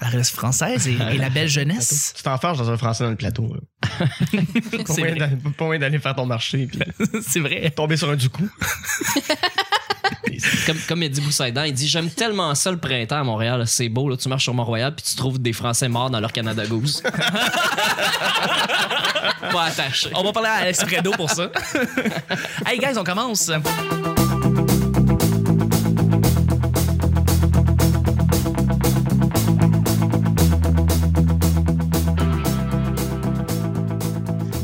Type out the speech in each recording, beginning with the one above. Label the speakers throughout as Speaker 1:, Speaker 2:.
Speaker 1: la presse française et, et la belle jeunesse.
Speaker 2: Tu t'en fâches dans un français dans le plateau. là. pas,
Speaker 1: C'est
Speaker 2: moyen
Speaker 1: vrai.
Speaker 2: d'aller- pas moyen d'aller faire ton marché puis
Speaker 1: C'est vrai.
Speaker 2: tomber sur un du coup.
Speaker 3: Comme, comme il dit Boussaïdan, il dit J'aime tellement ça le printemps à Montréal, c'est beau, là, tu marches sur Mont-Royal puis tu trouves des Français morts dans leur Canada Goose. Pas attaché.
Speaker 1: On va parler à Alex Fredo pour ça. hey guys, on commence.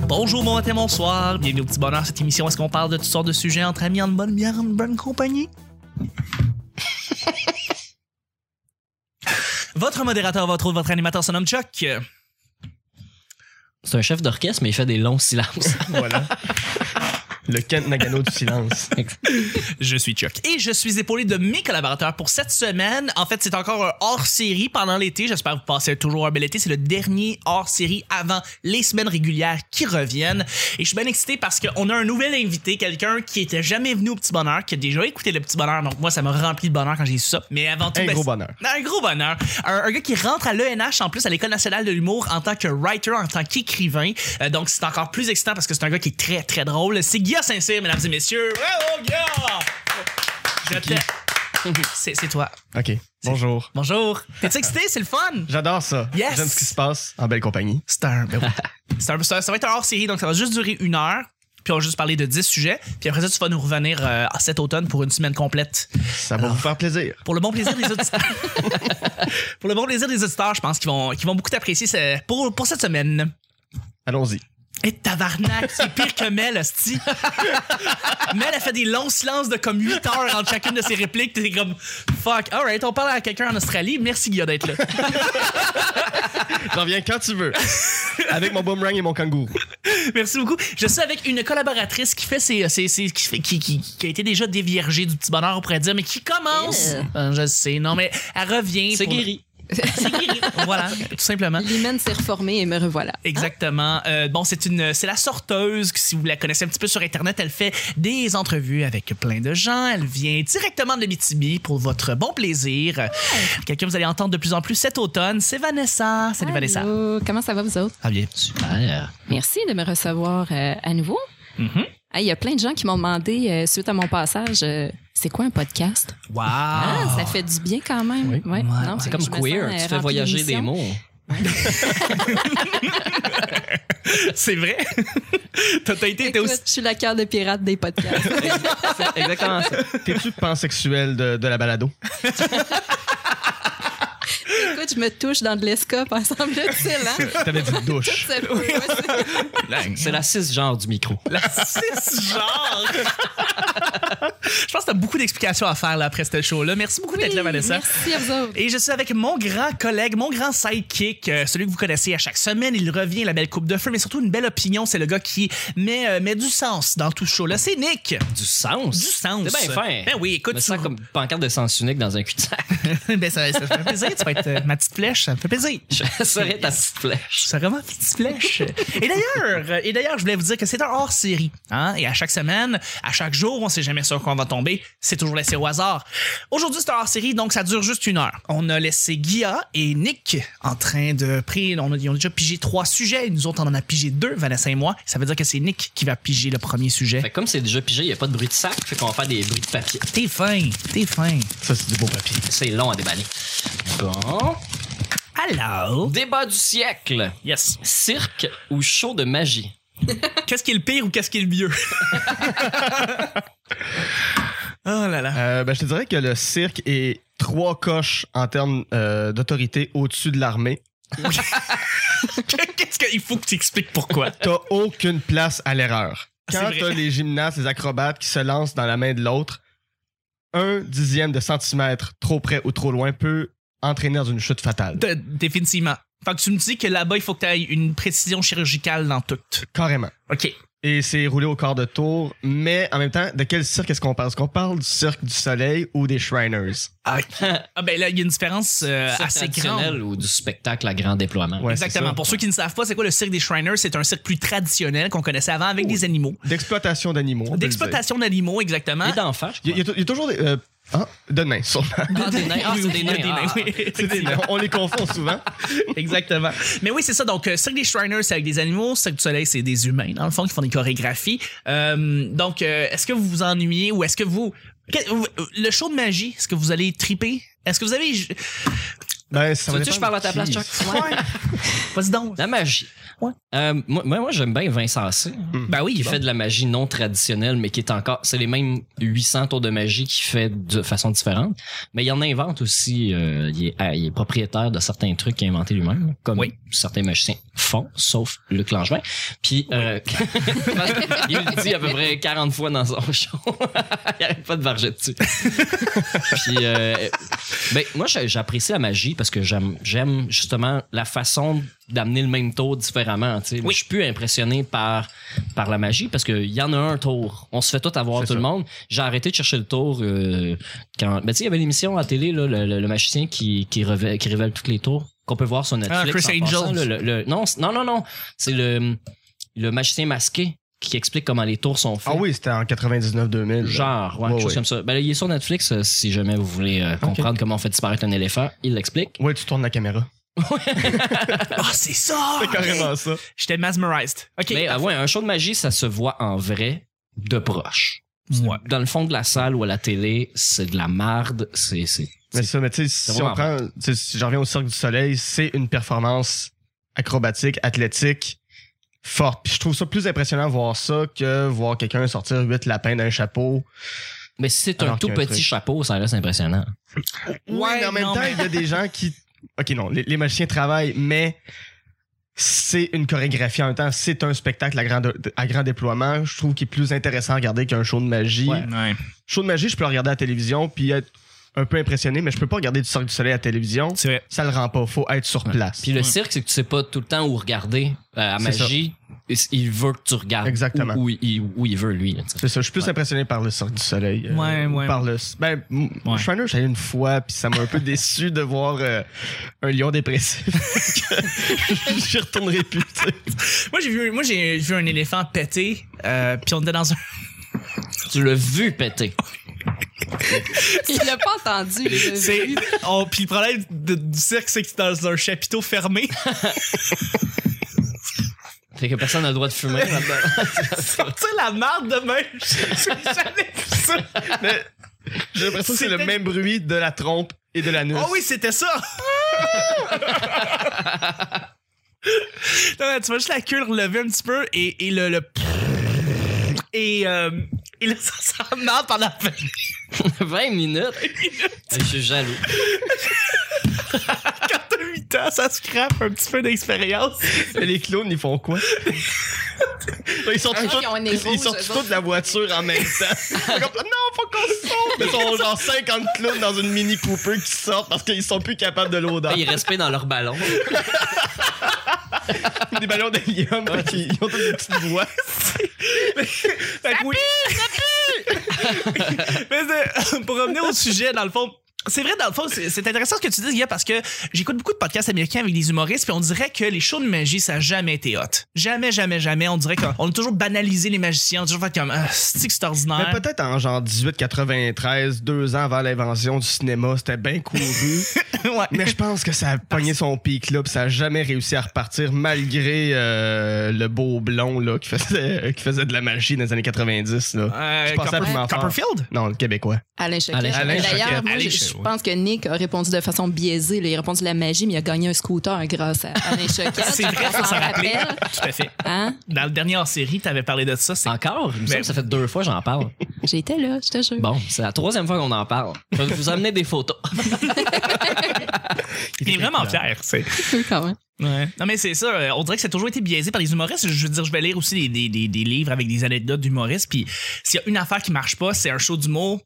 Speaker 1: Bonjour, bon matin, bonsoir. Bienvenue au petit bonheur, cette émission où est-ce qu'on parle de toutes sortes de sujets entre amis, en bonne bière, en bonne compagnie. votre modérateur, votre autre, votre animateur se nomme Chuck.
Speaker 3: C'est un chef d'orchestre, mais il fait des longs silences.
Speaker 2: voilà. Le Kent Nagano du silence.
Speaker 1: Je suis Chuck. Et je suis épaulé de mes collaborateurs pour cette semaine. En fait, c'est encore un hors-série pendant l'été. J'espère que vous passez toujours un bel été. C'est le dernier hors-série avant les semaines régulières qui reviennent. Et je suis bien excité parce qu'on a un nouvel invité, quelqu'un qui était jamais venu au Petit Bonheur, qui a déjà écouté le Petit Bonheur. Donc moi, ça m'a rempli de bonheur quand j'ai su ça. Mais avant tout,
Speaker 2: Un
Speaker 1: ben,
Speaker 2: gros bonheur.
Speaker 1: un gros bonheur. Un, un gars qui rentre à l'ENH en plus à l'École nationale de l'humour en tant que writer, en tant qu'écrivain. Euh, donc c'est encore plus excitant parce que c'est un gars qui est très très drôle. C'est Guillaume Saint-Cyr, mesdames et messieurs. Bravo, Guillaume! Je te- C'est c'est toi.
Speaker 2: OK. Bonjour.
Speaker 1: Bonjour. T'es excité? C'est le fun?
Speaker 2: J'adore ça.
Speaker 1: Yes.
Speaker 2: J'aime ce qui se passe en belle compagnie.
Speaker 1: C'est un, ben oui. C'est un- ça, ça va être un hors-série, donc ça va juste durer une heure. Puis on va juste parler de 10 sujets. Puis après ça, tu vas nous revenir euh, cet automne pour une semaine complète.
Speaker 2: Ça va vous faire plaisir.
Speaker 1: Pour le bon plaisir des auditeurs. pour le bon plaisir des auditeurs, je pense qu'ils vont, qu'ils vont beaucoup t'apprécier ce- pour, pour cette semaine.
Speaker 2: Allons-y.
Speaker 1: Et tabarnak, c'est pire que Mel, hostie. Mel a fait des longs silences de comme 8 heures entre chacune de ses répliques. T'es comme, fuck, alright, on parle à quelqu'un en Australie. Merci, Guillaume, d'être là.
Speaker 2: Je reviens quand tu veux. Avec mon boomerang et mon kangourou.
Speaker 1: Merci beaucoup. Je suis avec une collaboratrice qui fait ses, ses- ses- qui, fait- qui, qui- qui a été déjà déviergée du petit bonheur, on pourrait dire, mais qui commence.
Speaker 4: Yeah.
Speaker 1: Euh, je sais, non, mais elle revient.
Speaker 3: C'est
Speaker 1: pour-
Speaker 3: guéri.
Speaker 1: C'est guéri. Voilà, tout simplement.
Speaker 4: L'hymen s'est reformé et me revoilà.
Speaker 1: Exactement. Euh, bon, c'est une, c'est la sorteuse. que Si vous la connaissez un petit peu sur internet, elle fait des entrevues avec plein de gens. Elle vient directement de l'Abitibi pour votre bon plaisir. Euh, Quelqu'un que vous allez entendre de plus en plus cet automne, c'est Vanessa. Salut Vanessa.
Speaker 4: Allô, Comment ça va, vous autres?
Speaker 1: Ah bien.
Speaker 3: Super.
Speaker 4: Merci de me recevoir euh, à nouveau.
Speaker 3: Mm-hmm.
Speaker 1: Mhm.
Speaker 4: Ah, Il y a plein de gens qui m'ont demandé, euh, suite à mon passage, euh, c'est quoi un podcast?
Speaker 1: Wow.
Speaker 4: Ah, ça fait du bien quand même.
Speaker 2: Oui.
Speaker 4: Ouais. Non,
Speaker 3: C'est
Speaker 4: je
Speaker 3: comme
Speaker 4: me sens,
Speaker 3: queer,
Speaker 4: euh,
Speaker 3: tu fais
Speaker 4: remplie
Speaker 3: voyager des
Speaker 4: d'émissions.
Speaker 3: mots.
Speaker 1: C'est vrai. T'as t'as été, t'es
Speaker 4: Écoute,
Speaker 1: aussi.
Speaker 4: je suis la cœur de pirate des podcasts.
Speaker 3: C'est exactement ça.
Speaker 2: T'es-tu pansexuel de, de la balado?
Speaker 4: Écoute, je me touche dans de l'escope, ensemble semble-t-il. hein?
Speaker 2: T'avais dit douche.
Speaker 4: Ça peut, ouais, c'est-
Speaker 3: C'est la genre du micro.
Speaker 1: La cisgenre. Je pense que t'as beaucoup d'explications à faire là, après ce show-là. Merci beaucoup d'être
Speaker 4: Oui,
Speaker 1: là, Vanessa.
Speaker 4: Merci à vous autres.
Speaker 1: Et je suis avec mon grand collègue, mon grand sidekick, euh, celui que vous connaissez à chaque semaine. Il revient, la belle coupe de feu, mais surtout une belle opinion. C'est le gars qui met, euh, met du sens dans tout ce show-là. C'est Nick.
Speaker 3: Du sens.
Speaker 1: Du sens.
Speaker 3: C'est bien fin.
Speaker 1: Ben oui, écoute,
Speaker 3: me
Speaker 1: tu-
Speaker 3: sens comme pancarte de sens unique dans un cul-de-sac.
Speaker 1: ben, ça, ça fait plaisir. Tu vas être euh, ma petite flèche. Ça me fait plaisir.
Speaker 3: Je serais ta petite flèche.
Speaker 1: C'est vraiment petite flèche. Et d'ailleurs, euh, et d'ailleurs, je voulais vous dire que c'est un hors-série. Hein? Et à chaque semaine, à chaque jour, on sait jamais sur quoi on va tomber. C'est toujours laissé au hasard. Aujourd'hui, c'est un hors-série, donc ça dure juste une heure. On a laissé Guilla et Nick en train de prier. On a, ils ont déjà pigé trois sujets. Et nous autres, on en a pigé deux, Vanessa et moi. Ça veut dire que c'est Nick qui va piger le premier
Speaker 3: Fait
Speaker 1: sujet.
Speaker 3: que Ben, comme c'est déjà pigé, il n'y a pas de bruit de sac, fait qu'on va faire des bruits de papier.
Speaker 1: T'es fin, t'es fin.
Speaker 2: Ça, c'est du beau papier.
Speaker 3: C'est long à déballer. Bon.
Speaker 1: Alors?
Speaker 3: Débat du siècle.
Speaker 1: Yes.
Speaker 3: Cirque ou show de magie?
Speaker 1: Qu'est-ce qui est le pire ou qu'est-ce qui est le mieux? oh là là.
Speaker 2: Euh, ben, je te dirais que le cirque est trois coches en termes euh, d'autorité au-dessus de l'armée.
Speaker 1: Qu'est-ce que... Il faut que tu expliques pourquoi.
Speaker 2: T'as aucune place à l'erreur.
Speaker 3: Ah,
Speaker 1: C'est
Speaker 2: Quand
Speaker 1: vrai.
Speaker 2: t'as les gymnastes, les acrobates qui se lancent dans la main de l'autre, un dixième de centimètre trop près ou trop loin peut entraîner dans une chute fatale.
Speaker 1: De- définitivement. Fait que tu me dis que là-bas, il faut que tu ailles une précision chirurgicale dans tout.
Speaker 2: Carrément.
Speaker 1: OK.
Speaker 2: Et c'est roulé au quart de tour, mais en même temps, de quel cirque est-ce qu'on parle? Est-ce qu'on parle du cirque du soleil ou des Shriners?
Speaker 1: Ah ben là, il y a une différence euh,
Speaker 3: Cirque
Speaker 1: assez grande.
Speaker 3: traditionnel ou du spectacle à grand déploiement?
Speaker 2: Ouais, c'est
Speaker 1: Exactement.
Speaker 2: ça.
Speaker 1: Pour ceux qui ne savent pas, c'est quoi le cirque des Shriners? C'est un cirque plus traditionnel qu'on connaissait avant avec des animaux.
Speaker 2: D'exploitation d'animaux. on peut le dire.
Speaker 1: D'exploitation d'animaux, exactement.
Speaker 3: Et d'enfants,
Speaker 2: Il
Speaker 3: je
Speaker 2: y, a- il y a
Speaker 3: crois.
Speaker 2: tou- il y a toujours des, euh, Ah, de nains, sûrement.
Speaker 3: Ah, des nains. Ah, c'est des
Speaker 1: Il y a
Speaker 3: nains. Ah, ah.
Speaker 1: oui.
Speaker 2: C'est des nains. On les confond souvent.
Speaker 1: Exactement. Mais oui, c'est ça. Donc, euh, Cirque des Shriners, c'est avec des animaux. Cirque du Soleil, c'est des humains, dans le fond, qui font des chorégraphies. Euh, donc, euh, est-ce que vous vous ennuyez ou est-ce que vous... que- vous- Le show de magie, est-ce que vous allez triper? Est-ce que vous avez...
Speaker 2: Ben, ça
Speaker 3: Tu veux-tu
Speaker 2: dépend
Speaker 3: que je parle à ta
Speaker 2: de
Speaker 3: place,
Speaker 2: qui.
Speaker 3: Chuck?
Speaker 1: Vas-y donc.
Speaker 3: Ah, La magie.
Speaker 1: Ouais.
Speaker 3: Euh, moi, moi, moi, j'aime bien Vincent C.
Speaker 1: Ben oui,
Speaker 3: qui fait de la magie non traditionnelle, mais qui est encore. C'est les mêmes 800 tours de magie qu'il fait de façon différente. Mais il en invente aussi. euh, il, est, ah, il est propriétaire de certains trucs qu'il a inventé lui-même, comme
Speaker 1: Oui.
Speaker 3: certains magiciens font, sauf Luc Langevin. Puis, euh, il le dit à peu près 40 fois dans son show. il arrête pas de barger dessus. Puis, euh, ben, moi, j'ai- j'apprécie la magie parce que j'aime, j'aime justement la façon d'amener le même tour différemment. tu sais. Moi, Je suis plus impressionné par, par la magie parce qu'il y en a un tour. On se fait tout avoir,
Speaker 2: C'est
Speaker 3: tout le
Speaker 2: ça.
Speaker 3: monde. J'ai arrêté de chercher le tour euh, quand. Ben, tu sais, il y avait l'émission à la télé, là, le, le- le magicien qui, qui, révèle, qui révèle tous les tours qu'on peut voir sur
Speaker 2: Ah,
Speaker 3: Netflix.
Speaker 1: Chris
Speaker 3: en passant,
Speaker 1: Angel.
Speaker 3: là, le- le- non, c'est- non, non, non. C'est le, le magicien masqué qui explique comment les tours sont faits.
Speaker 2: Ah oui, c'était en 99-2000.
Speaker 3: Genre, ouais, quelque
Speaker 2: Ouais,
Speaker 3: chose
Speaker 2: ouais.
Speaker 3: comme ça. Ben, là, il est sur Netflix, euh, si jamais vous voulez euh, comprendre comment on fait disparaître un éléphant, il l'explique.
Speaker 2: Ouais, tu tournes la caméra.
Speaker 1: Ah, c'est ça!
Speaker 2: C'est carrément ça.
Speaker 1: J'étais mesmerized. OK.
Speaker 3: Mais euh, ouais, un show de magie, ça se voit en vrai de proche.
Speaker 1: Ouais.
Speaker 3: Dans le fond de la salle ou à la télé, c'est de la marde, c'est... c'est-
Speaker 2: Mais ça, mais tu sais, si on
Speaker 3: vraiment
Speaker 2: prend, tu sais, si j'en reviens au Cirque du Soleil, c'est une performance acrobatique, athlétique, forte. Puis je trouve ça plus impressionnant voir ça que voir quelqu'un sortir huit lapins d'un chapeau.
Speaker 3: Mais si c'est un
Speaker 2: Alors
Speaker 3: tout
Speaker 2: qu'il y a un
Speaker 3: petit
Speaker 2: truc.
Speaker 3: chapeau, ça reste impressionnant.
Speaker 2: Oui, mais en même
Speaker 1: non,
Speaker 2: temps,
Speaker 1: mais-
Speaker 2: il y a des gens qui. Ok, non, les, les magiciens travaillent, mais c'est une chorégraphie en même temps, c'est un spectacle à grand, à grand déploiement. Je trouve qu'il est plus intéressant à regarder qu'un show de magie.
Speaker 3: Ouais.
Speaker 1: Ouais.
Speaker 2: Show de magie, je peux le regarder à la télévision puis être un peu impressionné, mais je peux pas regarder du Cirque du Soleil à la télévision.
Speaker 1: C'est vrai.
Speaker 2: Ça le rend pas, faut être sur place.
Speaker 3: Puis le cirque, c'est que tu sais pas tout le temps où regarder. Euh, à
Speaker 2: C'est
Speaker 3: magie, il- il veut que tu regardes
Speaker 2: Exactement.
Speaker 3: Où, où il, où il veut, lui. là, tu sais.
Speaker 2: C'est ça, je suis plus
Speaker 3: Ouais.
Speaker 2: impressionné par le Cirque du Soleil. euh,
Speaker 1: Ouais, ouais.
Speaker 2: Par le. Ben, m-
Speaker 1: Ouais.
Speaker 2: Shriner, j'allais une fois, puis ça m'a un peu déçu de voir euh, un lion dépressif. J'y retournerai plus, tu sais.
Speaker 1: Moi, j'ai vu, moi, j'ai vu un éléphant péter, euh, puis on était dans un...
Speaker 3: Tu l'as vu péter.
Speaker 4: Il l'a pas entendu. il l'a
Speaker 1: C'est-
Speaker 4: vu.
Speaker 1: on- puis le problème de- du cirque, c'est que c'est dans un chapiteau fermé.
Speaker 3: Fait que personne n'a le droit de fumer là-dedans.
Speaker 1: Sortir la marde de même, j'ai jamais vu ça.
Speaker 2: Mais J'ai l'impression que c'est le
Speaker 1: C'était-
Speaker 2: même bruit de la trompe et de l'anus.
Speaker 1: Oh oui, c'était ça! non, non, tu vois juste la queue lever un petit peu et, et le, le. Et, euh, et là, ça s'en marre pendant 20
Speaker 3: 20 minutes. Je suis jaloux.
Speaker 1: Quand t'as 8 ans, ça scrape un petit peu d'expérience.
Speaker 2: Mais les clowns, ils font quoi? ils sortent
Speaker 4: Ah,
Speaker 2: tous
Speaker 4: ils ont un nez
Speaker 2: ils
Speaker 4: rouge,
Speaker 2: sortent
Speaker 4: eux
Speaker 2: tous de la voiture en même temps. Ils sont comme, non, faut qu'on se sauve! Mais ils sont genre 50 clowns dans une mini Cooper qui sortent parce qu'ils sont plus capables de
Speaker 4: Ben,
Speaker 2: l'odeur.
Speaker 3: Ils respirent dans leur ballon.
Speaker 2: Des ballons d'hélium, fait qu'ils- ils ont toutes des petites voix.
Speaker 1: Fait que oui. Mais c'est- pour revenir au sujet, dans le fond. C'est vrai, dans le fond, c'est c'est intéressant ce que tu dis, Guillaume, parce que j'écoute beaucoup de podcasts américains avec des humoristes, puis on dirait que les shows de magie, ça n'a jamais été hot. Jamais, jamais, jamais. On dirait qu'on a toujours banalisé les magiciens, on a toujours fait comme, ah, c'est que c'est
Speaker 2: Mais
Speaker 1: ordinaire.
Speaker 2: peut-être en genre 1893, deux ans avant l'invention du cinéma, c'était bien couru.
Speaker 1: Ouais.
Speaker 2: mais je pense que ça a pogné son pic là, puis ça a jamais réussi à repartir malgré euh, le beau blond là qui faisait qui faisait de la magie dans les années 90 là.
Speaker 1: Euh,
Speaker 2: Je pensais à
Speaker 1: Copper-
Speaker 2: Piment Fort.
Speaker 1: Copperfield?
Speaker 2: Non, le québécois.
Speaker 4: Alain Choquet.
Speaker 3: Alain Choquet.
Speaker 4: Mais
Speaker 2: Alain
Speaker 4: D'ailleurs, moi,
Speaker 1: Choquet.
Speaker 4: je, je
Speaker 1: Alain
Speaker 4: pense que Nick a répondu de façon biaisée. là. Il a répondu de la magie, mais il a gagné un scooter grâce à Alain Choquet.
Speaker 1: C'est vrai,
Speaker 4: On
Speaker 1: faut
Speaker 4: s'en
Speaker 1: s'en rappeler.
Speaker 4: rappelle.
Speaker 1: Tout à fait.
Speaker 4: Hein?
Speaker 1: Dans la dernière série, t'avais parlé de ça. c'est-
Speaker 2: Ah,
Speaker 3: Encore? Il me semble que ça fait deux fois que j'en parle.
Speaker 4: J'étais là, je te jure.
Speaker 3: Bon, c'est la troisième fois qu'on en parle. Je vais vous amener des photos.
Speaker 1: Il est vraiment fier, c'est.
Speaker 4: Quand même.
Speaker 1: Ouais. Non, mais c'est ça. euh, On dirait que ça a toujours été biaisé par les humoristes. Je veux dire, je vais lire aussi des, des- des- des livres avec des anecdotes d'humoristes. Puis s'il y a une affaire qui marche pas, c'est un show d'humour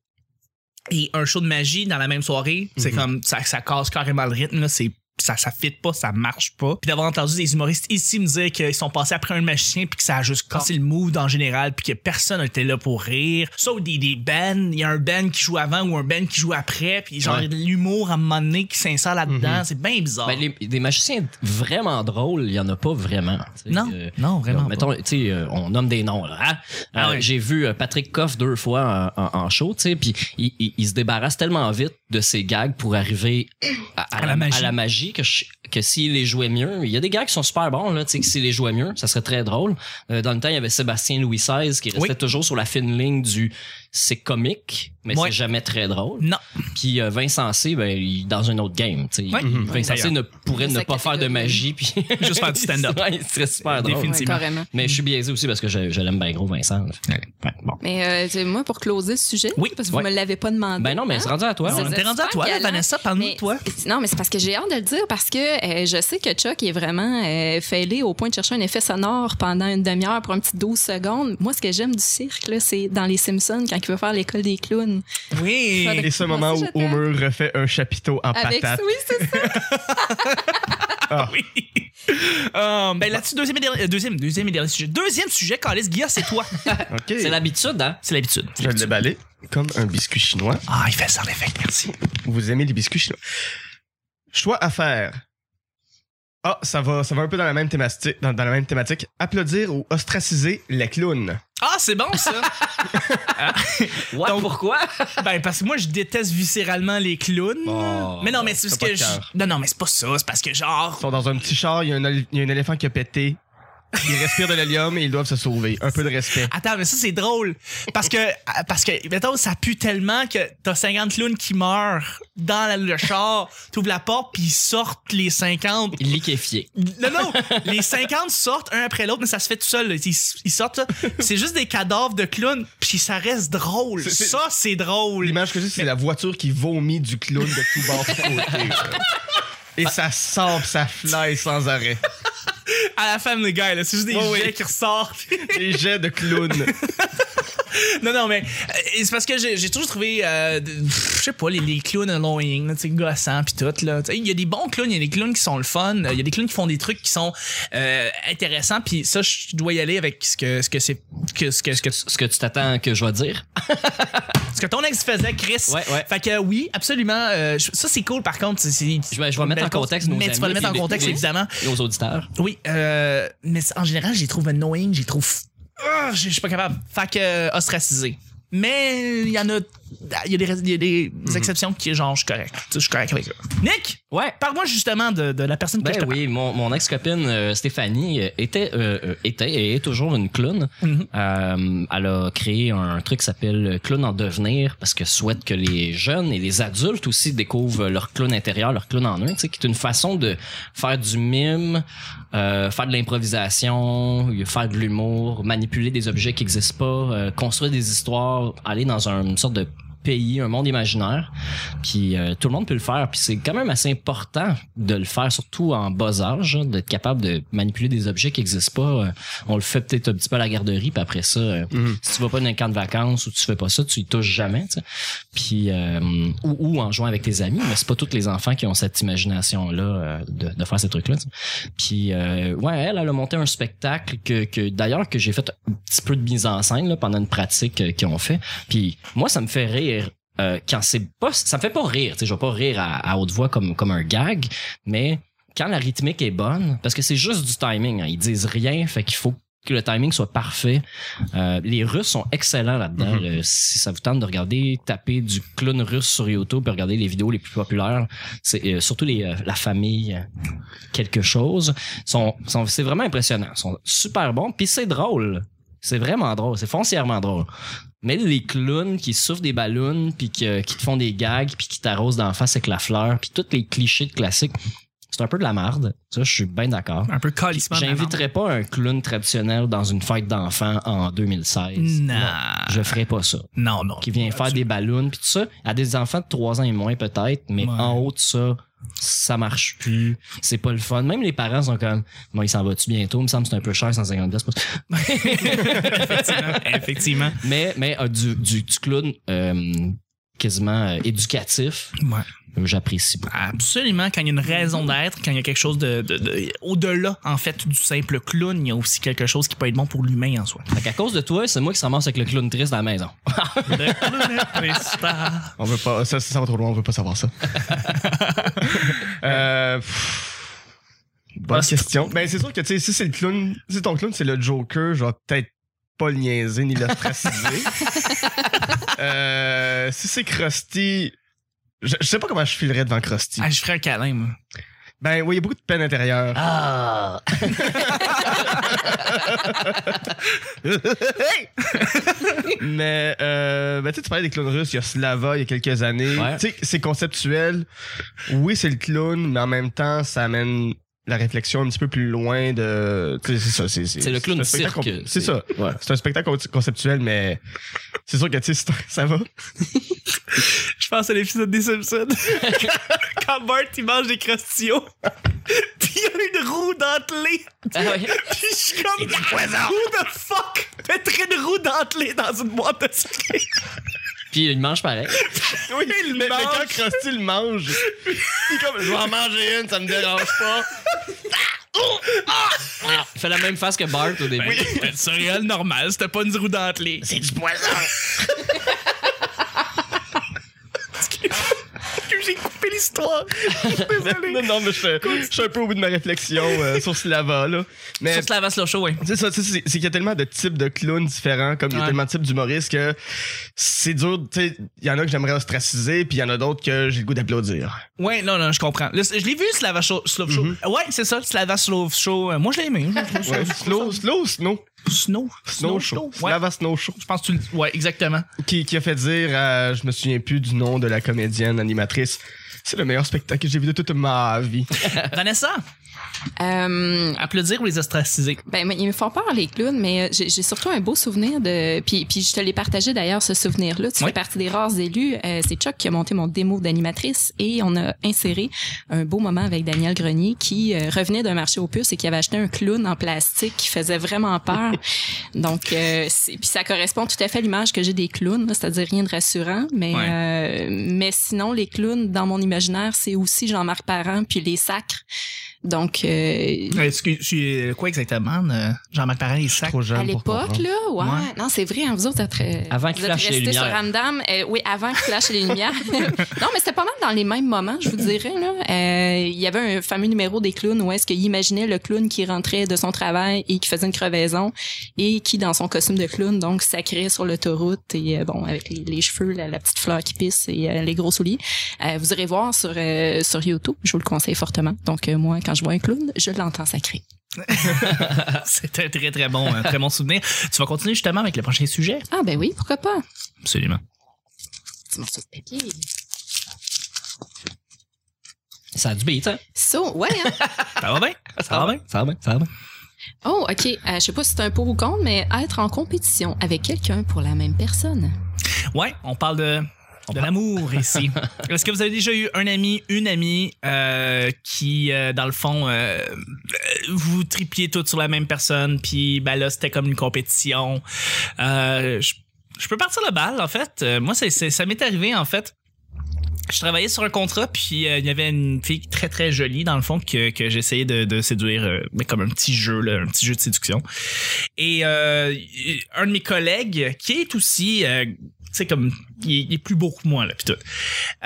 Speaker 1: et un show de magie dans la même soirée. C'est comme ça, ça casse carrément le rythme. là. C'est ça ça fit pas, ça marche pas. Puis d'avoir entendu des humoristes ici me dire qu'ils sont passés après un magicien puis que ça a juste cassé le mood en général puis que personne n'était là pour rire. Sauf des, des bands, il y a un band qui joue avant ou un band qui joue après puis genre
Speaker 2: Ouais.
Speaker 1: de l'humour à un moment donné qui s'insère là-dedans, c'est bien bizarre.
Speaker 3: Ben, les- des magiciens vraiment drôles, il y en a pas vraiment. tu sais,
Speaker 1: non,
Speaker 3: euh,
Speaker 1: non, vraiment.
Speaker 3: Donc, mettons, tu sais, euh, on nomme des noms, là. hein?
Speaker 1: Ah
Speaker 3: Euh,
Speaker 1: ouais.
Speaker 3: J'ai vu euh, Patrick Coff deux fois en, en- en show, tu sais, puis il, il- il se débarrasse tellement vite de ses gags pour arriver à, à
Speaker 1: À la magie.
Speaker 3: magie que, je- que s'il les jouait mieux, il y a des gags qui sont super bons, là, tu sais, que s'il les jouait mieux, ça serait très drôle. Euh, dans le temps, il y avait Sébastien Louis XVI qui restait
Speaker 1: Oui.
Speaker 3: toujours sur la fine ligne du c'est comique, mais
Speaker 1: Ouais.
Speaker 3: c'est jamais très drôle.
Speaker 1: Non.
Speaker 3: Puis euh, Vincent C, ben, il est dans un autre game, tu sais.
Speaker 1: Ouais.
Speaker 2: Mhm.
Speaker 3: Vincent C Ben, ne pourrait ne
Speaker 4: Sa
Speaker 3: pas faire de
Speaker 4: catégorie.
Speaker 3: magie, puis
Speaker 1: pas. Juste faire du stand-up.
Speaker 3: Ouais, il serait super drôle.
Speaker 1: Définitivement.
Speaker 4: Ouais, carrément.
Speaker 3: Mais je suis biaisé aussi parce que je, je l'aime bien gros, Vincent. Ouais, bon.
Speaker 4: Mais euh, tu sais, moi, pour closer ce sujet,
Speaker 1: Oui,
Speaker 4: parce que
Speaker 3: ouais.
Speaker 4: vous me l'avez pas demandé.
Speaker 3: Ben non, mais c'est
Speaker 4: hein?
Speaker 3: rendu à toi.
Speaker 4: C'est-
Speaker 1: On
Speaker 3: ouais.
Speaker 1: était rendu à
Speaker 4: super
Speaker 1: toi,
Speaker 4: galant.
Speaker 1: Vanessa, parle-nous
Speaker 4: Mais-
Speaker 1: de toi.
Speaker 4: Non, mais c'est parce que j'ai hâte de le dire, parce que euh, je sais que Chuck est vraiment euh, fêlé au point de chercher un effet sonore pendant une demi-heure pour un petit 12 secondes. Moi, ce que j'aime du cirque, là, c'est dans Les Simpsons, quand il veut faire l'école des clowns.
Speaker 1: Oui.
Speaker 4: Pas de-
Speaker 2: Et ce moment
Speaker 4: Merci,
Speaker 2: où
Speaker 4: je t'aime.
Speaker 2: Homer refait un chapiteau en
Speaker 4: Avec,
Speaker 2: patate.
Speaker 4: oui, c'est ça.
Speaker 1: Oui. Euh, ben là-dessus, deuxième et dernier, euh, deuxième, deuxième et dernier sujet. Deuxième sujet, Carlis Guilla, c'est toi.
Speaker 2: Ok.
Speaker 3: C'est l'habitude, hein?
Speaker 1: c'est l'habitude.
Speaker 2: Je vais le déballer comme un biscuit chinois.
Speaker 1: Ah, il fait ça en effet, merci.
Speaker 2: Vous aimez les biscuits chinois. Choix à faire. Ah, ça va, ça va un peu dans la même thématique. Dans, dans la même thématique. Applaudir ou ostraciser les clowns.
Speaker 1: Ah, c'est bon ça.
Speaker 3: Ouais, pourquoi?
Speaker 1: ben parce que moi je déteste viscéralement les clowns.
Speaker 2: Oh,
Speaker 1: mais non, mais c'est parce
Speaker 2: t'as pas
Speaker 1: que
Speaker 2: de
Speaker 1: je...
Speaker 2: cœur.
Speaker 1: non non, mais c'est pas ça, c'est parce que genre
Speaker 2: Ils sont dans un petit char, il y a un, éle- il y a un éléphant qui a pété. Ils respirent de l'hélium et ils doivent se sauver. Un peu de respect.
Speaker 1: Attends, mais ça c'est drôle parce que euh, parce que mettons ça pue tellement que t'as 50 clowns qui meurent dans la- le char, t'ouvres la porte puis ils sortent les 50
Speaker 3: Il liquéfié.
Speaker 1: Non, non, les 50 sortent un après l'autre, mais ça se fait tout seul. là. Ils, ils sortent, là. c'est juste des cadavres de clowns, puis ça reste drôle.
Speaker 2: C'est- c'est-
Speaker 1: Ça, c'est drôle.
Speaker 2: L'image que j'ai, c'est la voiture qui vomit du clown de tout bord de côté. là. Et ça sort, ça fly sans arrêt.
Speaker 1: À la femme, le gars, là, c'est juste des
Speaker 2: Oh oui.
Speaker 1: jets qui ressortent.
Speaker 2: Des jets de clown.
Speaker 1: non, non, mais euh, c'est parce que j'ai j'ai toujours trouvé, euh, de- pff, je sais pas, les, les clowns annoying, là, tu sais, gossants, puis tout. là. Tu sais, Il y a des bons clowns, il y a des clowns qui sont le fun, euh, il y a des clowns qui font des trucs qui sont euh, intéressants, puis ça, je dois y aller avec ce que ce que c'est que ce que ce que
Speaker 3: Ce que tu t'attends que je vais dire.
Speaker 1: ce que ton ex faisait, Chris.
Speaker 3: Ouais, ouais.
Speaker 1: Fait que oui, absolument. euh, je- ça, c'est cool, par contre. c'est- c'est-
Speaker 3: Je vais, je vais
Speaker 1: une
Speaker 3: mettre en
Speaker 1: belle
Speaker 3: contexte
Speaker 1: cause.
Speaker 3: nos
Speaker 1: Mais tu vas le
Speaker 3: amis
Speaker 1: mettre en
Speaker 3: puis les-
Speaker 1: contexte,
Speaker 3: les-
Speaker 1: évidemment.
Speaker 3: Nos auditeurs.
Speaker 1: Oui, euh, mais c'est- en général, j'y trouve annoying, j'y trouve. Ah, je je suis pas capable. Fait que euh, ostracisé. Mais il y en a. Il y a des, rais- il y a des
Speaker 3: Mhm.
Speaker 1: exceptions qui, genre, je suis correct. Tu sais, Je suis correct avec eux. Nick,
Speaker 3: Ouais.
Speaker 1: parle-moi justement de, de la personne que
Speaker 3: Ben
Speaker 1: je te
Speaker 3: oui, mon, mon ex-copine euh, Stéphanie euh, était, euh, euh, était et est toujours une clown.
Speaker 1: Mhm.
Speaker 3: Euh, elle a créé un truc qui s'appelle euh, Clown en devenir parce que souhaite que les jeunes et les adultes aussi découvrent leur clown intérieur, leur clown en eux, tu sais, qui est une façon de faire du mime, euh, faire de l'improvisation, faire de l'humour, manipuler des objets qui n'existent pas, euh, construire des histoires, aller dans un- une sorte de pays, un monde imaginaire. Puis euh, tout le monde peut le faire. Puis c'est quand même assez important de le faire, surtout en bas âge, hein, d'être capable de manipuler des objets qui n'existent pas. Euh, on le fait peut-être un petit peu à la garderie, puis après ça, euh,
Speaker 2: Mhm.
Speaker 3: si tu vas pas dans un camp de vacances ou tu fais pas ça, tu y touches jamais. tu sais. Puis euh, ou, ou en jouant avec tes amis, mais c'est pas tous les enfants qui ont cette imagination-là euh, de, de faire ces trucs-là. tu sais. Puis euh, ouais, elle, elle a monté un spectacle que, que d'ailleurs que j'ai fait un petit peu de mise en scène là, pendant une pratique euh, qu'ils ont fait. Puis moi, ça me fait rire euh, quand c'est pas ça me fait pas rire tu sais je vais pas rire à, à haute voix comme comme un gag mais quand la rythmique est bonne parce que c'est juste du timing hein, ils disent rien fait qu'il faut que le timing soit parfait Euh, les Russes sont excellents là-dedans
Speaker 2: Mhm.
Speaker 3: Euh, si ça vous tente de regarder taper du clown russe sur YouTube et regarder les vidéos les plus populaires c'est euh, surtout les euh, la famille euh, quelque chose sont, sont c'est vraiment impressionnant Ils sont super bons puis c'est drôle c'est vraiment drôle c'est foncièrement drôle mais les clowns qui souffrent des ballons, puis que- qui te font des gags, puis qui t'arrosent d'en face avec la fleur, puis tous les clichés de classique, c'est un peu de la marde. Ça, je suis bien d'accord.
Speaker 1: parle. Un peu calissement. de la
Speaker 3: J'inviterais pas un clown traditionnel dans une fête d'enfants en 2016.
Speaker 1: Non.
Speaker 3: Je ferais pas ça.
Speaker 1: Non, non.
Speaker 3: Qui vient faire des ballons, puis tout ça, à des enfants de 3 ans et moins peut-être, mais
Speaker 1: Ouais.
Speaker 3: en haut de ça, ça marche plus. C'est pas le fun. Même les parents sont comme, bon, il s'en va-tu bientôt? Il me semble que c'est un peu cher, 150 piastres.
Speaker 1: Effectivement. Effectivement.
Speaker 3: Mais, mais euh, du, du, du clown euh, quasiment euh, éducatif. euh,
Speaker 1: Ouais.
Speaker 3: J'apprécie beaucoup.
Speaker 1: Absolument, quand il y a une raison d'être, quand il y a quelque chose de, de- de- au-delà en fait du simple clown, il y a aussi quelque chose qui peut être bon pour l'humain en soi.
Speaker 3: Fait qu'à cause de toi, c'est moi qui s'amorce avec le clown triste dans la maison.
Speaker 1: Le clown est triste.
Speaker 2: On veut pas, ça, ça va trop loin, on veut pas savoir ça. Euh, pff, bonne
Speaker 1: Poste.
Speaker 2: question. Ben, c'est sûr que, tu sais, si c'est le clown, si ton clown, c'est le Joker, je vais peut-être pas le niaiser ni l'ostraciser. euh, si c'est Krusty, je, je sais pas comment je filerais devant Krusty.
Speaker 1: Ah, je ferais un câlin, moi.
Speaker 2: Ben, oui, il y a beaucoup de peine intérieure.
Speaker 3: Ah!
Speaker 2: Mais euh, ben, tu sais, tu parlais des clowns russes, il y a Slava il y a quelques années.
Speaker 3: Ouais.
Speaker 2: Tu sais, c'est conceptuel. Oui, c'est le clown, mais en même temps, ça amène la réflexion un petit peu plus loin de. tu sais, C'est ça, c'est
Speaker 3: C'est le clown
Speaker 2: un spectacle
Speaker 3: cirque.
Speaker 2: qu'on- C'est ça.
Speaker 3: Ouais.
Speaker 2: C'est un spectacle con- conceptuel, mais c'est sûr que tu sais, c'est un- ça va.
Speaker 1: Je pense à l'épisode des Simpsons. Quand Bart, il mange des crostillots. Puis il y a une roue dentelée.
Speaker 3: Ah ouais.
Speaker 1: Puis je suis comme... Who the fuck mettrait une roue dentelée dans une boîte de sucre?
Speaker 3: Puis il mange pareil.
Speaker 2: Oui, il mais, mais
Speaker 1: mange.
Speaker 2: quand Krusty le mange, il est comme je vais en manger une, ça me dérange pas.
Speaker 3: Il fait Ah! la même face que Bart au début.
Speaker 1: C'était une céréale normale, c'était pas une roue dentelée.
Speaker 2: C'est du poison.
Speaker 1: J'ai coupé l'histoire.
Speaker 2: non, non, mais je je suis un peu au bout de ma réflexion euh, sur Slava, là. Mais
Speaker 1: Sur Slava Slowshow, oui.
Speaker 2: C'est ça, tu sais, c'est c'est qu'il y a tellement de types de clowns différents, comme il y
Speaker 1: Ouais.
Speaker 2: a tellement de types d'humoristes que c'est dur. tu sais, Il y en a que j'aimerais ostraciser, puis il y en a d'autres que j'ai le goût d'applaudir.
Speaker 1: Ouais, non, non, je comprends. Le- je l'ai vu, Slava Show. Slove Show. Ouais, c'est ça, Slava Slove Show. Euh, Moi, je l'ai aimé. Je trouve ça-
Speaker 2: Ouais. Slow, slow, snow.
Speaker 1: Snow.
Speaker 2: Snow
Speaker 1: Show.
Speaker 2: Show.
Speaker 1: Ouais.
Speaker 2: Slava Snow Show.
Speaker 1: Je pense que tu le. Ouais, exactement.
Speaker 2: Qui, qui a fait dire, à- je me souviens plus du nom de la comédienne animatrice, c'est le meilleur spectacle que j'ai vu de toute ma vie.
Speaker 1: Vanessa,
Speaker 4: Euh,
Speaker 1: applaudir ou les ostraciser?
Speaker 4: ben, mais ils me font peur, les clowns, mais euh, j'ai j'ai surtout un beau souvenir de. Puis, puis je te l'ai partagé d'ailleurs, ce souvenir-là. Tu
Speaker 1: Oui.
Speaker 4: fais partie des rares élus. Euh, C'est Chuck qui a monté mon démo d'animatrice et on a inséré un beau moment avec Daniel Grenier qui euh, revenait d'un marché aux puces et qui avait acheté un clown en plastique qui faisait vraiment peur. Donc, euh, c'est- puis ça correspond tout à fait à l'image que j'ai des clowns, là, c'est-à-dire rien de rassurant. Mais,
Speaker 1: Ouais.
Speaker 4: euh, mais sinon, les clowns, dans mon imaginaire, c'est aussi Jean-Marc Parent puis les sacres. Donc, euh,
Speaker 1: Excuse, je suis quoi exactement? euh, Jean-Marc Parent, il sac.
Speaker 2: Trop jeune
Speaker 4: à
Speaker 2: pour
Speaker 4: l'époque,
Speaker 2: comprendre.
Speaker 4: là, ouais.
Speaker 1: Ouais.
Speaker 4: Non, c'est vrai, hein, vous autres, vous êtes,
Speaker 3: Avant
Speaker 4: vous
Speaker 3: qu'il
Speaker 4: êtes
Speaker 3: flash les
Speaker 4: restés sur
Speaker 3: lumières.
Speaker 4: Ramdam. Euh, oui, avant qu'il flash les lumières. non, mais c'était pas mal dans les mêmes moments, je vous dirais. là. Euh, Il y avait un fameux numéro des clowns où est-ce qu'il imaginait le clown qui rentrait de son travail et qui faisait une crevaison et qui, dans son costume de clown, donc sacrait sur l'autoroute et euh, bon, avec les, les cheveux, la, la petite fleur qui pisse et euh, les gros souliers. Euh, vous irez voir sur, euh, sur YouTube, je vous le conseille fortement. Donc, euh, moi, quand je vois un clown, je l'entends sacré.
Speaker 1: C'est un très, très bon, un très bon souvenir. Tu vas continuer justement avec le prochain sujet?
Speaker 4: Ah ben oui, pourquoi pas?
Speaker 1: Absolument.
Speaker 4: Petit morceau de papier.
Speaker 3: Ça a du beat, hein?
Speaker 4: So, ouais, hein?
Speaker 1: Ça va bien? Ça va bien?
Speaker 3: Ça va bien, ça va bien.
Speaker 4: Oh, OK. Euh, je sais pas si c'est un pour ou contre, mais être en compétition avec quelqu'un pour la même personne.
Speaker 1: Ouais, on parle de. de l'amour ici. Est-ce que vous avez déjà eu un ami, une amie euh, qui, euh, dans le fond, euh, vous tripiez toutes sur la même personne, puis ben là, c'était comme une compétition. Euh, je, je peux partir le bal, en fait. Euh, moi, c'est, c'est- ça m'est arrivé, en fait. Je travaillais sur un contrat, puis euh, il y avait une fille très très jolie dans le fond que, que j'essayais de, de séduire, euh, mais comme un petit jeu, là, un petit jeu de séduction. Et euh, un de mes collègues qui est aussi, euh, tu sais comme, il est, il est plus beau que moi là, puis tout.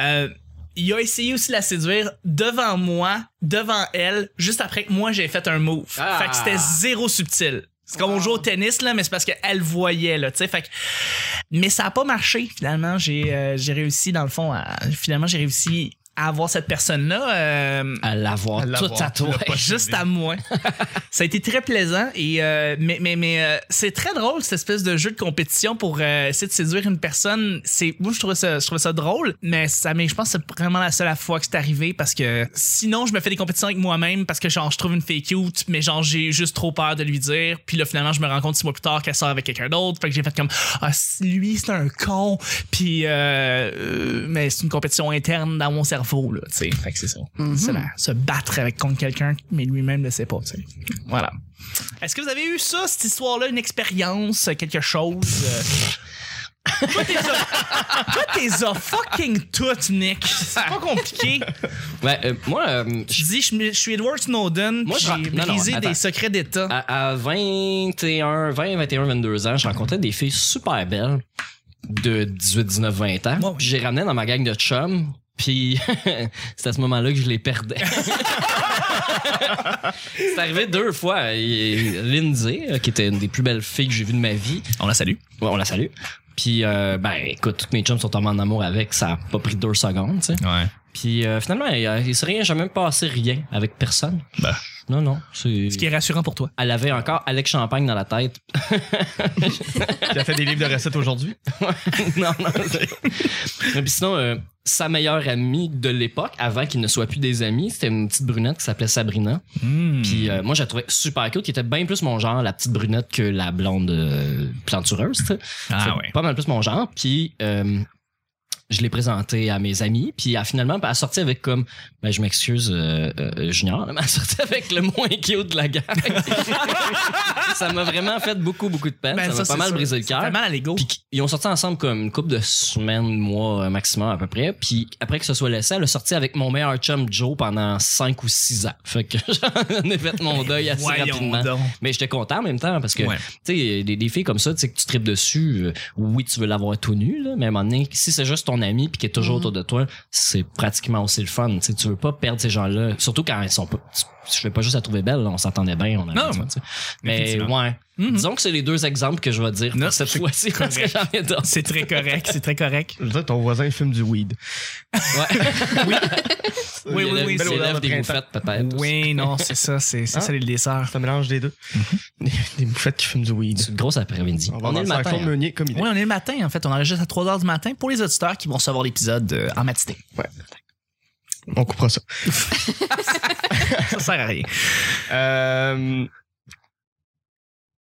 Speaker 1: Euh, il a essayé aussi de la séduire devant moi, devant elle, juste après que moi j'ai fait un move.
Speaker 3: Ah.
Speaker 1: Fait que c'était zéro subtil. C'est comme on
Speaker 4: Wow.
Speaker 1: joue au tennis là, mais c'est parce qu'elle voyait là, tu sais. Fait que mais ça a pas marché finalement. J'ai euh, j'ai réussi dans le fond. À, finalement, j'ai réussi à avoir cette personne là.
Speaker 3: À l'avoir
Speaker 2: À l'avoir.
Speaker 3: tout à toi.
Speaker 2: Ouais,
Speaker 1: juste
Speaker 2: j'ai
Speaker 1: à moi. ça a été très plaisant et euh, mais mais mais euh, c'est très drôle cette espèce de jeu de compétition pour euh, essayer de séduire une personne. C'est moi je trouve ça je trouve ça drôle, mais ça mais je pense que c'est vraiment la seule fois que c'est arrivé parce que sinon je me fais des compétitions avec moi-même parce que genre je trouve une fille cute, mais genre j'ai juste trop peur de lui dire. Puis là finalement je me rends compte six mois plus tard qu'elle sort avec quelqu'un d'autre, fait que j'ai fait comme ah c- lui c'est un con. Puis euh, euh, mais c'est une compétition interne dans mon cerveau là, tu sais. Fait que c'est ça. C'est la- se battre avec contre quelqu'un, mais lui-même ne sait pas. tu sais. Voilà. Est-ce que vous avez eu ça, cette histoire-là, une expérience, quelque chose? euh? Toi, t'es a- Toi, t'es a fucking tout, Nick. C'est pas compliqué.
Speaker 3: Ben, euh, moi, euh,
Speaker 1: Tu dis, je, me- je suis Edward Snowden,
Speaker 3: Moi,
Speaker 1: puis
Speaker 3: je-
Speaker 1: j'ai
Speaker 3: non, non,
Speaker 1: brisé
Speaker 3: attends. Ah,
Speaker 1: des secrets d'État.
Speaker 3: à, à 21, 20, 21, 22 ans, je rencontrais des filles super belles de 18, 19, 20 ans.
Speaker 1: Ouais, ouais.
Speaker 3: Puis J'ai ramené dans ma gang de chums. Puis c'est à ce moment-là que je les perdais. c'est arrivé deux fois. Et Lindsay, euh, qui était une des plus belles filles que j'ai vues de ma vie,
Speaker 1: On la salue.
Speaker 3: ouais, on la salue. Puis, euh, ben, écoute, toutes mes chums sont tombés en amour avec. Ça a pas pris deux secondes, tu sais.
Speaker 1: Ouais.
Speaker 3: Puis euh, finalement, il, euh, il s'est rien jamais passé rien avec personne.
Speaker 1: Ben.
Speaker 3: Non, non. C'est...
Speaker 1: Ce qui est rassurant pour toi.
Speaker 3: Elle avait encore Alex Champagne dans la tête.
Speaker 2: Tu as fait des livres de recettes aujourd'hui?
Speaker 3: non, non. c'est- Mais puis sinon, euh, sa meilleure amie de l'époque, avant qu'ils ne soient plus des amis, c'était une petite brunette qui s'appelait Sabrina.
Speaker 1: Hmm.
Speaker 3: Puis euh, moi, je la trouvais super cute, qui était bien plus mon genre, la petite brunette, que la blonde euh, plantureuse. tu sais.
Speaker 1: ah
Speaker 3: C'est
Speaker 1: ouais.
Speaker 3: Pas mal plus mon genre. Puis euh, je l'ai présenté à mes amis. Puis elle, finalement, elle a sorti avec comme, ben, je m'excuse, euh, euh, Junior, mais elle a sorti avec le moins cute de la gang. ça m'a vraiment fait beaucoup, beaucoup de peine.
Speaker 1: Ben,
Speaker 3: ça m'a
Speaker 1: c'est
Speaker 3: pas mal
Speaker 1: sûr.
Speaker 3: brisé le
Speaker 1: Ça fait
Speaker 3: cœur.
Speaker 1: mal à l'ego.
Speaker 3: Puis qu- ils ont sorti ensemble comme une couple de semaines, mois euh, maximum à peu près. Puis après que ce soit laissé, elle a sorti avec mon meilleur chum Joe pendant 5 ou 6 ans. Fait que j'en ai fait mon deuil assez
Speaker 1: Voyons
Speaker 3: rapidement.
Speaker 1: donc.
Speaker 3: Mais j'étais content en même temps parce que
Speaker 1: Ouais.
Speaker 3: tu sais, des, des filles comme ça, tu sais, que tu tripes dessus, euh, oui, tu veux l'avoir tout nu, là, mais à un moment donné, si c'est juste ton ami puis qui est toujours
Speaker 1: Mm.
Speaker 4: Mhm.
Speaker 3: autour de toi, c'est pratiquement aussi le fun. Tu sais, tu veux pas perdre ces gens-là, surtout quand ils sont pas. tu- Je fais pas juste la trouver belle, là, on s'entendait bien, on avait
Speaker 1: Non,
Speaker 3: du fun, tu sais. Mais
Speaker 1: définitivement.
Speaker 3: ouais.
Speaker 1: Mhm.
Speaker 3: Disons que c'est les deux exemples que je vais dire
Speaker 1: Non,
Speaker 3: pour cette
Speaker 1: c'est
Speaker 3: fois-ci parce que
Speaker 1: correct.
Speaker 3: j'en ai d'autres.
Speaker 1: C'est très correct, c'est très correct.
Speaker 2: Je veux dire, ton voisin fume du weed.
Speaker 1: Oui,
Speaker 3: Il
Speaker 1: oui,
Speaker 3: élève-
Speaker 1: oui,
Speaker 3: il
Speaker 1: c'est
Speaker 3: élève
Speaker 2: l'odeur de
Speaker 3: des
Speaker 2: printemps.
Speaker 3: bouffettes, peut-être.
Speaker 1: Oui, non, c'est ça, c'est c'est
Speaker 2: Hein?
Speaker 1: ça les desserts.
Speaker 2: C'est un mélange des deux. Des, des bouffettes qui fument du weed.
Speaker 3: C'est une grosse après-midi.
Speaker 2: Mm-hmm. On va
Speaker 3: On est le
Speaker 2: lancer un
Speaker 3: matin.
Speaker 2: Claude
Speaker 3: hein.
Speaker 2: Meunier comme idée.
Speaker 1: Oui, on est le matin, en fait. On enregistre à 3 h du matin pour les auditeurs qui vont recevoir l'épisode euh, en matinée.
Speaker 2: On coupera ça.
Speaker 1: Ça sert à rien.
Speaker 2: Euh,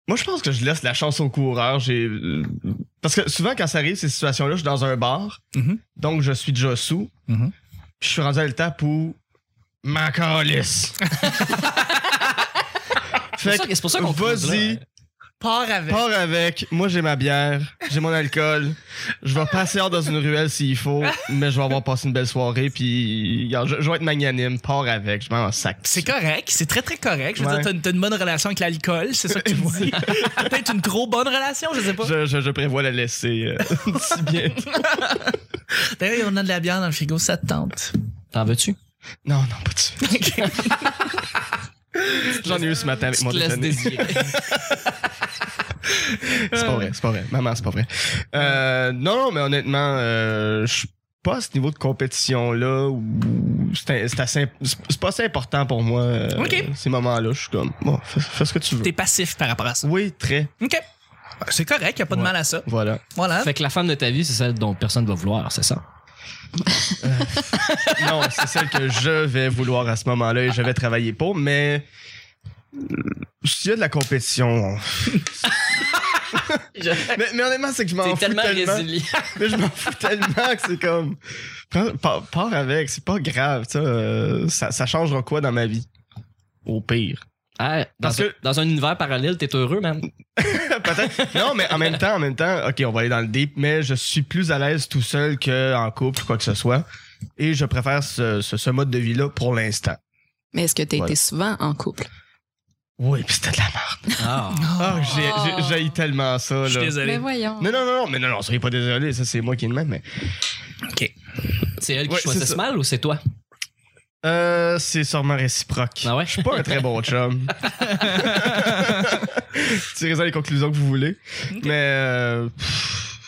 Speaker 2: Moi, je pense que je laisse la chance au coureur. J'ai... Parce que souvent, quand ça arrive, ces situations-là, je suis dans un bar.
Speaker 1: Mhm.
Speaker 2: Donc, je suis déjà sous.
Speaker 1: Mhm.
Speaker 2: Je suis rendu à l'étape où. Ma calisse.
Speaker 3: C'est
Speaker 2: fait
Speaker 3: pour ça-
Speaker 2: que,
Speaker 3: C'est pour ça qu'on cause là.
Speaker 2: vas-y,
Speaker 1: Part avec.
Speaker 2: pars avec. Moi, j'ai ma bière, j'ai mon alcool. Je vais passer hors dans une ruelle s'il faut, mais je vais avoir passé une belle soirée. Puis, regarde, je, je vais être magnanime. Pars avec. Je m'en sac.
Speaker 1: C'est correct, c'est très très correct. Je veux
Speaker 2: Ouais.
Speaker 1: dire, t'as une- t'as une, bonne relation avec l'alcool, c'est ça que tu me dis. Peut-être une trop bonne relation, je sais pas.
Speaker 2: Je, je- je prévois la laisser euh, d'ici bien.
Speaker 1: D'ailleurs, on a de la bière dans le frigo, ça te tente.
Speaker 3: T'en veux-tu?
Speaker 2: Non, non, pas de suite. J'en ai eu ce matin avec
Speaker 3: Tu
Speaker 2: mon
Speaker 3: te laisses
Speaker 2: déjeuner.
Speaker 3: désirer.
Speaker 2: C'est pas vrai, c'est pas vrai. Maman, c'est pas vrai. Euh, non, non, mais honnêtement, euh, je suis pas à ce niveau de compétition-là. où C'est un- c'est assez imp- c'est- c'est pas assez important pour moi. euh,
Speaker 1: Ok.
Speaker 2: Ces moments-là, je suis comme, bon, fais, fais ce que tu veux.
Speaker 1: T'es passif par rapport à ça.
Speaker 2: Oui, très.
Speaker 1: OK. C'est correct, y a pas de
Speaker 2: Ouais.
Speaker 1: mal à ça.
Speaker 2: Voilà.
Speaker 1: Voilà.
Speaker 3: Fait que la femme de ta vie, c'est celle dont personne va vouloir, c'est ça?
Speaker 2: non, c'est celle que je vais vouloir à ce moment-là et je vais travailler pour, mais euh, s'il y a de la compétition.
Speaker 3: T'es
Speaker 2: Mais, mais honnêtement, c'est que je m'en fous
Speaker 3: tellement
Speaker 2: tellement.
Speaker 3: résilient.
Speaker 2: Mais je m'en fous tellement que c'est comme. prends- Pars, pars avec, c'est pas grave, tu sais, euh, ça, ça changera quoi dans ma vie? Au pire.
Speaker 3: Ah, dans,
Speaker 2: Parce
Speaker 3: un,
Speaker 2: que-
Speaker 3: dans un univers parallèle, t'es heureux, man.
Speaker 2: Peut-être. Non, mais en même temps, en même temps, ok, on va aller dans le deep, mais je suis plus à l'aise tout seul qu'en couple, quoi que ce soit. Et je préfère ce, ce- ce mode de vie-là pour l'instant.
Speaker 4: Mais est-ce que t'as
Speaker 2: Voilà.
Speaker 4: été souvent en couple?
Speaker 2: Oui, puis c'était de la merde.
Speaker 3: Ah.
Speaker 2: Ah, j'ai-
Speaker 4: Oh.
Speaker 2: j'ai j'haïs tellement ça,
Speaker 1: Je suis
Speaker 2: là.
Speaker 1: désolé.
Speaker 4: Mais Ben voyons.
Speaker 2: Non, non, non, non, mais non, non, soyez pas désolé, ça c'est moi qui est le même, mais.
Speaker 3: C'est elle qui
Speaker 2: Ouais,
Speaker 3: choisit
Speaker 2: c'est
Speaker 3: ce
Speaker 2: ça.
Speaker 3: mal ou c'est toi?
Speaker 2: Euh, c'est sûrement réciproque.
Speaker 3: Ah ouais?
Speaker 2: Je suis pas un très bon chum. Tirez les conclusions que vous voulez. Mais euh, pff,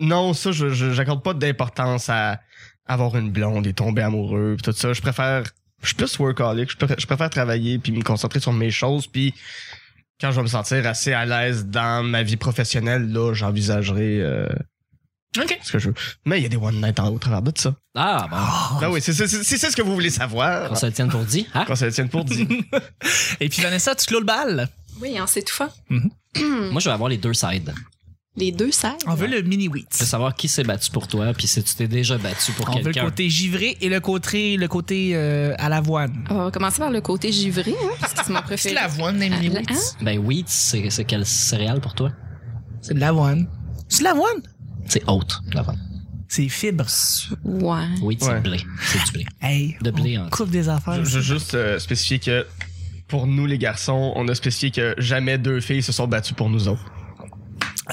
Speaker 2: non, ça, je, je- j'accorde pas d'importance à avoir une blonde et tomber amoureux pis tout ça. Je préfère. Je suis plus workaholic. Je préfère, je préfère travailler puis me concentrer sur mes choses. Puis quand je vais me sentir assez à l'aise dans ma vie professionnelle, là, j'envisagerai euh,
Speaker 1: OK.
Speaker 2: ce que je veux. Mais il y a des one night en- au travers de ça.
Speaker 3: Ah, bon.
Speaker 1: Oh.
Speaker 2: Ah oui, c'est, c'est, c'est, c'est ce que vous voulez savoir.
Speaker 3: On se le tienne pour dit. hein?
Speaker 2: Quand ça tienne pour dire.
Speaker 1: Et puis Vanessa, tu clôt le bal.
Speaker 4: Oui, hein, en s'étouffant.
Speaker 3: Moi, je vais avoir les deux sides.
Speaker 4: Les deux serres.
Speaker 1: On veut le mini wheat.
Speaker 3: Je veux savoir qui s'est battu pour toi, puis si tu t'es déjà battu pour
Speaker 1: On veut le
Speaker 3: quelqu'un.
Speaker 1: côté givré et le côté, le côté euh, à l'avoine.
Speaker 4: On va commencer par le côté givré, hein, parce que c'est mon préféré. Euh, hein?
Speaker 1: l'avoine, les
Speaker 4: mini wheats?
Speaker 3: Ben, wheat, c'est c'est quelle céréale pour toi?
Speaker 1: C'est de l'avoine. C'est de l'avoine?
Speaker 3: C'est haute, l'avoine.
Speaker 1: C'est fibre.
Speaker 4: Ouais.
Speaker 3: Oui, c'est
Speaker 2: Ouais.
Speaker 3: du blé. C'est du blé.
Speaker 1: Hey,
Speaker 3: De blé,
Speaker 1: on
Speaker 3: hein.
Speaker 1: coupe des affaires.
Speaker 2: Je je veux juste euh, spécifier que pour nous, les garçons, on a spécifié que jamais deux filles se sont battues pour nous autres.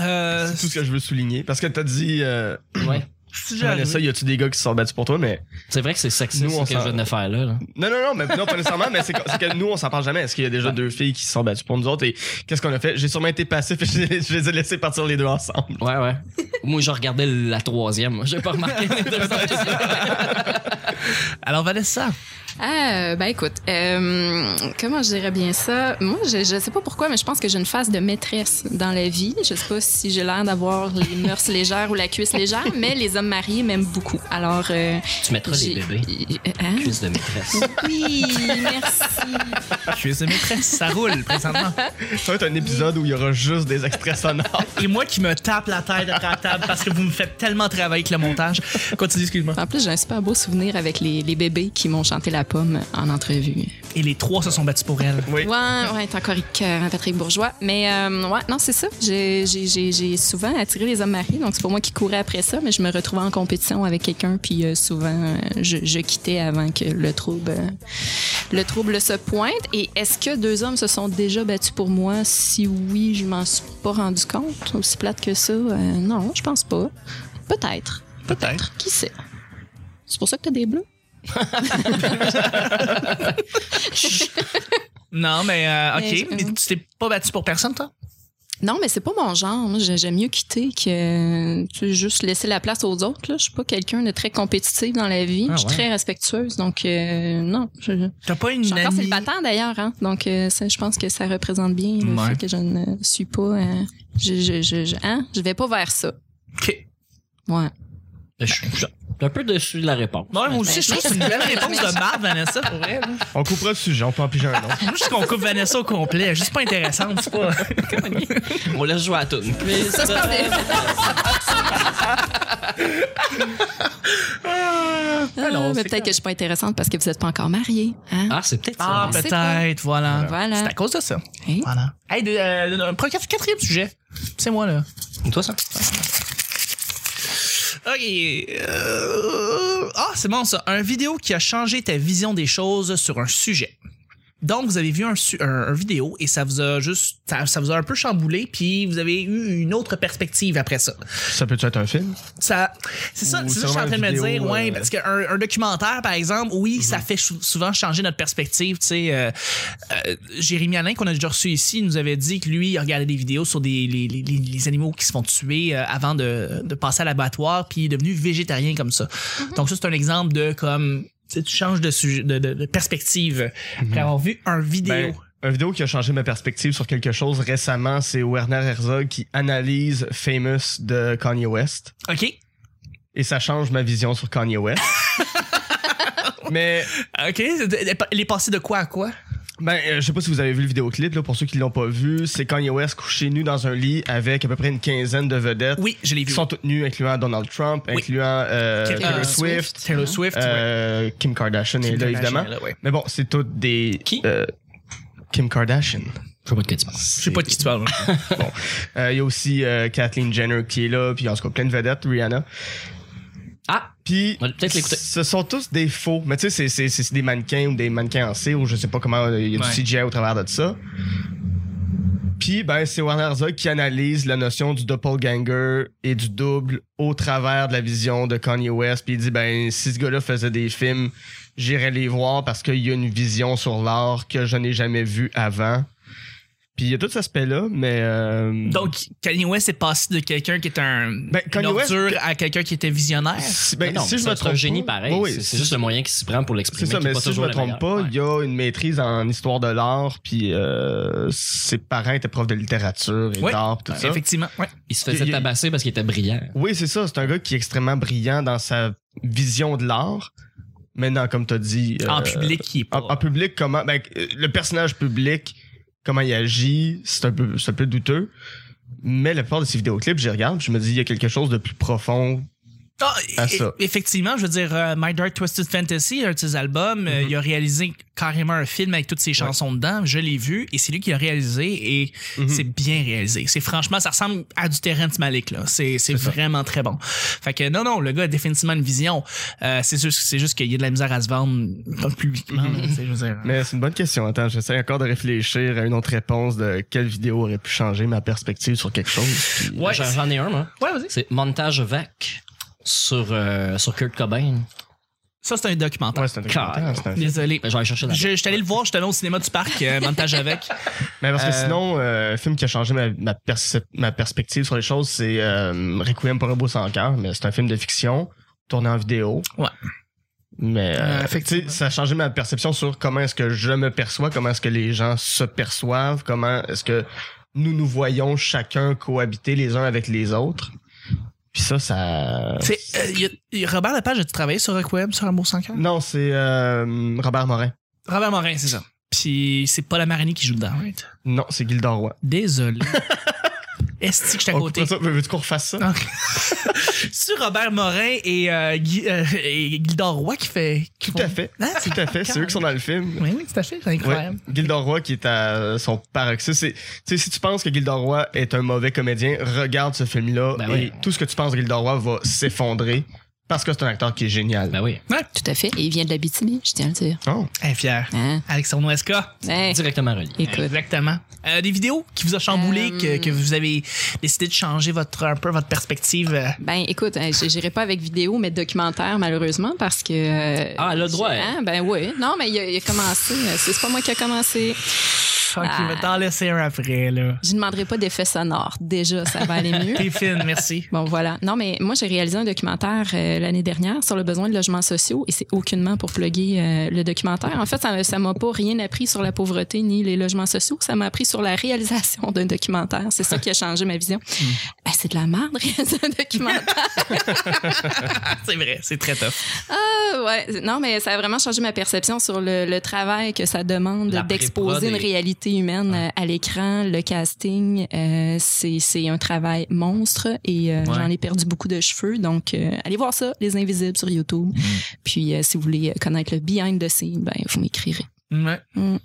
Speaker 1: Euh,
Speaker 2: C'est tout ce que je veux souligner. Parce que t'as dit, euh,
Speaker 3: Ouais.
Speaker 1: si j'arrive-
Speaker 2: Vanessa, y a-tu des gars qui se sont battus pour toi, mais.
Speaker 3: C'est vrai que c'est sexiste
Speaker 2: Nous, on
Speaker 3: ce que je
Speaker 2: s'en-
Speaker 3: viens de faire là. là.
Speaker 2: Non, non, non, mais non, pas nécessairement, mais c'est que, c'est que nous, on s'en parle jamais. Est-ce qu'il y a déjà deux filles qui se sont battues pour nous autres et qu'est-ce qu'on a fait? J'ai sûrement été passif et je les- je les ai laissés partir les deux ensemble.
Speaker 3: Ouais, ouais. Moi, je regardais la troisième. J'ai pas remarqué les deux autres.
Speaker 1: Alors, Vanessa,
Speaker 4: Ah, euh, ben écoute, euh, comment je dirais bien ça? Moi, je, je sais pas pourquoi, mais je pense que j'ai une phase de maîtresse dans la vie. Je sais pas si j'ai l'air d'avoir les mœurs légères ou la cuisse légère, mais les hommes mariés m'aiment beaucoup. Alors, euh,
Speaker 3: Tu mettras les
Speaker 4: j'ai-
Speaker 3: bébés.
Speaker 4: Hein?
Speaker 3: Cuisse de maîtresse.
Speaker 4: Oui, merci.
Speaker 1: cuisse de maîtresse, ça roule présentement.
Speaker 2: Ça va être un épisode où il y aura juste des extraits sonores.
Speaker 1: Et moi qui me tape la tête après la table parce que vous me faites tellement travailler avec le montage. Continue, excuse-moi.
Speaker 4: En plus, j'ai un super beau souvenir avec les, les bébés qui m'ont chanté la pomme en entrevue.
Speaker 1: Et les trois se sont battus pour elle.
Speaker 2: Oui.
Speaker 4: Ouais, ouais, t'es encore écœurant, Patrick Bourgeois. Mais euh, ouais, non, c'est ça. J'ai- J'ai j'ai- j'ai souvent attiré les hommes mariés, donc c'est pas moi qui courais après ça, mais je me retrouvais en compétition avec quelqu'un, puis euh, souvent, euh, je, je quittais avant que le trouble, euh, le trouble se pointe. Et est-ce que deux hommes se sont déjà battus pour moi? Si oui, je m'en suis pas rendu compte. Aussi plate que ça, euh, non, je pense pas. Peut-être.
Speaker 1: Peut-être.
Speaker 4: Qui sait? C'est pour ça que t'as des bleus?
Speaker 1: Non, mais euh,
Speaker 4: Mais
Speaker 1: ok.
Speaker 4: je-
Speaker 1: Mais tu t'es pas battu pour personne, toi?
Speaker 4: Non, mais c'est pas mon genre. Moi, j'ai- J'aime mieux quitter que euh, tu sais, juste laisser la place aux autres. Là. Je suis pas quelqu'un de très compétitif dans la vie.
Speaker 3: Ah
Speaker 4: je suis
Speaker 3: ouais.
Speaker 4: très respectueuse. Donc, euh, non. Je, je
Speaker 1: T'as pas une
Speaker 4: suis encore
Speaker 1: amie.
Speaker 4: célibataire d'ailleurs. Hein? Donc, euh, ça, je pense que ça représente bien le
Speaker 1: Ouais.
Speaker 4: fait que je ne suis pas. euh, je, je, je, je, hein? je vais pas vers ça.
Speaker 1: Ok.
Speaker 4: Ouais.
Speaker 3: Je suis je suis un peu déçu de la réponse.
Speaker 1: Ouais, moi aussi, je trouve que c'est une belle réponse de marre, Vanessa, pour elle.
Speaker 2: On coupera le sujet, on peut en piger un autre.
Speaker 1: Moi, je suis qu'on coupe Vanessa au complet. Juste pas intéressante, c'est pas.
Speaker 3: On laisse jouer à tout. Mais ça,
Speaker 4: Ah,
Speaker 1: non,
Speaker 4: mais
Speaker 1: c'est
Speaker 4: peut-être que je suis pas intéressante parce que vous êtes pas encore mariés. Hein?
Speaker 3: Ah, c'est peut-être
Speaker 1: Ah,
Speaker 3: ça.
Speaker 4: c'est
Speaker 1: peut-être, voilà.
Speaker 4: Voilà.
Speaker 1: C'est à cause de ça.
Speaker 4: Hein?
Speaker 1: Voilà. Hey, de, euh, de- de- pro- quatrième sujet. C'est moi, là.
Speaker 3: Toi, ça.
Speaker 1: Ok. euh, Ah, c'est bon ça. Un vidéo qui a changé ta vision des choses sur un sujet. Donc, vous avez vu un, su- un- un vidéo et ça vous a juste, ça, ça vous a un peu chamboulé, puis vous avez eu une autre perspective après ça.
Speaker 2: Ça peut-être être un film?
Speaker 1: Ça, c'est ça,
Speaker 2: Ou
Speaker 1: c'est ça que je suis en train de
Speaker 2: sûrement
Speaker 1: me
Speaker 2: une
Speaker 1: dire,
Speaker 2: vidéo,
Speaker 1: ouais,
Speaker 2: euh, Mhm.
Speaker 1: parce qu'un un documentaire, par exemple, oui, ça fait chou- souvent changer notre perspective, tu sais. euh, euh, Jérémy Alain, qu'on a déjà reçu ici, nous avait dit que lui, il regardait des vidéos sur des, les, les- les- les animaux qui se font tuer euh, avant de, de passer à l'abattoir, puis il est devenu végétarien comme ça. Donc, ça, c'est un exemple de comme, tu sais, tu changes de, sujet, de, de- de perspective
Speaker 2: Mhm.
Speaker 1: après avoir vu un vidéo.
Speaker 2: Ben, un vidéo qui a changé ma perspective sur quelque chose récemment, c'est Werner Herzog qui analyse Famous de Kanye West.
Speaker 1: OK?
Speaker 2: Et ça change ma vision sur Kanye West. Mais
Speaker 1: OK? Il est passé de quoi à quoi?
Speaker 2: Ben, euh, je sais pas si vous avez vu le vidéoclip, là, pour ceux qui l'ont pas vu, c'est Kanye West couché nu dans un lit avec à peu près une quinzaine de vedettes
Speaker 1: Oui, je l'ai vu.
Speaker 2: qui sont toutes nues, incluant Donald Trump,
Speaker 1: Oui.
Speaker 2: incluant euh,
Speaker 1: Kim-
Speaker 2: Taylor
Speaker 1: euh,
Speaker 2: Swift,
Speaker 1: Taylor Swift, ouais.
Speaker 2: euh, Kim Kardashian
Speaker 1: Kim
Speaker 2: est là,
Speaker 3: Hein?
Speaker 1: Kardashian,
Speaker 2: évidemment.
Speaker 1: là, ouais.
Speaker 2: Mais bon, c'est toutes des...
Speaker 3: Qui?
Speaker 2: euh, Kim Kardashian.
Speaker 3: Je sais pas de quoi tu penses.
Speaker 1: Je sais pas de qui tu parles.
Speaker 2: Il y a aussi euh, Kathleen Jenner qui est là, puis en tout cas plein de vedettes, Rihanna.
Speaker 3: Ah,
Speaker 2: Puis,
Speaker 3: On va peut-être l'écouter.
Speaker 2: ce sont tous des faux. Mais tu sais, c'est- c'est- c'est des mannequins ou des mannequins en C ou je sais pas comment, euh, il y a
Speaker 1: Ouais.
Speaker 2: du CGI au travers de ça. Puis, ben, c'est Warner Herzog qui analyse la notion du doppelganger et du double au travers de la vision de Kanye West. Puis il dit, ben, si ce gars-là faisait des films, j'irais les voir parce qu'il y a une vision sur l'art que je n'ai jamais vue avant. Puis il y a tout cet aspect-là, mais... euh,
Speaker 1: Donc, Kanye West est passé de quelqu'un qui est un
Speaker 2: Ben, Kanye
Speaker 1: une
Speaker 2: West-
Speaker 1: ordure à quelqu'un qui était visionnaire.
Speaker 2: si, ben,
Speaker 3: non,
Speaker 2: si je me
Speaker 3: c'est
Speaker 2: trompe
Speaker 3: un génie
Speaker 2: pas-
Speaker 3: pareil.
Speaker 2: Oui, oui,
Speaker 3: c'est, c'est juste le moyen qui s'y prend pour
Speaker 2: C'est
Speaker 3: l'exprimer.
Speaker 2: ça,
Speaker 3: qui est
Speaker 2: mais
Speaker 3: pas
Speaker 2: si je
Speaker 3: toujours
Speaker 2: me
Speaker 3: le
Speaker 2: trompe
Speaker 3: meilleur.
Speaker 2: pas,
Speaker 3: Ouais.
Speaker 2: il y a une maîtrise en histoire de l'art, puis euh, ses parents étaient profs de littérature et
Speaker 1: Ouais.
Speaker 2: d'art, tout
Speaker 3: Ben,
Speaker 2: ça.
Speaker 1: Effectivement. Ouais.
Speaker 3: Il se
Speaker 2: il
Speaker 3: faisait
Speaker 2: y a-
Speaker 3: tabasser parce qu'il était brillant.
Speaker 2: Oui, c'est ça. C'est un gars qui est extrêmement brillant dans sa vision de l'art. Maintenant, comme tu as dit... euh,
Speaker 1: en public, qui est pas.
Speaker 2: En, en public, comment... ben, euh, le personnage public, comment il agit, c'est un, peu- c'est un peu douteux. Mais la plupart de ses vidéoclips, j'y regarde, puis je me dis, il y a quelque chose de plus profond
Speaker 1: Ah,
Speaker 2: à
Speaker 1: e-
Speaker 2: ça.
Speaker 1: Effectivement, je veux dire, euh, My Dark Twisted Fantasy, un de ses albums,
Speaker 2: Mm-hmm.
Speaker 1: euh, il a réalisé carrément un film avec toutes ses chansons dedans. Je l'ai vu et c'est lui qui l'a réalisé et
Speaker 2: Mm-hmm.
Speaker 3: Mhm.
Speaker 1: c'est bien réalisé. C'est franchement, ça ressemble à du Terrence Malick là. C'est c'est vraiment très bon. Fait que non non, le gars a définitivement une vision. Euh, c'est juste c'est juste qu'il y a de la misère à se vendre pas publiquement.
Speaker 2: Mm-hmm.
Speaker 1: là, tu sais, je veux dire.
Speaker 2: Mais c'est une bonne question. Attends, j'essaie encore de réfléchir à une autre réponse de quelle vidéo aurait pu changer ma perspective sur quelque chose. Puis-
Speaker 1: Ouais,
Speaker 3: J'en
Speaker 1: c'est-
Speaker 3: j'en ai un, moi.
Speaker 1: ouais, vas-y.
Speaker 3: C'est montage vac sur, euh, sur Kurt Cobain.
Speaker 1: Ça c'est un documentaire.
Speaker 2: Ouais, c'est un documentaire, c'est un-
Speaker 1: Désolé.
Speaker 3: Ben, je vais aller chercher dans
Speaker 1: Je, je suis allé le voir, j'étais allé au cinéma du parc, euh, montage avec.
Speaker 2: Mais parce que
Speaker 1: Euh,
Speaker 2: sinon, euh, un film qui a changé ma, ma, percep- ma perspective sur les choses, c'est euh, Requiem pour un beau sans cœur, mais c'est un film de fiction tourné en vidéo.
Speaker 1: Ouais.
Speaker 2: Mais
Speaker 1: Euh,
Speaker 2: euh,
Speaker 1: effectivement.
Speaker 2: tu sais, ça a changé ma perception sur comment est-ce que je me perçois, comment est-ce que les gens se perçoivent, comment est-ce que nous nous voyons chacun cohabiter les uns avec les autres. Puis ça, ça...
Speaker 1: C'est, euh, il y a- il y a- Robert Lepage, a-tu travaillé sur Requiem, sur Amour sans cœur?
Speaker 2: Non, c'est euh, Robert Morin.
Speaker 1: Robert Morin, c'est ça. Puis c'est pas la Marini qui joue dedans, right?
Speaker 2: Non, c'est Gildor Roy.
Speaker 1: Désolé. Est-ce que je suis à
Speaker 2: On
Speaker 1: côté?
Speaker 2: coupera ça. Veux- Veux-tu qu'on refasse ça?
Speaker 1: Ah. C'est Robert Morin et, euh, Guy- euh, et Gildor Roy qui fait. qui
Speaker 2: Tout
Speaker 1: font-
Speaker 2: à fait.
Speaker 1: Hein?
Speaker 2: Tout à fait. C'est eux qui sont dans le film.
Speaker 1: Oui, oui, tout à fait, c'est incroyable.
Speaker 2: Ouais. Gilda Roy qui est à son paroxysme. C'est- tu sais, Si tu penses que Gilda Roy est un mauvais comédien, regarde ce film-là
Speaker 3: Ben
Speaker 2: et
Speaker 3: oui.
Speaker 2: tout ce que tu penses de Gilda Roy va s'effondrer parce que c'est un acteur qui est génial.
Speaker 3: Ben oui.
Speaker 4: Tout à fait. Et il vient de la BTB, je tiens à le dire.
Speaker 2: Oh.
Speaker 1: Elle est fière.
Speaker 4: Hein?
Speaker 1: Alexandre Noesca.
Speaker 4: Hey,
Speaker 3: Directement relié.
Speaker 4: écoute.
Speaker 1: Exactement. Euh, des vidéos qui vous ont chamboulé, que,
Speaker 4: Euh,
Speaker 1: que vous avez décidé de changer votre, un peu votre perspective. euh,
Speaker 4: Ben, écoute, hein, j- j'irai pas avec vidéo, mais documentaire, malheureusement, parce que. euh,
Speaker 3: Ah, elle a le droit,
Speaker 4: j'ai-
Speaker 3: elle.
Speaker 4: hein, ben oui. Non, mais il a, il a commencé. euh, C'est c'est pas moi qui a commencé.
Speaker 1: Fuck, il va t'en laisser un après, là.
Speaker 4: Je ne demanderai pas d'effet sonore. Déjà, ça va aller mieux.
Speaker 1: T'es fine, merci.
Speaker 4: Bon, voilà. Non, mais moi, j'ai réalisé un documentaire euh, l'année dernière sur le besoin de logements sociaux et c'est aucunement pour plugger euh, le documentaire. En fait, ça ça m'a pas rien appris sur la pauvreté ni les logements sociaux. Ça m'a appris sur la réalisation d'un documentaire. C'est ça qui a changé ma vision.
Speaker 3: Hmm.
Speaker 4: Ah, c'est de la merde, réaliser un documentaire.
Speaker 1: c'est vrai, c'est très tough.
Speaker 4: Ah, ouais. Non, mais ça a vraiment changé ma perception sur le, le travail que ça demande
Speaker 3: La pré-prod
Speaker 4: d'exposer
Speaker 3: est-
Speaker 4: une réalité humaine euh, à l'écran, le casting. euh, c'est c'est un travail monstre et euh, j'en ai perdu beaucoup de cheveux. Donc, euh, allez voir ça, Les Invisibles sur YouTube.
Speaker 3: Mm.
Speaker 4: Puis, euh, si vous voulez connaître le behind the scenes, ben, vous m'écrirez.
Speaker 1: Ouais.
Speaker 4: Mm.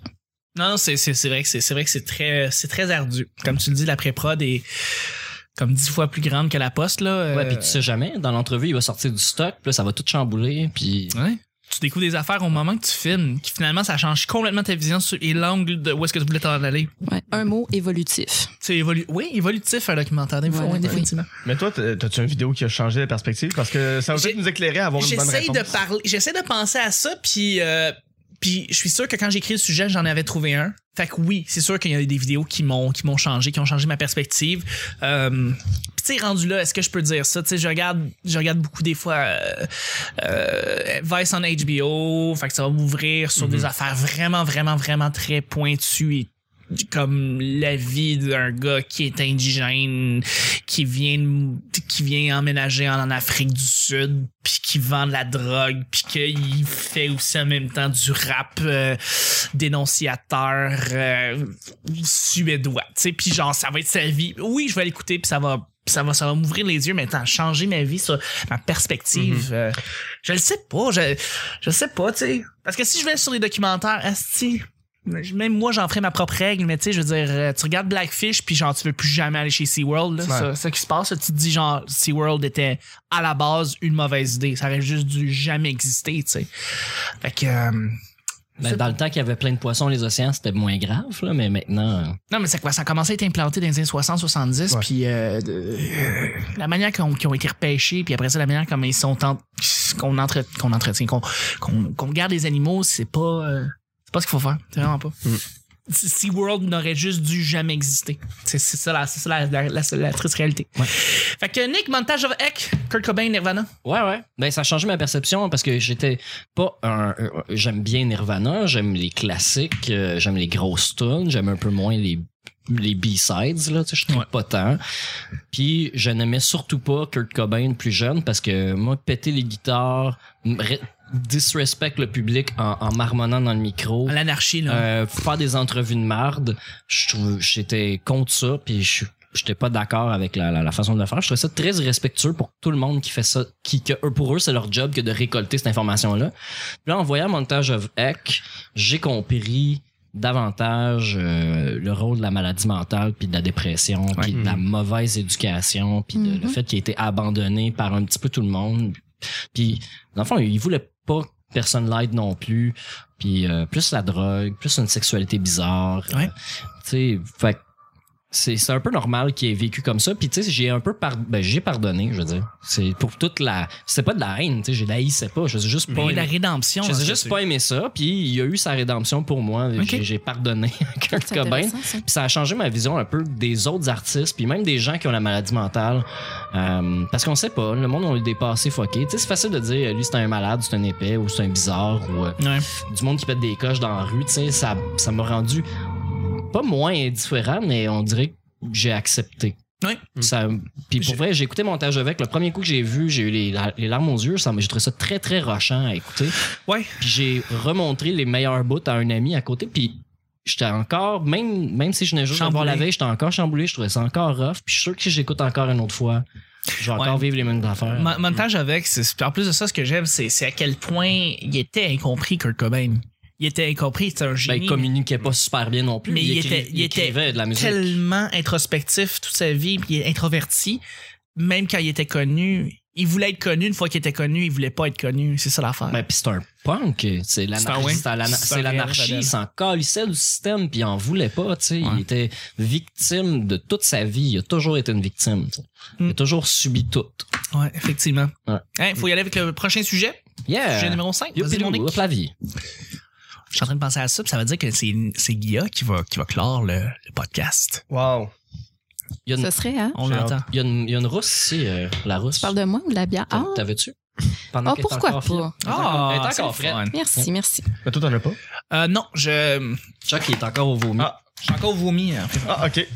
Speaker 1: Non, c'est c'est c'est vrai que c'est c'est vrai que c'est très c'est très ardu. Comme tu le dis, la pré-prod est comme dix fois plus grande que la poste là. euh,
Speaker 3: Ouais, puis tu sais jamais, dans l'entrevue, il va sortir du stock, puis là, ça va tout chambouler, puis
Speaker 1: ouais. Tu découvres des affaires au moment que tu filmes, qui finalement ça change complètement ta vision sur, et l'angle de où est-ce que tu voulais t'en aller.
Speaker 4: Ouais. Un mot évolutif.
Speaker 1: C'est évolu oui, évolutif un documentaire, des fois,
Speaker 4: Ouais,
Speaker 1: ouais,
Speaker 4: oui.
Speaker 1: définitivement.
Speaker 2: Mais toi, t'as- t'as-tu une vidéo qui a changé la perspective? Parce que ça va
Speaker 1: J'ai-
Speaker 2: peut-être nous éclairer à avoir une bonne
Speaker 1: J'essaie
Speaker 2: réponse.
Speaker 1: de parler, j'essaie de penser à ça, puis euh, puis je suis sûr que quand j'ai écrit le sujet, j'en avais trouvé un. Fait que oui, c'est sûr qu'il y a des vidéos qui m'ont qui m'ont changé, qui ont changé ma perspective. Euh, puis tu sais, rendu là, est-ce que je peux dire ça Tu sais, je regarde, je regarde beaucoup des fois euh, euh, Vice en HBO. Fait que ça va m'ouvrir sur
Speaker 2: Mhm.
Speaker 1: des affaires vraiment, vraiment, vraiment très pointues et comme la vie d'un gars qui est indigène, qui vient, de- qui vient emménager en, en Afrique du Sud, puis qui vend de la drogue, puis qu'il fait aussi en même temps du rap euh, dénonciateur euh, suédois. Tu sais, puis genre, ça va être sa vie. Oui, je vais l'écouter, puis ça va. Ça va, ça va m'ouvrir les yeux, mais attends, changer ma vie, ça, ma
Speaker 2: Mhm.
Speaker 1: perspective. euh, je le sais pas, je, je sais pas, tu sais. Parce que si je vais sur les documentaires, asti, même moi, j'en ferais ma propre règle, mais tu sais, je veux dire, euh, tu regardes Blackfish, puis genre, tu veux plus jamais aller chez SeaWorld. Là,
Speaker 2: Ouais.
Speaker 1: ça, ça qui se passe, là, tu te dis, genre, SeaWorld était à la base une mauvaise idée. Ça aurait juste dû jamais exister, tu sais. Fait que. euh,
Speaker 3: ben,
Speaker 1: C'est-
Speaker 3: dans le temps qu'il y avait plein de poissons, les océans, c'était moins grave, là, mais maintenant. euh,
Speaker 1: non, mais c'est quoi? Ça a commencé à être implanté dans les années 60-70,
Speaker 2: Ouais.
Speaker 1: puis euh, de- euh, la manière qu'on- qu'ils ont été repêchés, puis après ça, la manière comme ils sont. en- qu'on entre- qu'on entretient, qu'on qu'on qu'on garde les animaux, c'est pas. euh, c'est pas ce qu'il faut faire. C'est vraiment pas.
Speaker 3: Mm.
Speaker 1: SeaWorld n'aurait juste dû jamais exister. C'est c'est ça, la, c'est ça la, la- la- la triste réalité. Fait que Nick, montage of Heck, Kurt Cobain, Nirvana.
Speaker 3: Ouais, ouais. Ben, ça a changé ma perception parce que j'étais pas un. euh, J'aime bien Nirvana, j'aime les classiques, euh, j'aime les grosses tunes, j'aime un peu moins les les B-sides, là, tu sais, je trouve pas tant. Puis, je n'aimais surtout pas Kurt Cobain plus jeune parce que, moi, péter les guitares, re- disrespect le public en, en marmonnant dans le micro.
Speaker 1: L'anarchie, là.
Speaker 3: Euh, faire des entrevues de marde, je trouve j'étais contre ça puis je suis j'étais pas d'accord avec la, la- la façon de le faire. Je trouvais ça très irrespectueux pour tout le monde qui fait ça, qui, que eux, pour eux, c'est leur job que de récolter cette information-là. Puis là, en voyant Montage of Heck, j'ai compris davantage euh, le rôle de la maladie mentale puis de la dépression puis de la mauvaise éducation puis de-
Speaker 4: Mhm.
Speaker 3: le fait qu'il a été abandonné par un petit peu tout le monde puis dans le fond il voulait pas que personne l'aide non plus puis euh, plus la drogue plus une sexualité bizarre
Speaker 1: Ouais.
Speaker 3: Euh, tu sais fait que c'est c'est un peu normal qu'il ait vécu comme ça puis tu sais j'ai un peu par ben, j'ai pardonné je veux dire c'est pour toute la c'est pas de la haine tu sais je l'haïssais pas je sais juste pas
Speaker 1: Mais la
Speaker 3: aimé-
Speaker 1: rédemption.
Speaker 3: je
Speaker 1: dans
Speaker 3: sais
Speaker 1: ce
Speaker 3: juste
Speaker 1: truc.
Speaker 3: pas aimé ça, puis il y a eu sa rédemption pour moi. J'ai- J'ai pardonné à Kurt
Speaker 4: C'est
Speaker 3: Cobain.
Speaker 4: intéressant, ça.
Speaker 3: Puis ça a changé ma vision un peu des autres artistes, puis même des gens qui ont la maladie mentale. Euh, parce qu'on sait pas, le monde, on est dépassé, fucké. Tu sais, c'est facile de dire, lui, c'est un malade, c'est un épais, ou c'est un bizarre, ou euh,
Speaker 1: Ouais.
Speaker 3: du monde qui pète des coches dans la rue. Tu sais, ça ça m'a rendu pas moins indifférent, mais on dirait que j'ai accepté.
Speaker 1: Ouais.
Speaker 3: Ça, puis pour
Speaker 1: J'ai-
Speaker 3: vrai, j'ai écouté Montage avec. Le premier coup que j'ai vu, j'ai eu les, la- les larmes aux yeux. Ça, m'a- j'ai trouvé ça très, très rochant à écouter.
Speaker 1: Ouais.
Speaker 3: Puis j'ai remontré les meilleurs bouts à un ami à côté. Puis j'étais encore, même, même si je venais juste de voir
Speaker 1: Chamboulé.
Speaker 3: la veille, j'étais encore chamboulé. Je trouvais ça encore rough. Puis je suis sûr que si j'écoute encore une autre fois, je vais encore
Speaker 1: Ouais.
Speaker 3: vivre les mêmes affaires.
Speaker 1: Mon- Montage avec, c'est- en plus de ça, ce que j'aime, c'est c'est à quel point il était incompris, Kurt Cobain. Il était incompris, c'était un
Speaker 3: Ben,
Speaker 1: génie.
Speaker 3: il communiquait pas super bien non plus.
Speaker 1: mais il,
Speaker 3: écri-
Speaker 1: était, il était
Speaker 3: écrivait de la musique.
Speaker 1: tellement introspectif toute sa vie, puis il est introverti. Même quand il était connu, il voulait être connu. Une fois qu'il était connu, il voulait pas être connu. C'est ça l'affaire.
Speaker 3: Ben, puis c'est un punk. C'est
Speaker 1: C'est un- ouais.
Speaker 3: l'anarchie. C'est la-
Speaker 1: C'est un
Speaker 3: c'est
Speaker 1: réel
Speaker 3: l'anarchie.
Speaker 1: rebelle.
Speaker 3: Il s'en calissait du système, puis il en voulait pas. tu sais.
Speaker 1: Ouais.
Speaker 3: Il était victime de toute sa vie. Il a toujours été une victime. tu sais. Il
Speaker 1: Mm.
Speaker 3: a toujours subi tout.
Speaker 1: Ouais, effectivement.
Speaker 3: Ouais. Euh,
Speaker 1: Hein, faut y aller avec le prochain sujet.
Speaker 3: Yeah!
Speaker 1: Sujet numéro 5. Vas-y,
Speaker 3: Youpilou,
Speaker 1: Monique.
Speaker 3: hop la vie.
Speaker 1: Je suis en train de penser à ça, puis ça veut dire que c'est c'est Guilla qui va, qui va clore le, le podcast.
Speaker 2: Wow.
Speaker 3: Il y a une
Speaker 4: Ce serait, hein?
Speaker 1: On
Speaker 2: J'ai
Speaker 1: l'entend.
Speaker 3: Il y, a une, il y a une rousse ici, euh, la rousse.
Speaker 4: Tu parles de moi ou de la bière? Ah,
Speaker 3: T'a- T'avais-tu?
Speaker 4: ah,
Speaker 3: Pendant qu'elle est
Speaker 4: pourquoi
Speaker 3: encore
Speaker 4: pas?
Speaker 3: froide. Elle est
Speaker 1: Ah, c'est
Speaker 3: encore
Speaker 1: le
Speaker 3: fraîche.
Speaker 1: fun.
Speaker 4: Merci, merci.
Speaker 2: Mais toi, t'en as pas?
Speaker 1: Euh, non, je.
Speaker 3: Chuck, il est encore au vomi.
Speaker 2: Ah.
Speaker 1: J'ai encore vomi. hein.
Speaker 2: Ah, ok.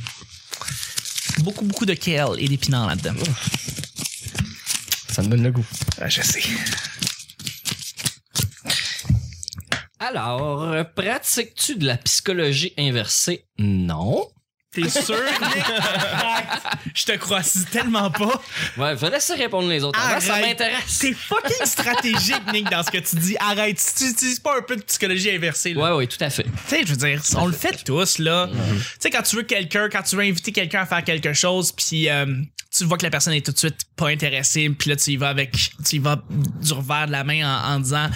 Speaker 1: Beaucoup, beaucoup de kale et d'épinards là-dedans.
Speaker 2: Ça me donne le goût.
Speaker 1: Ah, je sais.
Speaker 3: Alors, euh, pratiques-tu de la psychologie inversée? Non.
Speaker 1: T'es sûr, Nick? Je te crois tellement pas.
Speaker 3: Ouais, va laisser répondre les autres. avant, ça
Speaker 1: Arrête.
Speaker 3: m'intéresse.
Speaker 1: C'est fucking stratégique, Nick, dans ce que tu dis. Arrête, si tu utilises pas un peu de psychologie inversée. là.
Speaker 3: Ouais, ouais, tout à fait.
Speaker 1: Tu sais, je veux dire, on le fait tous, là. Tu sais, quand tu veux quelqu'un, quand tu veux inviter quelqu'un à faire quelque chose, puis euh, tu vois que la personne est tout de suite pas intéressée, puis là, tu y vas avec, tu y vas du revers de la main en, en disant.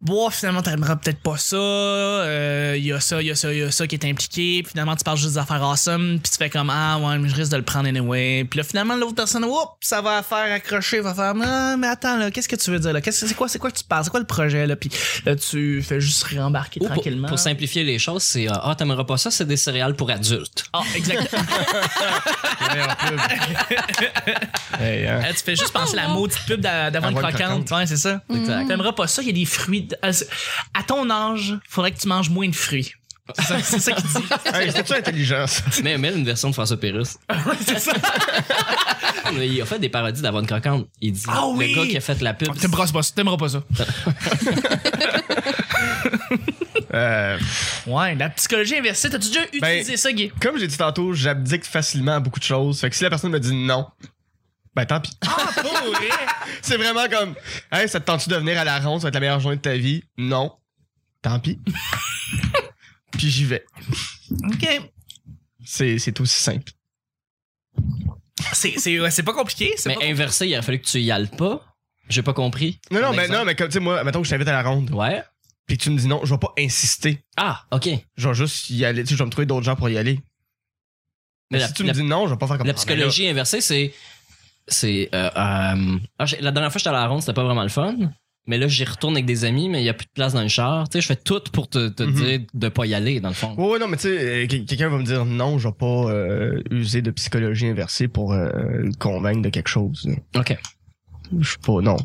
Speaker 1: Bon, finalement, t'aimeras peut-être pas ça. euh, Il y a ça, il y a ça, il y a ça qui est impliqué. Puis finalement, tu parles juste des affaires awesome. Puis tu fais comme Ah, ouais, mais je risque de le prendre anyway. Puis là, finalement, l'autre personne, oups, ça va faire accrocher, va faire Ah, mais attends, là, qu'est-ce que tu veux dire là? Qu'est-ce que c'est quoi, c'est quoi que tu parles? C'est quoi le projet là? Puis là, tu fais juste réembarquer
Speaker 3: Ou pour,
Speaker 1: tranquillement.
Speaker 3: pour simplifier les choses, c'est euh, Ah, t'aimerais pas ça, c'est des céréales pour adultes.
Speaker 1: Ah, exactement.
Speaker 2: Hey, hein.
Speaker 1: tu fais juste penser à la maudite pub d'a- d'avoine
Speaker 2: Avoine
Speaker 1: croquante. Ouais, c'est ça. Mm-hmm.
Speaker 3: Exact.
Speaker 1: T'aimeras pas ça, il y a des fruits. de- euh, c'est- À ton âge, faudrait que tu manges moins de fruits. C'est ça- C'est ça qu'il dit.
Speaker 2: Hey, c'était-tu intelligent, ça?
Speaker 3: Mais mais une version de François Pérusse.
Speaker 2: Ah
Speaker 1: c'est ça.
Speaker 3: Mais il a fait des parodies d'Avon Croquante. Il dit
Speaker 1: Ah
Speaker 3: Le
Speaker 1: oui!
Speaker 3: gars qui a fait la pub.
Speaker 2: Ah,
Speaker 1: T'aimeras pas ça. T'aimeras pas ça.
Speaker 2: Euh,
Speaker 1: Ouais, la psychologie inversée, t'as-tu déjà
Speaker 2: Ben,
Speaker 1: utilisé ça, Guy?
Speaker 2: comme j'ai dit tantôt, j'abdique facilement à beaucoup de choses. Fait que si la personne me dit non, ben tant pis.
Speaker 1: Ah, pour vrai?
Speaker 2: C'est vraiment comme, hey, ça te tente-tu de venir à la ronde, ça va être la meilleure journée de ta vie? Non. Tant pis. Puis j'y vais.
Speaker 1: OK.
Speaker 2: C'est c'est aussi simple.
Speaker 1: C'est- C'est ouais, c'est pas compliqué. c'est
Speaker 3: Mais
Speaker 1: pas-
Speaker 3: inversé, il a fallu que tu y ailles pas. J'ai pas compris.
Speaker 2: Non, non,
Speaker 3: Ton
Speaker 2: mais,
Speaker 3: exemple.
Speaker 2: non mais comme, tu sais, moi, mettons que je t'invite à la ronde,
Speaker 3: Ouais.
Speaker 2: puis tu me dis non, je vais pas insister.
Speaker 3: Ah, OK.
Speaker 2: Je vais juste y aller, tu sais, je vais me trouver d'autres gens pour y aller. Mais,
Speaker 3: Mais la-
Speaker 2: Ben, si tu me
Speaker 3: la-
Speaker 2: dis non, je vais pas faire comme
Speaker 3: La
Speaker 2: Ah, ben là,
Speaker 3: psychologie inversée, c'est. C'est. euh, euh, ah, j'ai- la dernière fois, j'étais à la ronde, c'était pas vraiment le fun. Mais là, j'y retourne avec des amis, mais il y a plus de place dans le char. Tu sais, je fais tout pour te, te
Speaker 2: Mhm.
Speaker 3: dire de pas y aller, dans le fond.
Speaker 2: Ouais, ouais, non, mais tu sais, euh, quel- quelqu'un va me dire non, je vais pas euh, user de psychologie inversée pour euh, le convaincre de quelque chose.
Speaker 3: OK.
Speaker 2: Je sais pas, non.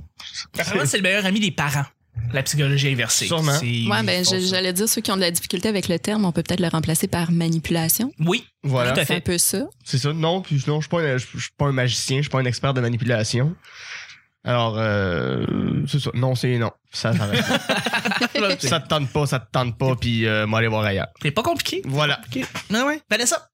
Speaker 1: Apparemment, c'est le meilleur ami des parents, la psychologie inversée.
Speaker 2: Sûrement.
Speaker 1: C'est-
Speaker 4: Ouais, ben, je- j'allais dire, ceux qui ont de la difficulté avec le terme, on peut peut-être le remplacer par manipulation.
Speaker 1: Oui,
Speaker 2: Voilà.
Speaker 1: Tout à
Speaker 4: C'est un
Speaker 1: fait.
Speaker 4: peu ça.
Speaker 2: C'est ça. Non, puis non, je suis pas, un- je je suis pas un magicien, je suis pas un expert de manipulation. Alors, euh, c'est ça. Non, c'est non. Ça, ça, reste. ça te tente pas, ça te tente pas, puis euh, moi, aller voir ailleurs.
Speaker 1: c'est pas compliqué.
Speaker 2: Voilà.
Speaker 1: OK. Ah ouais. Vanessa?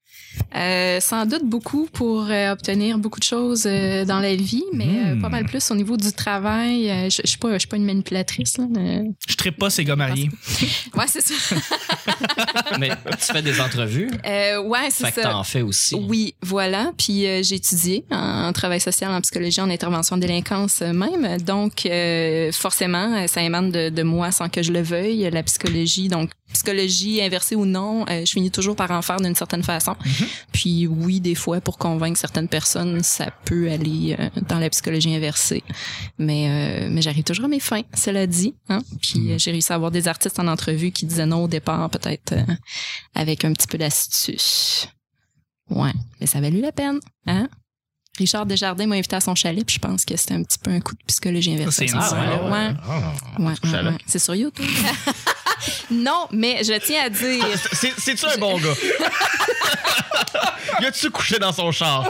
Speaker 4: Euh, sans doute beaucoup pour euh, obtenir beaucoup de choses euh, dans la vie, mais euh,
Speaker 1: Hmm.
Speaker 4: pas mal plus au niveau du travail. Euh, je je suis pas, je suis pas une manipulatrice. Là, mais-
Speaker 1: Je trippe pas ces gars mariés.
Speaker 4: Ouais, c'est ça.
Speaker 3: Mais tu fais des entrevues.
Speaker 4: Euh, ouais, c'est
Speaker 3: Fait que
Speaker 4: ça.
Speaker 3: t'en fais aussi.
Speaker 4: Oui, voilà. Puis euh, j'ai étudié en, en travail social, en psychologie, en intervention en délinquance euh, même. Donc, euh, forcément, euh, ça émane de, de moi sans que je le veuille, la psychologie. Donc, psychologie inversée ou non, euh, je finis toujours par en faire d'une certaine façon. Puis oui, des fois, pour convaincre certaines personnes, ça peut aller euh, dans la psychologie inversée. Mais, euh, mais j'arrive toujours à mes fins, cela dit. Hein? Puis euh, j'ai réussi à avoir des artistes en entrevue qui disaient non au départ, peut-être euh, avec un petit peu d'astuce. Ouais, mais ça valut la peine, hein? Richard Desjardins m'a invité à son chalet, puis je pense que c'était un petit peu un coup de psychologie inversée.
Speaker 1: C'est insane.
Speaker 4: ouais, ouais. Ah, Ouais,
Speaker 2: que
Speaker 4: ouais,
Speaker 2: j'allais.
Speaker 4: ouais. C'est sur YouTube. non, mais je tiens à dire.
Speaker 2: C'est- C'est-tu un bon gars? y a-tu couché dans son char?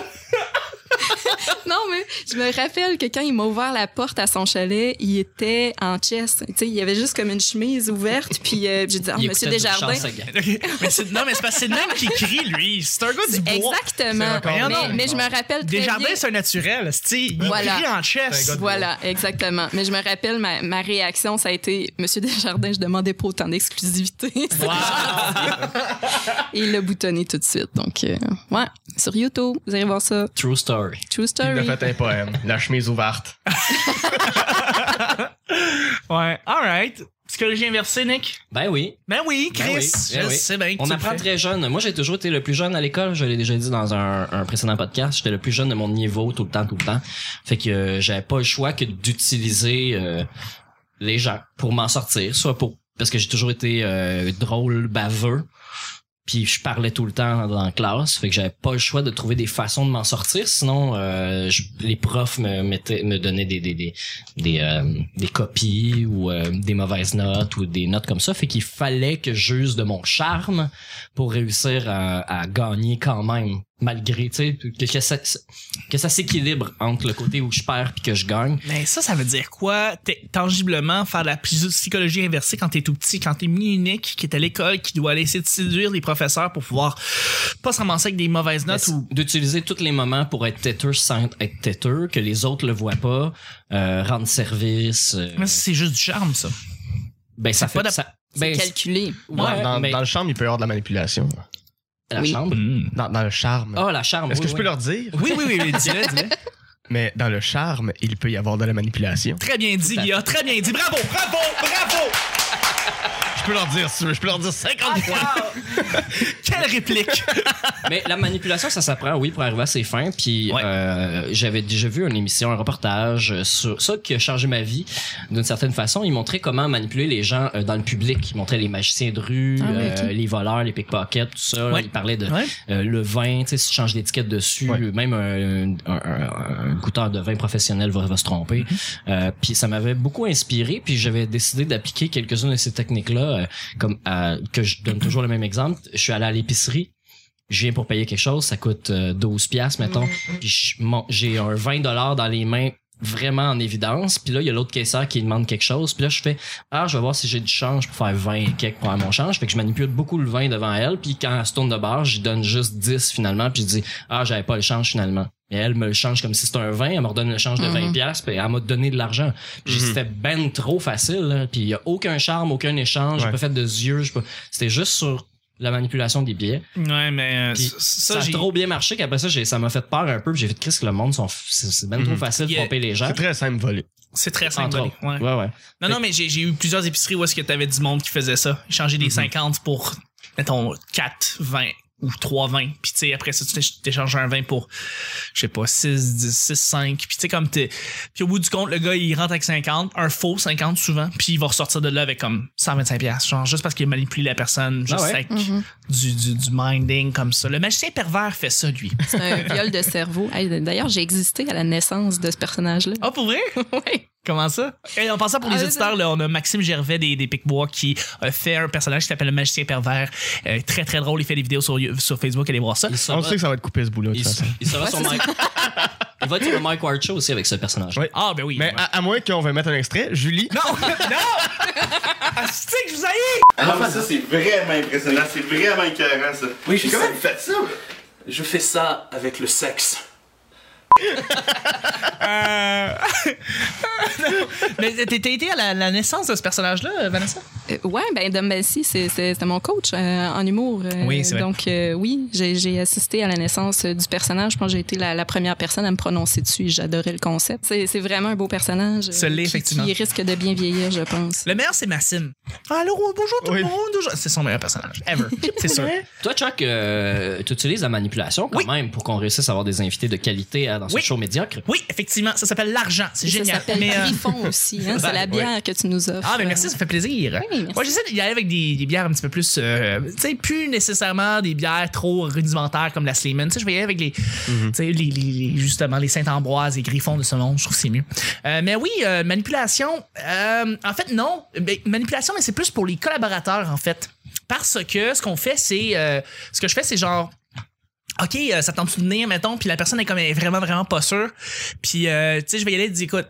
Speaker 4: Non, mais je me rappelle que quand il m'a ouvert la porte à son chalet, il était en chest. Tu sais, il avait juste comme une chemise ouverte, puis euh, j'ai dit, ah,
Speaker 3: Il
Speaker 4: monsieur
Speaker 3: écoutait du Charles
Speaker 4: Desjardins.
Speaker 3: Sagan.
Speaker 1: Ok. Mais c'est- non, mais c'est parce que c'est le même qui crie, lui. C'est un gars du bois.
Speaker 4: Exactement.
Speaker 2: C'est encore
Speaker 4: Mais,
Speaker 2: drôle.
Speaker 4: mais je me rappelle très bien.
Speaker 1: Desjardins, c'est un naturel. c'ti. Il
Speaker 4: Voilà.
Speaker 1: crie en
Speaker 2: C'est un
Speaker 1: chess.
Speaker 2: gars de-
Speaker 4: Voilà, exactement. Mais je me rappelle, ma, ma réaction, ça a été Monsieur Desjardins, je demandais pas autant d'exclusivité. Et il l'a boutonné tout de suite. Donc, euh, ouais, sur YouTube, vous allez voir ça.
Speaker 3: True story.
Speaker 2: Il
Speaker 4: True
Speaker 3: Ah
Speaker 4: story.
Speaker 2: a fait un poème. La chemise ouverte.
Speaker 1: Ouais. All right. Psychologie inversée, Nick.
Speaker 3: Ben oui.
Speaker 1: Ben oui, Chris.
Speaker 3: Ben oui, ben
Speaker 1: je
Speaker 3: oui.
Speaker 1: sais bien que
Speaker 3: On
Speaker 1: tu le
Speaker 3: apprend
Speaker 1: fais.
Speaker 3: très jeune. Moi, j'ai toujours été le plus jeune à l'école. Je l'ai déjà dit dans un, un précédent podcast. J'étais le plus jeune de mon niveau tout le temps, tout le temps. Fait que euh, j'avais pas le choix que d'utiliser euh, les gens pour m'en sortir. Soit pour parce que j'ai toujours été euh, drôle, baveux. Puis je parlais tout le temps dans la classe, fait que j'avais pas le choix de trouver des façons de m'en sortir. Sinon, euh, je- les profs me mettaient, me donnaient des des des des, euh, des copies ou euh, des mauvaises notes ou des notes comme ça. Fait qu'il fallait que j'use de mon charme pour réussir à, à gagner quand même, malgré tu sais que, que ça que ça s'équilibre entre le côté où je perds puis que je gagne.
Speaker 1: Mais Ben, ça, ça veut dire quoi? T'es- Tangiblement, faire de la psychologie inversée quand t'es tout petit, quand t'es mini-unique, qui est à l'école, qui doit aller essayer de séduire les professeurs pour pouvoir pas se ramasser avec des mauvaises notes
Speaker 3: Mais
Speaker 1: ou.
Speaker 3: d'utiliser tous les moments pour être têteux sans être têteux, que les autres le voient pas, euh, rendre service. euh,
Speaker 1: Mais c'est juste du charme, ça.
Speaker 3: ben ça
Speaker 1: pas
Speaker 3: fait
Speaker 1: de-
Speaker 3: ça.
Speaker 4: C'est
Speaker 3: Ben,
Speaker 4: calculé.
Speaker 3: Ouais,
Speaker 2: Dans- dans,
Speaker 3: mais-
Speaker 2: dans le charme, il peut y avoir de la manipulation.
Speaker 3: la
Speaker 4: Oui.
Speaker 3: chambre.
Speaker 2: Dans, dans le charme.
Speaker 3: Ah, la chambre.
Speaker 2: Est-ce que
Speaker 3: oui,
Speaker 2: je
Speaker 3: oui.
Speaker 2: peux leur dire?
Speaker 1: Mm. Oui, oui, oui, oui, dis-le, dis-le.
Speaker 2: Mais dans le charme, il peut y avoir de la manipulation.
Speaker 1: Très bien dit,
Speaker 3: à fait.
Speaker 1: Guilla, très bien dit. Bravo, bravo, bravo!
Speaker 2: Je peux leur dire, si tu veux, je peux leur dire 50 fois.
Speaker 1: Quelle réplique!
Speaker 3: Mais la manipulation, ça s'apprend, oui, pour arriver à ses fins. Puis
Speaker 1: Ouais.
Speaker 3: euh, j'avais déjà vu une émission, un reportage sur ça qui a changé ma vie d'une certaine façon. Ils montraient comment manipuler les gens euh, dans le public. Ils montraient les magiciens de rue,
Speaker 4: Ah oui, ok.
Speaker 3: euh, les voleurs, les pickpockets, tout ça.
Speaker 1: Ouais.
Speaker 3: Ils parlaient de
Speaker 1: Ouais.
Speaker 3: euh, le vin, tu sais, si tu changes d'étiquette dessus,
Speaker 2: Ouais.
Speaker 3: même un, un- un- un goûteur de vin professionnel va, va se tromper. Euh, puis ça m'avait beaucoup inspiré, puis j'avais décidé d'appliquer quelques-unes de ces techniques-là, euh, comme à- que je donne toujours le même exemple. Je suis allé à l'épicerie, je viens pour payer quelque chose, ça coûte euh, 12 pièces mettons, puis je- mon- j'ai un 20 dollars dans les mains vraiment en évidence, puis là il y a l'autre caissière qui demande quelque chose, puis là je fais ah je vais voir si j'ai du change pour faire 20 et quelques pour avoir mon change, fait que je manipule beaucoup le vin devant elle, puis quand elle se tourne de bord, j'y donne juste 10 finalement, puis je dis ah j'avais pas le change finalement. Et elle me le change comme si c'était un 20, elle me redonne le change de
Speaker 4: Mhm.
Speaker 3: 20 pièces, puis elle m'a donné de l'argent. Puis
Speaker 2: Mhm.
Speaker 3: C'était ben trop facile, là. puis il y a aucun charme, aucun échange, j'ai
Speaker 2: Ouais.
Speaker 3: pas fait de yeux, j'ai pas- c'était juste sur la manipulation des billets.
Speaker 1: Ouais, mais euh,
Speaker 3: Puis
Speaker 1: ça,
Speaker 3: Ça,
Speaker 1: ça,
Speaker 3: a
Speaker 1: j'ai.
Speaker 3: trop bien marché qu'après ça, j'ai- ça m'a fait peur un peu. puis J'ai fait Chris que le monde, sont f- c'est c'est ben trop
Speaker 2: Mhm.
Speaker 3: facile de
Speaker 1: Yeah.
Speaker 3: tromper les gens.
Speaker 2: C'est très simple voler.
Speaker 1: C'est très
Speaker 3: Entre
Speaker 1: symbolique. Ouais.
Speaker 3: autres. Ouais, ouais.
Speaker 1: Non, non, mais j'ai j'ai eu plusieurs épiceries où est-ce que t'avais du monde qui faisait ça. Ils changeaient
Speaker 3: Mhm.
Speaker 1: des 50 pour, mettons, 4, 20 ou 3, 20. Puis, tu sais, après ça, tu t'éch- t'échanges un 20 pour, je sais pas, 6, 10, 6, 5. Puis, tu sais, comme t'es. Puis, au bout du compte, le gars, il rentre avec 50, un faux 50 souvent. Puis, il va ressortir de là avec comme 125$. piastres, Genre, juste parce qu'il manipule la personne, juste
Speaker 3: Ah ouais?
Speaker 1: avec
Speaker 4: Mhm.
Speaker 1: du, du, du minding comme ça. Le magicien pervers fait ça, lui.
Speaker 4: C'est un viol de cerveau. Hey, D'ailleurs, j'ai existé à la naissance de ce personnage-là.
Speaker 1: Ah, pour vrai?
Speaker 2: Oh.
Speaker 4: Ouais.
Speaker 1: Comment ça? Et Euh, en passant pour les
Speaker 4: Ah,
Speaker 1: auditeurs,
Speaker 4: oui,
Speaker 1: là, on a Maxime Gervais des, des Picbois qui a fait un personnage qui s'appelle le magicien pervers. Euh, très très drôle, il fait des vidéos sur, sur Facebook, allez voir ça.
Speaker 3: Il
Speaker 2: On
Speaker 3: sera,
Speaker 2: sait que ça va être coupé ce bout-là. de
Speaker 3: il,
Speaker 2: toute façon.
Speaker 3: il sera sur Mike. il va être sur le Mike Ward Show aussi avec ce personnage.
Speaker 2: Ouais.
Speaker 1: Ah ben oui.
Speaker 2: Mais
Speaker 1: Ouais.
Speaker 2: à, à moins qu'on veuille mettre un extrait, Julie.
Speaker 1: Non! non! Ah, c'est que je vous haïs!
Speaker 5: Ah, mais ça, c'est vraiment impressionnant. C'est vraiment écœurant, ça. Oui, je Comment vous faites ça? Je fais ça avec le sexe.
Speaker 1: Mais t'as été à la, la naissance de ce personnage-là, Vanessa?
Speaker 4: Euh, ouais, ben Dom Bessie, c'est- c'est- c'était mon coach euh, en humour. euh,
Speaker 1: Oui, c'est vrai.
Speaker 4: Donc euh, oui, j'ai j'ai assisté à la naissance euh, du personnage. Je pense que j'ai été la, la première personne à me prononcer dessus. J'adorais le concept. C'est c'est vraiment un beau personnage. euh,
Speaker 1: Ce l'est,
Speaker 4: qui-
Speaker 1: effectivement.
Speaker 4: Qui risque de bien vieillir, je pense.
Speaker 1: Le meilleur, c'est Massine. Ah, Allô, bonjour tout
Speaker 2: Oui.
Speaker 1: le monde. aujourd'hui- C'est son meilleur personnage, ever. C'est sûr.
Speaker 3: Toi, Chuck, euh, tu utilises la manipulation quand
Speaker 1: Oui.
Speaker 3: même pour qu'on réussisse à avoir des invités de qualité hein, dans ce
Speaker 1: Oui.
Speaker 3: show médiocre.
Speaker 1: Oui, effectivement, ça s'appelle l'argent. C'est
Speaker 4: Et Ça
Speaker 1: génial.
Speaker 4: s'appelle
Speaker 1: Mais, euh,
Speaker 4: Griffon aussi. hein, c'est la bière que tu nous offres.
Speaker 1: Ah, mais merci, ça fait plaisir.
Speaker 4: euh. Oui, merci.
Speaker 1: Moi, j'essaie d'y aller avec des, des bières un petit peu plus. euh, tu sais, plus nécessairement des bières trop rudimentaires comme la Sleeman. Tu sais, je vais y aller avec les. Tu sais, les, les- les- justement, les Saint-Ambroise, les Griffons de ce monde. Je trouve que c'est mieux. Euh, mais oui, euh, manipulation. euh, en fait, non. Ben, manipulation, mais c'est plus pour les collaborateurs, en fait. Parce que ce qu'on fait, c'est. euh, ce que je fais, c'est genre. OK, euh, ça tente de venir, mettons, puis la personne est comme elle est vraiment, vraiment pas sûre. Puis, euh, tu sais, je vais y aller et dire, écoute,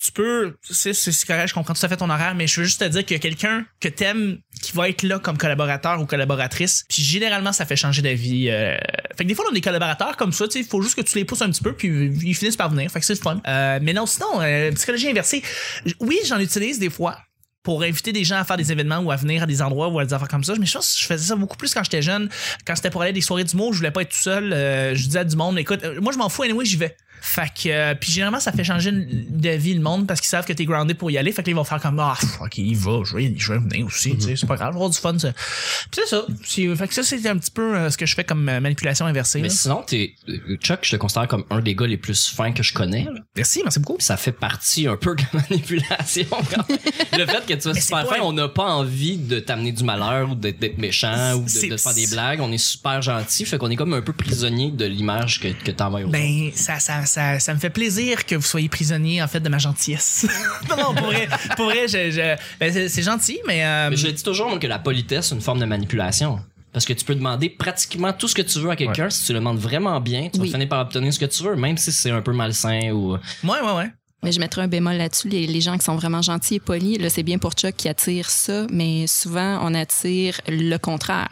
Speaker 1: tu peux, c'est, c'est, c'est correct, je comprends tout à fait ton horaire, mais je veux juste te dire qu'il y a quelqu'un que t'aimes qui va être là comme collaborateur ou collaboratrice. Puis généralement, ça fait changer d'avis. euh. Fait que des fois, on a des collaborateurs comme ça, tu sais, il faut juste que tu les pousses un petit peu, puis ils finissent par venir. Fait que c'est le fun. Euh, mais non, sinon, euh, psychologie inversée, j- oui, j'en utilise des fois pour inviter des gens à faire des événements ou à venir à des endroits ou à des affaires comme ça. Mais je pense que je faisais ça beaucoup plus quand j'étais jeune. Quand c'était pour aller à des soirées d'humour, je voulais pas être tout seul. euh, je disais à du monde, écoute, euh, moi je m'en fous, anyway, j'y vais. Fait que, euh, puis généralement, ça fait changer de vie le monde parce qu'ils savent que t'es groundé pour y aller. Fait que là, ils vont faire comme, ah, pff, ok, il va, je vais, je vais venir aussi, tu sais, c'est pas grave, je vais avoir du fun, ça. Puis c'est ça. C'est- Fait que ça, c'est un petit peu euh, ce que je fais comme euh, manipulation inversée.
Speaker 3: Mais
Speaker 1: là.
Speaker 3: sinon, t'es- euh, Chuck, je te considère comme un des gars les plus fins que je connais. là.
Speaker 1: Merci, merci beaucoup.
Speaker 3: Ça fait partie un peu de la manipulation. quand même. le fait que tu sois
Speaker 1: Mais c'est
Speaker 3: super
Speaker 1: pas
Speaker 3: fin,
Speaker 1: un-
Speaker 3: on n'a pas envie de t'amener du malheur ou d'être d'être méchant ou
Speaker 1: C'est-
Speaker 3: de, de te faire des blagues. On est super gentil, fait qu'on est comme un peu prisonnier de l'image que, que t'envoies aux autres.
Speaker 1: Ben, ça, ça, ça, ça me fait plaisir que vous soyez prisonnier, en fait, de ma gentillesse. non, non, pour vrai, pour vrai, je, je- ben, c'est, c'est gentil, mais, euh,
Speaker 3: Ah, Mais je dis toujours moi, que la politesse, c'est une forme de manipulation. Parce que tu peux demander pratiquement tout ce que tu veux à quelqu'un. Si tu le demandes vraiment bien, tu
Speaker 4: Oui.
Speaker 3: vas finir par obtenir ce que tu veux, même si c'est un peu malsain ou.
Speaker 1: ouais, ouais, ouais.
Speaker 4: Mais je mettrais un bémol là-dessus. Les, les gens qui sont vraiment gentils et polis, là, c'est bien pour Chuck qui attire ça, mais souvent, on attire le contraire.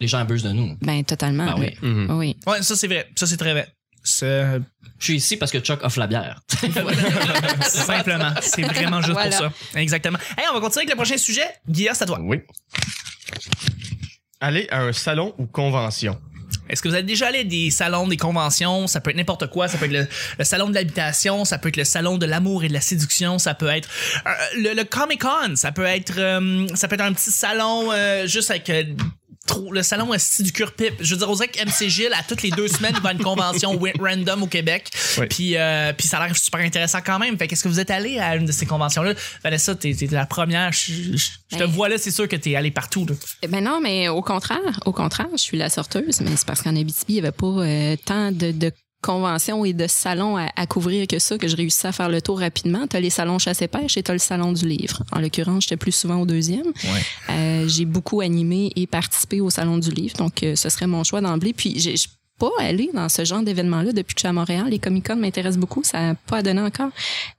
Speaker 3: Les gens abusent de nous.
Speaker 4: Ben, totalement.
Speaker 3: Ben oui.
Speaker 2: Mhm.
Speaker 4: Oui.
Speaker 1: Ouais, ça, c'est vrai. Ça, c'est très vrai. C'est-
Speaker 3: Je suis ici parce que Chuck offre la bière.
Speaker 1: Simplement. C'est vraiment juste
Speaker 4: Voilà.
Speaker 1: pour ça. Exactement. Hey, on va continuer avec le prochain sujet. Guillaume, c'est à toi.
Speaker 2: Oui. Aller à un salon ou convention.
Speaker 1: Est-ce que vous êtes déjà allé à des salons, des conventions? Ça peut être n'importe quoi. Ça peut être le, le salon de l'habitation, ça peut être le salon de l'amour et de la séduction, ça peut être euh, le, Comic Con, ça peut être euh, ça peut être un petit salon euh, juste avec euh, trop- le salon esti du cure-pipe. Je veux dire, on dirait que MC Gilles, à toutes les deux semaines, il va à une convention wi- random au Québec.
Speaker 2: Oui.
Speaker 1: Puis, euh, puis ça a l'air super intéressant quand même. Fait qu'est-ce que vous êtes allé à une de ces conventions-là? Vanessa, t'es, t'es la première. Je, je- je te
Speaker 4: Ben-
Speaker 1: vois là, c'est sûr que t'es allé partout. là.
Speaker 4: Ben non, mais au contraire, au contraire, je suis la sorteuse, mais c'est parce qu'en Abitibi, il n'y avait pas euh, tant de, de conventions et de salons à, à couvrir que ça que je réussissais à faire le tour rapidement. T'as les salons chasse et pêche et t'as le salon du livre. En l'occurrence, j'étais plus souvent au deuxième. Euh, j'ai beaucoup animé et participé au salon du livre, donc euh, ce serait mon choix d'emblée. Puis j'ai je suis pas allée dans ce genre d'événement-là depuis que je suis à Montréal. Les Comic-Con m'intéressent beaucoup, ça n'a pas à donner encore.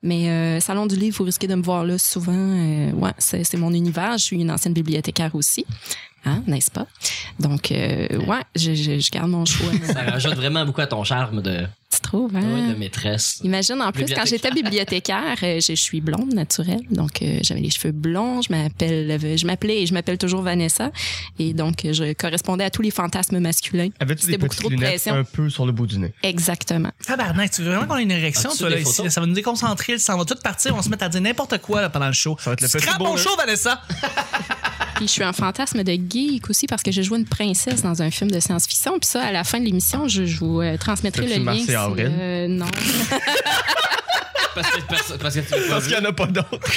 Speaker 4: Mais euh, salon du livre, vous risquez de me voir là souvent. Euh, ouais, c'est c'est mon univers. Je suis une ancienne bibliothécaire aussi. Hein, n'est-ce pas? Donc, euh, ouais, je, je, je garde mon choix.
Speaker 3: Ça rajoute vraiment beaucoup à ton charme de,
Speaker 4: tu trouves, hein?
Speaker 3: ouais, de maîtresse.
Speaker 4: Imagine, en plus, quand j'étais
Speaker 3: Bibliothécaire.
Speaker 4: bibliothécaire, euh, je, je suis blonde naturelle, donc euh, j'avais les cheveux blonds, je m'appelle, euh, je m'appelais et je m'appelle toujours Vanessa, et donc euh, je correspondais à tous les fantasmes masculins.
Speaker 2: Avais-tu
Speaker 4: C'était
Speaker 2: des
Speaker 4: beaucoup
Speaker 2: petites
Speaker 4: trop de
Speaker 2: lunettes
Speaker 4: pression.
Speaker 2: un peu sur le bout du nez?
Speaker 4: Exactement.
Speaker 1: Tabarnak, tu veux vraiment qu'on ait une érection,
Speaker 3: As-tu
Speaker 1: toi, là,
Speaker 3: des
Speaker 1: ici?
Speaker 3: photos?
Speaker 1: Ça va nous déconcentrer, ça va tout partir, on va se mettre à dire n'importe quoi, là, pendant le show.
Speaker 2: Ça va être le petit
Speaker 1: Scrape mon
Speaker 2: bonheur.
Speaker 1: show, Vanessa!
Speaker 4: Puis je suis un fantasme de geek aussi parce que j'ai joué une princesse dans un film de science-fiction, puis ça, à la fin de l'émission, je, je vous euh, transmettrai
Speaker 2: T'as-tu
Speaker 4: le lien.
Speaker 2: Marcel
Speaker 4: si,
Speaker 2: Avril?
Speaker 4: euh, non.
Speaker 3: Parce que, parce, parce que tu l'as pas
Speaker 2: Parce
Speaker 3: vu.
Speaker 2: qu'il n'y en a pas d'autres.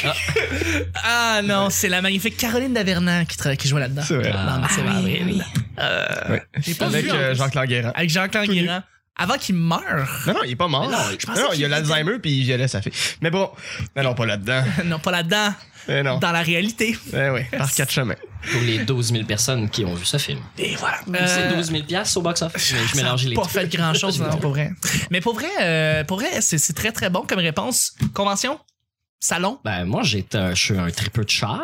Speaker 1: Ah non, c'est la magnifique Caroline Davernan qui, tra- qui jouait là-dedans.
Speaker 2: C'est vrai.
Speaker 1: Non, mais c'est
Speaker 4: Ah
Speaker 1: vrai.
Speaker 4: oui, oui.
Speaker 1: Euh,
Speaker 2: Ouais.
Speaker 1: J'ai pas
Speaker 2: Avec
Speaker 1: vu, en
Speaker 2: euh,
Speaker 1: plus.
Speaker 2: Jean-Claude Guérin.
Speaker 1: Avec Jean-Claude
Speaker 2: nu.
Speaker 1: Guérin. Avant qu'il meure.
Speaker 2: Non, non, il est pas mort.
Speaker 3: Mais non,
Speaker 2: Non,
Speaker 3: je
Speaker 1: pensais
Speaker 2: non,
Speaker 1: qu'il
Speaker 2: il a
Speaker 1: était-
Speaker 2: l'Alzheimer puis il violait sa fille. Mais bon, mais non, pas là-dedans.
Speaker 1: non, pas là-dedans.
Speaker 2: Mais non.
Speaker 1: Dans la réalité.
Speaker 2: Eh oui, par quatre chemins.
Speaker 3: Pour les 12 000 personnes qui ont vu ce film.
Speaker 1: Et voilà.
Speaker 3: C'est
Speaker 1: Euh,
Speaker 3: 12 000 piastres au box-office. Mais je
Speaker 1: Ça a
Speaker 3: mélangeais les
Speaker 1: pas
Speaker 3: deux.
Speaker 1: fait grand chose, non, pour vrai. Mais pour vrai, euh, pour vrai, c'est c'est très très bon comme réponse. Convention? Salon?
Speaker 3: Ben, moi, j'étais un- je suis un tripeux de char.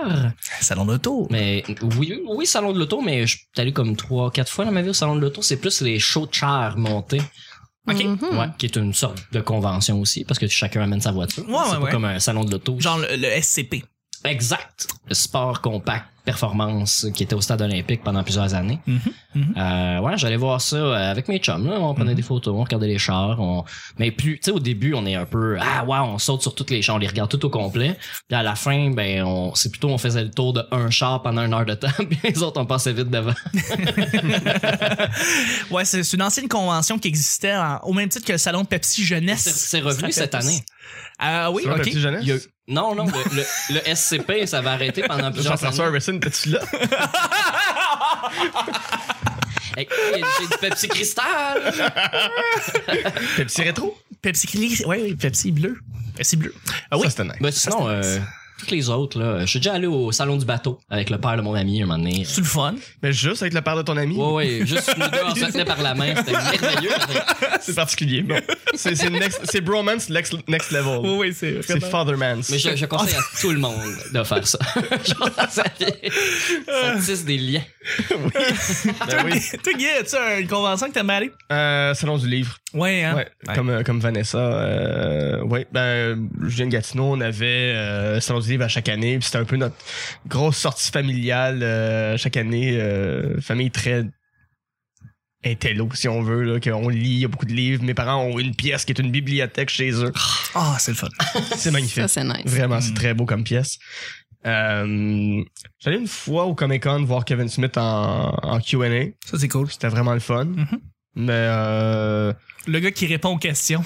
Speaker 1: Salon d'auto.
Speaker 3: Mais oui, oui, salon de l'auto, mais je suis allé comme trois, quatre fois dans ma vie au salon de l'auto. C'est plus les shows de char montés.
Speaker 1: OK.
Speaker 4: Mhm.
Speaker 3: Ouais, qui est une sorte de convention aussi, parce que chacun amène sa voiture.
Speaker 1: Ouais,
Speaker 3: c'est
Speaker 1: ouais,
Speaker 3: pas
Speaker 1: ouais.
Speaker 3: comme un salon de l'auto.
Speaker 1: Genre le, le SCP.
Speaker 3: Exact. Le sport compact performance qui était au stade olympique pendant plusieurs années.
Speaker 1: Mhm, mhm.
Speaker 3: Euh, ouais, j'allais voir ça euh, avec mes chums. Là. On prenait des photos, on regardait les chars. On... Mais plus, tu sais, au début, on est un peu, ah ouais, on saute sur toutes les chars, on les regarde tout au complet. Puis à la fin, ben, on... c'est plutôt, on faisait le tour de un char pendant une heure de temps, puis les autres, on passait vite devant.
Speaker 1: Ouais, c'est c'est une ancienne convention qui existait en- au même titre que le salon Pepsi Jeunesse.
Speaker 3: C'est- c'est revenu
Speaker 1: Ça fait
Speaker 3: cette
Speaker 1: tous-
Speaker 3: année.
Speaker 1: Ah oui,
Speaker 2: C'est vrai,
Speaker 1: ok.
Speaker 2: Pepsi Jeunesse?
Speaker 3: Il y a eu- Non, non, le, le- le SCP, ça va arrêter pendant plusieurs
Speaker 2: Jean-François
Speaker 3: années.
Speaker 2: Harrison, t'es-tu là?
Speaker 3: Hey, J'ai du Pepsi Cristal!
Speaker 2: Pepsi Rétro?
Speaker 1: Pepsi gris, ouais, oui, Pepsi bleu. Pepsi bleu. Ah oui.
Speaker 2: Ça, c'était nice.
Speaker 3: Ben, sinon,
Speaker 1: Ça, c'est
Speaker 3: euh,
Speaker 1: nice.
Speaker 3: toutes les autres, là, je suis déjà allé au salon du bateau avec le père de mon ami un moment donné.
Speaker 1: C'est le fun.
Speaker 2: Mais juste avec le père de ton ami,
Speaker 3: Ouais, ouais, juste nous deux, on se tenait par la main, c'était merveilleux.
Speaker 2: c'est particulier. Bon. C'est c'est next- c'est bromance next, next level.
Speaker 1: oui, c'est
Speaker 2: C'est fathermance.
Speaker 3: Mais je, je conseille à tout le monde de faire ça. Genre, ça, fait- ça tisse des liens.
Speaker 2: Ben oui.
Speaker 1: Toi, Guy, as-tu une convention que t'aimes aller?
Speaker 2: Euh, salon du livre.
Speaker 1: Ouais, hein?
Speaker 2: Ouais, Comme, euh, comme Vanessa. euh, ouais, ben, je viens de Gatineau, on avait euh, Salon du Livre à chaque année, puis c'était un peu notre grosse sortie familiale euh, chaque année, euh, famille très intello, si on veut, là, qu'on lit, il y a beaucoup de livres. Mes parents ont une pièce qui est une bibliothèque chez eux.
Speaker 1: Ah, c'est le fun.
Speaker 2: C'est magnifique.
Speaker 4: Ça, c'est nice.
Speaker 2: Vraiment, c'est
Speaker 1: Mm.
Speaker 2: très beau comme pièce. Euh, J'allais une fois au Comic Con voir Kevin Smith en, en QA.
Speaker 1: Ça, c'est cool.
Speaker 2: C'était vraiment le fun.
Speaker 1: Mhm.
Speaker 2: Mais euh,
Speaker 1: Le gars qui répond aux questions.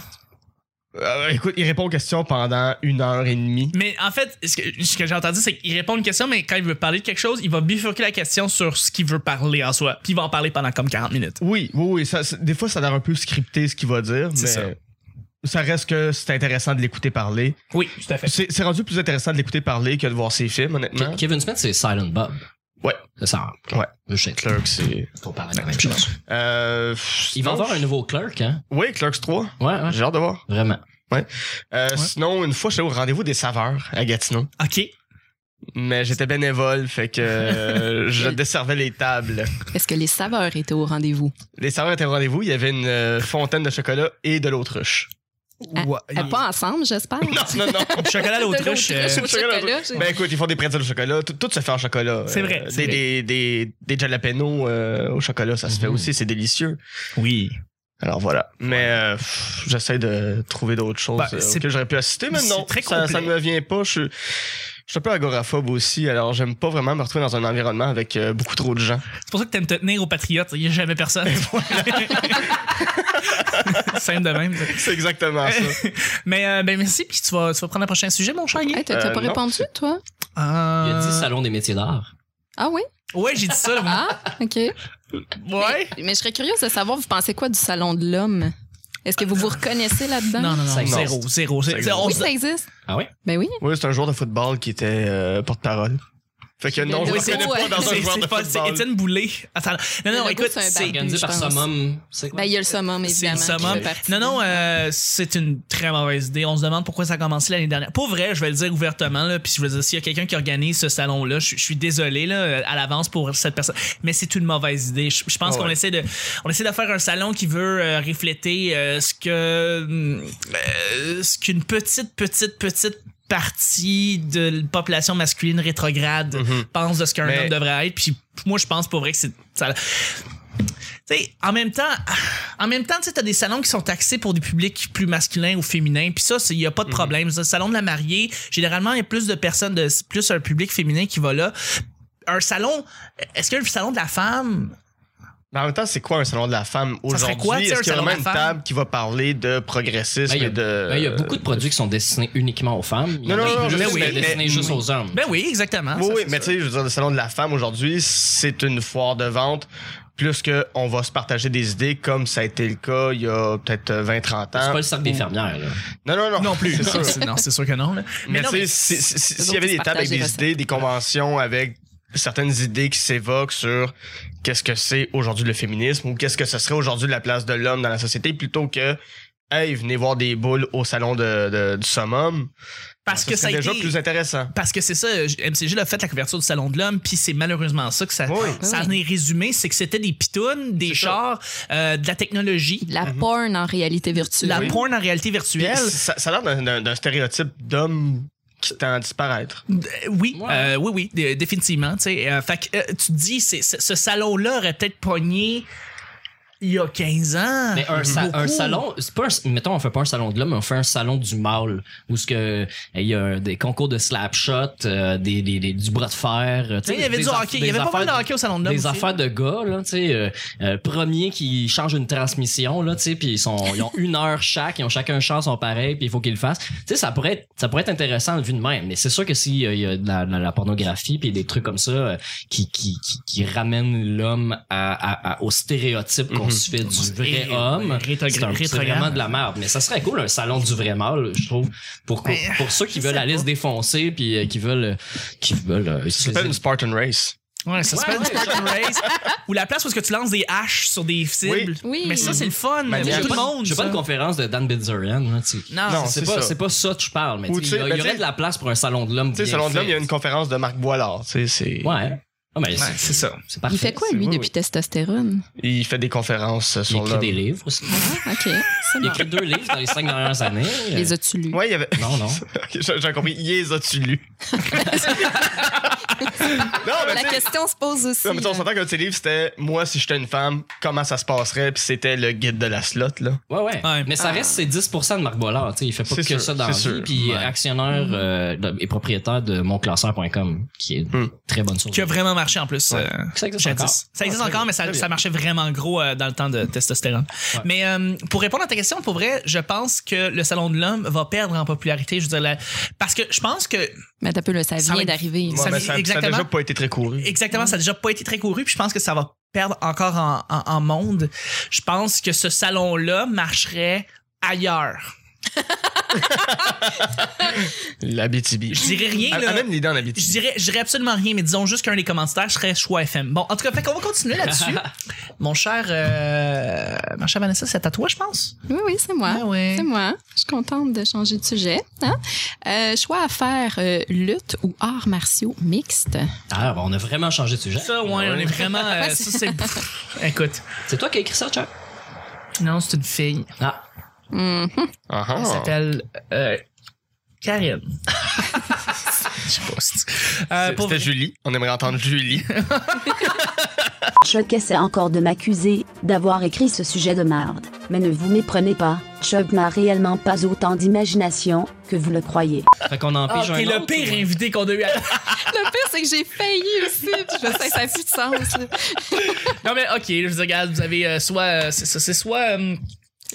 Speaker 2: euh, écoute, il répond aux questions pendant une heure et demie.
Speaker 1: Mais en fait, ce que, ce que j'ai entendu, c'est qu'il répond à une question, mais quand il veut parler de quelque chose, il va bifurquer la question sur ce qu'il veut parler en soi. Puis il va en parler pendant comme 40 minutes.
Speaker 2: Oui, oui, oui. ça- ça- des fois, ça a l'air un peu scripté ce qu'il va dire, mais
Speaker 1: C'est ça.
Speaker 2: ça reste que c'est intéressant de l'écouter parler.
Speaker 1: Oui, tout à fait.
Speaker 2: C'est c'est rendu plus intéressant de l'écouter parler que de voir ses films, honnêtement.
Speaker 3: Ke- Kevin Smith, c'est Silent Bob.
Speaker 2: Ouais.
Speaker 3: C'est ça.
Speaker 2: Ouais.
Speaker 3: Je sais que
Speaker 2: Clerks, c'est.
Speaker 3: on parle de la même chose.
Speaker 2: Euh,
Speaker 3: Il
Speaker 2: sinon,
Speaker 3: va avoir un nouveau clerk, hein?
Speaker 2: Oui, Clerks 3.
Speaker 3: Ouais, ouais.
Speaker 2: J'ai hâte de voir.
Speaker 3: Vraiment.
Speaker 2: Euh, Sinon, une fois, j'étais au rendez-vous des saveurs à Gatineau.
Speaker 1: OK.
Speaker 2: Mais j'étais bénévole, fait que euh, je desservais les tables.
Speaker 4: Est-ce que les saveurs étaient au rendez-vous?
Speaker 2: Les serveurs étaient au rendez-vous, il y avait une euh, fontaine de chocolat et de l'autruche.
Speaker 4: Ah,
Speaker 1: Ouais.
Speaker 4: Ah, Pas ensemble, j'espère.
Speaker 2: Non, non, non.
Speaker 1: Le Chocolat à l'autruche.
Speaker 4: De
Speaker 1: euh,
Speaker 4: l'autruche. Au chocolat, j'ai-
Speaker 2: ben écoute, ils font des pretzels au chocolat, tout, tout se fait en chocolat.
Speaker 1: C'est vrai,
Speaker 2: Euh,
Speaker 1: c'est
Speaker 2: des, des, des, des jalapenos euh, au chocolat, ça se fait
Speaker 3: Mhm.
Speaker 2: aussi, c'est délicieux.
Speaker 1: Oui.
Speaker 2: Alors voilà. Mais euh, pff, j'essaie de trouver d'autres choses
Speaker 1: Ben,
Speaker 2: euh,
Speaker 1: c'est-
Speaker 2: auxquelles j'aurais pu assister, mais
Speaker 1: c'est
Speaker 2: non,
Speaker 1: très
Speaker 2: ça,
Speaker 1: complet.
Speaker 2: ça ne me vient pas. Je suis, je suis un peu agoraphobe aussi, alors j'aime pas vraiment me retrouver dans un environnement avec euh, beaucoup trop de gens.
Speaker 1: C'est pour ça que t'aimes te tenir aux patriotes. Il n'y a jamais personne. Simple de même. ça.
Speaker 2: C'est exactement ça.
Speaker 1: Mais euh, ben merci, puis tu vas, tu vas prendre le prochain sujet, mon cher Guy.
Speaker 4: Hey, T'as t'as
Speaker 2: Euh,
Speaker 4: pas
Speaker 2: non.
Speaker 4: répondu, toi?
Speaker 1: Euh,
Speaker 3: Il a dit Salon des métiers d'art.
Speaker 4: Ah oui?
Speaker 1: Ouais, j'ai dit ça. là,
Speaker 4: Ah, OK.
Speaker 1: Ouais.
Speaker 4: Mais, mais je serais curieuse de savoir, vous pensez quoi du Salon de l'Homme? Est-ce que vous vous reconnaissez là-dedans?
Speaker 1: Non, non,
Speaker 3: Ça
Speaker 1: non.
Speaker 3: existe.
Speaker 1: Zéro, zéro. zéro.
Speaker 2: Ça existe.
Speaker 1: On-
Speaker 4: Oui, ça existe.
Speaker 3: Ah oui?
Speaker 4: Ben oui.
Speaker 2: Oui, c'est un joueur de football qui était euh, porte-parole. Fait que non,
Speaker 1: Oui,
Speaker 2: je ne
Speaker 4: Le
Speaker 1: c'est
Speaker 2: connais
Speaker 4: logo,
Speaker 2: pas dans un
Speaker 1: c'est-
Speaker 2: joueur de
Speaker 1: c'est pas- C'est
Speaker 2: football.
Speaker 1: Étienne Boulay. Attends, non,
Speaker 4: Le
Speaker 1: non,
Speaker 4: logo,
Speaker 1: écoute,
Speaker 4: c'est un
Speaker 1: c'est
Speaker 4: barbecue.
Speaker 3: Organisé
Speaker 4: je
Speaker 3: par
Speaker 4: pense.
Speaker 3: Summum. C'est quoi?
Speaker 4: Ben, il y a le summum,
Speaker 1: c'est
Speaker 4: évidemment.
Speaker 1: le
Speaker 4: qui
Speaker 1: summum.
Speaker 4: fait partie
Speaker 1: Non, non,
Speaker 4: de-
Speaker 1: euh, c'est une très mauvaise idée. On se demande pourquoi ça a commencé l'année dernière. Pour vrai, je vais le dire ouvertement, là, puis je veux dire, s'il y a quelqu'un qui organise ce salon-là, je, je suis désolé là, à l'avance pour cette personne, mais c'est une mauvaise idée. Je, je pense
Speaker 2: Ah ouais.
Speaker 1: qu'on essaie de, on essaie de faire un salon qui veut euh, refléter euh, ce que, hum, euh, ce qu'une petite, petite, petite partie de la population masculine rétrograde
Speaker 2: Mhm.
Speaker 1: pense de ce qu'un
Speaker 2: Mais-
Speaker 1: homme devrait être. Puis moi, je pense pour vrai que c'est. ça- Tu sais, en même temps, en même temps, tu sais, t'as des salons qui sont axés pour des publics plus masculins ou féminins. Puis ça, il y a pas de
Speaker 2: Mhm.
Speaker 1: problème. Le salon de la mariée, généralement, il y a plus de personnes, de, plus un public féminin qui va là. Un salon, est-ce que le salon de la femme,
Speaker 2: Mais en même temps, c'est quoi un salon de la femme
Speaker 1: Ça serait quoi,
Speaker 2: aujourd'hui?
Speaker 1: tu sais,
Speaker 2: Est-ce
Speaker 1: un
Speaker 2: qu'il y a
Speaker 1: salon
Speaker 2: vraiment
Speaker 1: de
Speaker 2: une
Speaker 1: la femme?
Speaker 2: table qui va parler de progressisme
Speaker 3: Ben, il y a-
Speaker 2: et de.
Speaker 3: Ben, il y a beaucoup
Speaker 1: euh,
Speaker 3: de produits qui sont destinés uniquement aux femmes. Il y
Speaker 2: Non,
Speaker 3: en a
Speaker 2: non, non,
Speaker 1: je
Speaker 3: plus
Speaker 1: sais,
Speaker 3: qui
Speaker 1: mais-
Speaker 3: sont destinés
Speaker 2: mais-
Speaker 3: juste aux hommes.
Speaker 1: ben oui, exactement.
Speaker 2: Oui,
Speaker 1: ça,
Speaker 2: oui,
Speaker 1: c'est
Speaker 2: mais tu
Speaker 1: ça.
Speaker 2: sais, je veux dire, le salon de la femme aujourd'hui, c'est une foire de vente. Plus qu'on va se partager des idées comme ça a été le cas il y a peut-être 20-30
Speaker 3: c'est
Speaker 2: ans.
Speaker 3: pas le cercle des fermières, là.
Speaker 2: Non, non, non.
Speaker 1: non plus.
Speaker 2: C'est sûr.
Speaker 1: Non, c'est- non, c'est sûr que non. là.
Speaker 2: Mais,
Speaker 1: non,
Speaker 2: tu sais, si- si- si- s'il y avait des
Speaker 4: Ils
Speaker 2: tables avec
Speaker 4: partagent
Speaker 2: des
Speaker 4: les
Speaker 2: idées, des conventions avec certaines idées qui s'évoquent sur qu'est-ce que c'est aujourd'hui le féminisme ou qu'est-ce que ce serait aujourd'hui la place de l'homme dans la société plutôt que Hey, venez voir des boules au salon de, de- du summum.
Speaker 1: Parce
Speaker 2: Ce
Speaker 1: que ça a
Speaker 2: serait déjà
Speaker 1: été-
Speaker 2: plus intéressant.
Speaker 1: Parce que c'est ça, MCG l'a fait la couverture du Salon de l'Homme, puis c'est malheureusement ça que ça,
Speaker 2: Oui.
Speaker 1: ça
Speaker 4: Oui.
Speaker 1: en est résumé, c'est que c'était des pitounes, des chars, euh, de la technologie,
Speaker 4: La porn en réalité virtuelle.
Speaker 1: Mhm. la porn en réalité virtuelle.
Speaker 2: Ça, ça a l'air d'un- d'un- d'un stéréotype d'homme qui tend à disparaître.
Speaker 3: Ben,
Speaker 1: Euh, oui,
Speaker 3: Ouais.
Speaker 1: euh, oui, oui, dé- définitivement. tu sais. Euh, fait que, euh, tu te dis, c'est- c'est- ce salon-là aurait peut-être pogné il y a 15 ans.
Speaker 3: Mais un, sa-
Speaker 1: Beaucoup.
Speaker 3: un salon, c'est pas un- mettons, on fait pas un salon de l'homme, mais on fait un salon du mâle, où ce que eh, il y a des concours de slapshot, euh, des, des, des- du bras de fer. euh, tu sais,
Speaker 1: Il y avait
Speaker 3: des
Speaker 1: du
Speaker 3: aff-
Speaker 1: hockey, il y
Speaker 3: des
Speaker 1: avait pas mal de
Speaker 3: affaires-
Speaker 1: hockey au Salon de l'Homme.
Speaker 3: Des
Speaker 1: aussi.
Speaker 3: affaires de gars, là, tu sais, euh, euh, premier qui change une transmission, là, tu sais, puis ils, sont, ils ont une heure chaque, ils ont chacun un char, sont pareils, puis il faut qu'ils le fassent. Tu sais, ça pourrait, être, ça pourrait être intéressant vu de même, mais c'est sûr que s'il y a de la, de la pornographie puis des trucs comme ça euh, qui, qui, qui, qui ramènent l'homme à, à- à- au stéréotype
Speaker 2: Mhm.
Speaker 3: qu'on se fait du vrai
Speaker 1: Ré-
Speaker 3: homme,
Speaker 1: rétrograde-
Speaker 3: c'est un- c'est
Speaker 1: rétrograde.
Speaker 3: vraiment de la merde. Mais ça serait cool, un salon du vrai mâle, je trouve, pour,
Speaker 1: Ben,
Speaker 3: pour ceux qui veulent la liste défoncer puis euh, qui veulent, qui veulent euh,
Speaker 2: Ça s'appelle
Speaker 3: utiliser
Speaker 2: une Spartan Race.
Speaker 1: Ouais, ça s'appelle
Speaker 3: Ouais,
Speaker 1: du Spartan Race. Ou la place où est-ce que tu lances des haches sur des cibles.
Speaker 4: Oui.
Speaker 1: Mais ça, c'est le fun.
Speaker 2: Mais
Speaker 1: pour
Speaker 2: j'ai
Speaker 1: tout
Speaker 3: pas-
Speaker 1: le monde.
Speaker 3: J'ai
Speaker 1: ça.
Speaker 3: pas de conférence de Dan Bilzerian. là, tu sais.
Speaker 1: Non,
Speaker 2: Non,
Speaker 3: c'est
Speaker 2: c'est
Speaker 3: pas,
Speaker 2: ça.
Speaker 3: c'est pas ça que je parle, mais
Speaker 2: Ou
Speaker 3: tu
Speaker 2: tu
Speaker 3: sais,
Speaker 2: sais,
Speaker 3: il y, a-
Speaker 2: ben,
Speaker 3: il
Speaker 2: tu
Speaker 3: y aurait
Speaker 2: sais-
Speaker 3: de la place pour un salon de l'homme.
Speaker 2: Tu sais,
Speaker 3: bien
Speaker 2: salon de l'homme,
Speaker 3: fait.
Speaker 2: il y a une conférence de Marc Boilard. tu sais, c'est-
Speaker 3: Ouais. Ah, ben,
Speaker 1: Ouais,
Speaker 3: c'est
Speaker 1: c'est ça.
Speaker 3: c'est parfait.
Speaker 4: Il fait quoi,
Speaker 2: c'est
Speaker 4: lui,
Speaker 2: moi,
Speaker 4: depuis
Speaker 2: oui.
Speaker 4: testostérone?
Speaker 2: Il fait des conférences euh,
Speaker 3: Il
Speaker 2: sur
Speaker 3: écrit des
Speaker 2: l'homme.
Speaker 3: livres aussi.
Speaker 4: Ah, OK. C'est
Speaker 3: Il
Speaker 4: bon.
Speaker 3: écrit deux livres dans les cinq dernières années.
Speaker 1: euh,
Speaker 4: Les as-tu lus?
Speaker 2: Ouais, il y avait.
Speaker 3: Non, non.
Speaker 2: Ok, J'ai j'ai compris. Il les a-tu lus? non, mais
Speaker 4: La
Speaker 2: tu sais-
Speaker 4: question se pose aussi.
Speaker 2: Non, mais tu sais, on s'entend qu'un de ses livres, c'était Moi, si j'étais une femme, comment ça se passerait? Puis c'était le guide de la slot, là.
Speaker 3: Ouais, ouais,
Speaker 1: Ouais.
Speaker 3: Mais ça reste ses 10% de Marc Bollard. tu sais, Il fait pas que
Speaker 2: C'est sûr,
Speaker 3: ça dans la
Speaker 2: c'est
Speaker 3: vie.
Speaker 2: sûr.
Speaker 3: Puis
Speaker 2: Ouais.
Speaker 3: actionnaire
Speaker 1: Mm-hmm.
Speaker 3: euh, de- et propriétaire de monclasseur.com, qui est une
Speaker 2: Hmm.
Speaker 3: très bonne source.
Speaker 1: Qui a vraiment marché en plus. euh,
Speaker 3: Ça existe
Speaker 1: jadis.
Speaker 3: encore.
Speaker 1: Ça existe
Speaker 3: Ah, très
Speaker 1: encore, mais
Speaker 3: bien,
Speaker 1: ça,
Speaker 3: très
Speaker 1: ça marchait vraiment gros euh, dans le temps de testostérone.
Speaker 3: Ouais.
Speaker 1: Mais euh, pour répondre à ta question, pour vrai, je pense que le Salon de l'Homme va perdre en popularité. Je veux dire, la- parce que je pense que
Speaker 4: Mais Ben, t'as peu, là, ça
Speaker 1: Ça va
Speaker 4: vient
Speaker 1: être-
Speaker 4: d'arriver.
Speaker 2: Ouais,
Speaker 1: Ça
Speaker 2: ben,
Speaker 1: vient-
Speaker 2: ça, ça a
Speaker 1: exactement.
Speaker 2: déjà pas été très couru.
Speaker 1: Exactement, ça a déjà pas été très couru, puis je pense que ça va perdre encore en, en- en monde. Je pense que ce salon-là marcherait ailleurs.
Speaker 2: La BTB.
Speaker 1: Je dirais
Speaker 3: Ah,
Speaker 1: rien, là.
Speaker 2: Amène l'idée en
Speaker 1: Je
Speaker 2: BTB.
Speaker 1: dirais, je dirais absolument rien, mais disons juste qu'un des commentaires serait choix FM. Bon, en tout cas, fait qu'on va continuer là-dessus. Mon cher, euh, ma chère Vanessa, c'est à toi, je pense.
Speaker 4: Oui, oui, c'est moi.
Speaker 1: Ah ouais.
Speaker 4: C'est moi. Je suis contente de changer de sujet. hein. Euh, choix à faire euh, lutte ou arts martiaux mixtes.
Speaker 3: Ah, ben, on a vraiment changé de sujet.
Speaker 1: Ça, ouais, on est vraiment. euh,
Speaker 4: Ouais,
Speaker 1: ça, c'est. Écoute.
Speaker 3: C'est toi qui as écrit ça, Chuck?
Speaker 1: Non, c'est une fille.
Speaker 3: Ah.
Speaker 4: Mhm.
Speaker 2: Ah, ah.
Speaker 1: Elle s'appelle euh, Karine. je sais pas si tu- Euh,
Speaker 2: C'est-
Speaker 1: pour
Speaker 2: C'était
Speaker 1: vrai.
Speaker 2: Julie. On aimerait entendre Julie.
Speaker 6: Chuck essaie encore de m'accuser d'avoir écrit ce sujet de marde. Mais ne vous méprenez pas, Chuck n'a réellement pas autant d'imagination que vous le croyez.
Speaker 3: Fait qu'on en
Speaker 1: Ah,
Speaker 3: pige un
Speaker 1: t'es le
Speaker 3: autre,
Speaker 1: pire
Speaker 3: ou-
Speaker 1: invité qu'on a eu à
Speaker 4: Le pire, c'est que j'ai failli aussi. puis Je sais que ça n'a plus de sens. là.
Speaker 1: Non, mais OK, je vous regarde, vous avez euh, soit. euh, c'est ça, c'est soit. euh,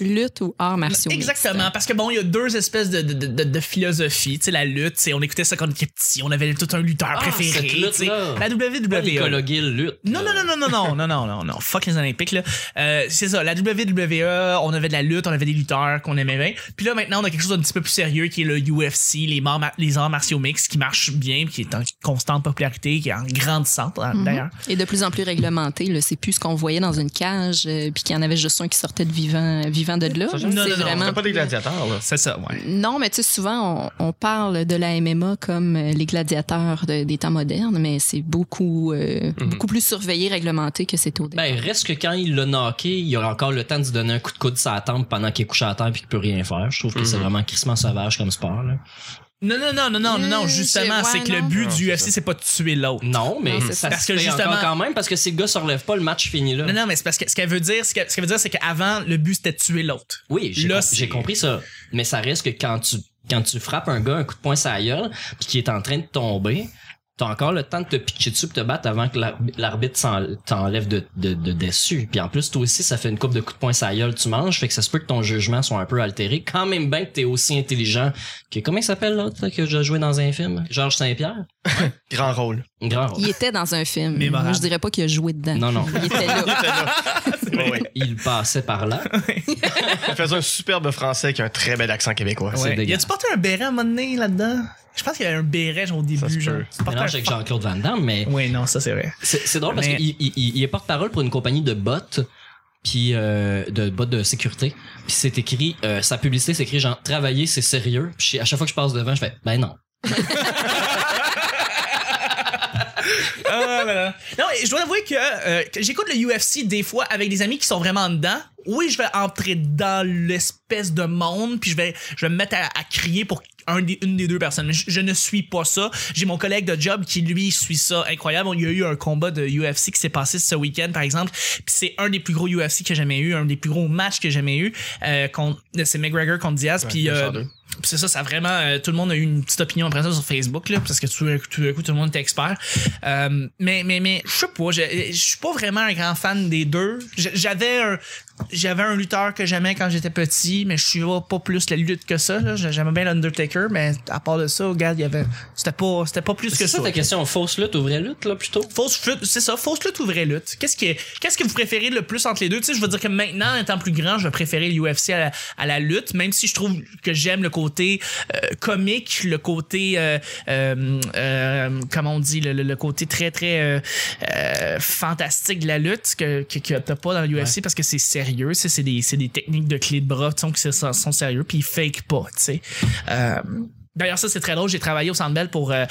Speaker 4: Lutte ou arts
Speaker 1: Ah,
Speaker 4: martiaux
Speaker 1: exactement, parce que bon, il y a deux espèces de, de, de, de philosophies. Tu sais, la lutte, c'est on écoutait ça quand on était petit, on avait tout un lutteur
Speaker 3: Ah,
Speaker 1: préféré.
Speaker 3: cette
Speaker 1: tu sais.
Speaker 3: lutte-là.
Speaker 1: La E.
Speaker 3: Pas
Speaker 1: WWE.
Speaker 3: Nicolas Gill lutte.
Speaker 1: Non, non, non, non, non, non, non, non, non, non, fuck les Olympiques, là. Euh, c'est ça, la WWE, on avait de la lutte, on avait des lutteurs qu'on aimait bien. Puis là, maintenant, on a quelque chose d'un petit peu plus sérieux qui est le UFC, les, mar- ma- les arts martiaux mixtes qui marchent bien, puis qui est en constante popularité, qui est en grandissante, hein, d'ailleurs.
Speaker 4: Et de plus en plus réglementé. là. C'est plus ce qu'on voyait dans une cage, euh, puis qu'il y en avait juste un qui sortait de vivant, vivant de là.
Speaker 1: j'aime ça. Non,
Speaker 4: C'est
Speaker 1: non, non,
Speaker 4: vraiment.
Speaker 2: C'était pas des gladiateurs, là.
Speaker 1: C'est ça, ouais.
Speaker 4: Non, mais tu sais, souvent, on, on parle de la MMA comme euh, les gladiateurs de- des temps modernes, mais c'est beaucoup, euh,
Speaker 1: Mhm.
Speaker 4: beaucoup plus surveillé, réglementé que c'est au début.
Speaker 3: Ben, reste que quand il l'a knocké, il aura encore le temps de se donner un coup de coude sur la tempe pendant qu'il est couché à terre puis qu'il peut rien faire. Je trouve que c'est
Speaker 1: Mhm.
Speaker 3: vraiment crissement sauvage comme sport, là.
Speaker 1: Non, non, non, non, non, non, non,
Speaker 4: Euh,
Speaker 1: justement,
Speaker 4: c'est-
Speaker 1: c'est
Speaker 4: ouais,
Speaker 1: que le
Speaker 4: non.
Speaker 1: but du
Speaker 2: Non, c'est
Speaker 1: UFC,
Speaker 2: ça.
Speaker 1: c'est pas de tuer l'autre.
Speaker 3: Non, mais
Speaker 4: Non, c'est
Speaker 3: ça
Speaker 1: ça. Parce
Speaker 3: se
Speaker 1: que
Speaker 3: fait
Speaker 1: justement-
Speaker 3: encore quand même parce que si le gars se relève pas, le match finit là.
Speaker 1: Non, non, mais c'est parce que ce qu'elle veut dire, ce qu'elle ce qu'elle veut dire, c'est qu'avant, le but c'était de tuer l'autre.
Speaker 3: Oui, j'ai
Speaker 1: Là,
Speaker 3: com- j'ai
Speaker 1: c'est-
Speaker 3: compris ça. Mais ça reste que quand tu, quand tu frappes un gars un coup de poing sur la gueule puis qu'il est en train de tomber, t'as encore le temps de te pitcher dessus pis te battre avant que l'ar- l'arbitre s'en- t'enlève de, de, de dessus. Puis en plus, toi aussi, ça fait une coupe de coups de poing sur la gueule, tu manges, fait que ça se peut que ton jugement soit un peu altéré. Quand même bien que t'es aussi intelligent que... Comment il s'appelle l'autre là, que j'ai joué dans un film? Georges Saint-Pierre?
Speaker 2: Grand rôle.
Speaker 3: Grand rôle.
Speaker 4: Il était dans un film.
Speaker 1: Mémorable.
Speaker 4: Moi, je dirais pas qu'il a joué dedans.
Speaker 3: Non, non.
Speaker 4: Il était là.
Speaker 2: Ouais, ouais.
Speaker 3: Il passait par là.
Speaker 2: Il faisait un superbe français qui a un très bel accent québécois.
Speaker 3: C'est
Speaker 1: Ouais.
Speaker 3: dégueulasse.
Speaker 1: Y a-tu porté un béret à un moment donné là-dedans? Je pense qu'il y avait un béret genre, au
Speaker 2: Ça
Speaker 1: début,
Speaker 2: se
Speaker 1: genre.
Speaker 2: peut.
Speaker 1: Tu portais
Speaker 3: Mélange
Speaker 1: un
Speaker 3: avec
Speaker 1: fa-
Speaker 3: Jean-Claude Van Damme, mais
Speaker 1: Oui, non, ça c'est vrai.
Speaker 3: c'est c'est drôle parce
Speaker 1: Mais-
Speaker 3: qu'il il- il- il est porte-parole pour une compagnie de bottes puis euh, de bottes de sécurité. Puis c'est écrit, euh, sa publicité, c'est écrit genre travailler, c'est sérieux. Puis je- à chaque fois que je passe devant, je fais ben non.
Speaker 1: Ah, là, là. Non, et je dois avouer que, euh, que j'écoute le UFC des fois avec des amis qui sont vraiment dedans. Oui, je vais entrer dans l'espèce de monde, puis je vais, je vais me mettre à, à crier pour un des- une des deux personnes. Mais je, je ne suis pas ça. J'ai mon collègue de job qui, lui, suit ça. Incroyable. Il y a eu un combat de UFC qui s'est passé ce week-end, par exemple. Puis c'est un des plus gros UFC que j'ai jamais eu, un des plus gros matchs que j'ai jamais eu. euh, contre- c'est McGregor contre Diaz. puis,
Speaker 2: deux
Speaker 1: euh,
Speaker 2: sur deux.
Speaker 1: puis c'est ça, ça a vraiment. euh, tout le monde a eu une petite opinion après ça sur Facebook, là, parce que tout d'un coup, tout, d'un coup, tout le monde était expert. Euh, mais, mais, mais, je sais pas, je, je suis pas vraiment un grand fan des deux. J'- J'avais un. J'avais un lutteur que j'aimais quand j'étais petit, mais je suis pas plus la lutte que ça. là. J'aimais bien l'Undertaker, mais à part de ça, regarde, il y avait. C'était pas, c'était pas plus que
Speaker 3: C'est
Speaker 1: ça.
Speaker 3: ça ta question, fausse lutte ou vraie lutte là plutôt?
Speaker 1: Fausse lutte, c'est ça, fausse lutte ou vraie lutte. Qu'est-ce que, qu'est-ce que vous préférez le plus entre les deux? Tu sais, je veux dire que maintenant, étant plus grand, je vais préférer l'UFC à, la- à la lutte, même si je trouve que j'aime le côté euh, comique, le côté, euh, euh, euh, comment on dit, le, le- le côté très, très euh, euh, fantastique de la lutte que, que, que t'as pas dans l'UFC parce que c'est sérieux, tu sais, c'est des, c'est des techniques de clé de bras, tu sais, qui sont, sont sérieux, puis ils fake pas, tu sais. Euh, D'ailleurs, ça, c'est très drôle. J'ai travaillé au Centre Bell pour, euh,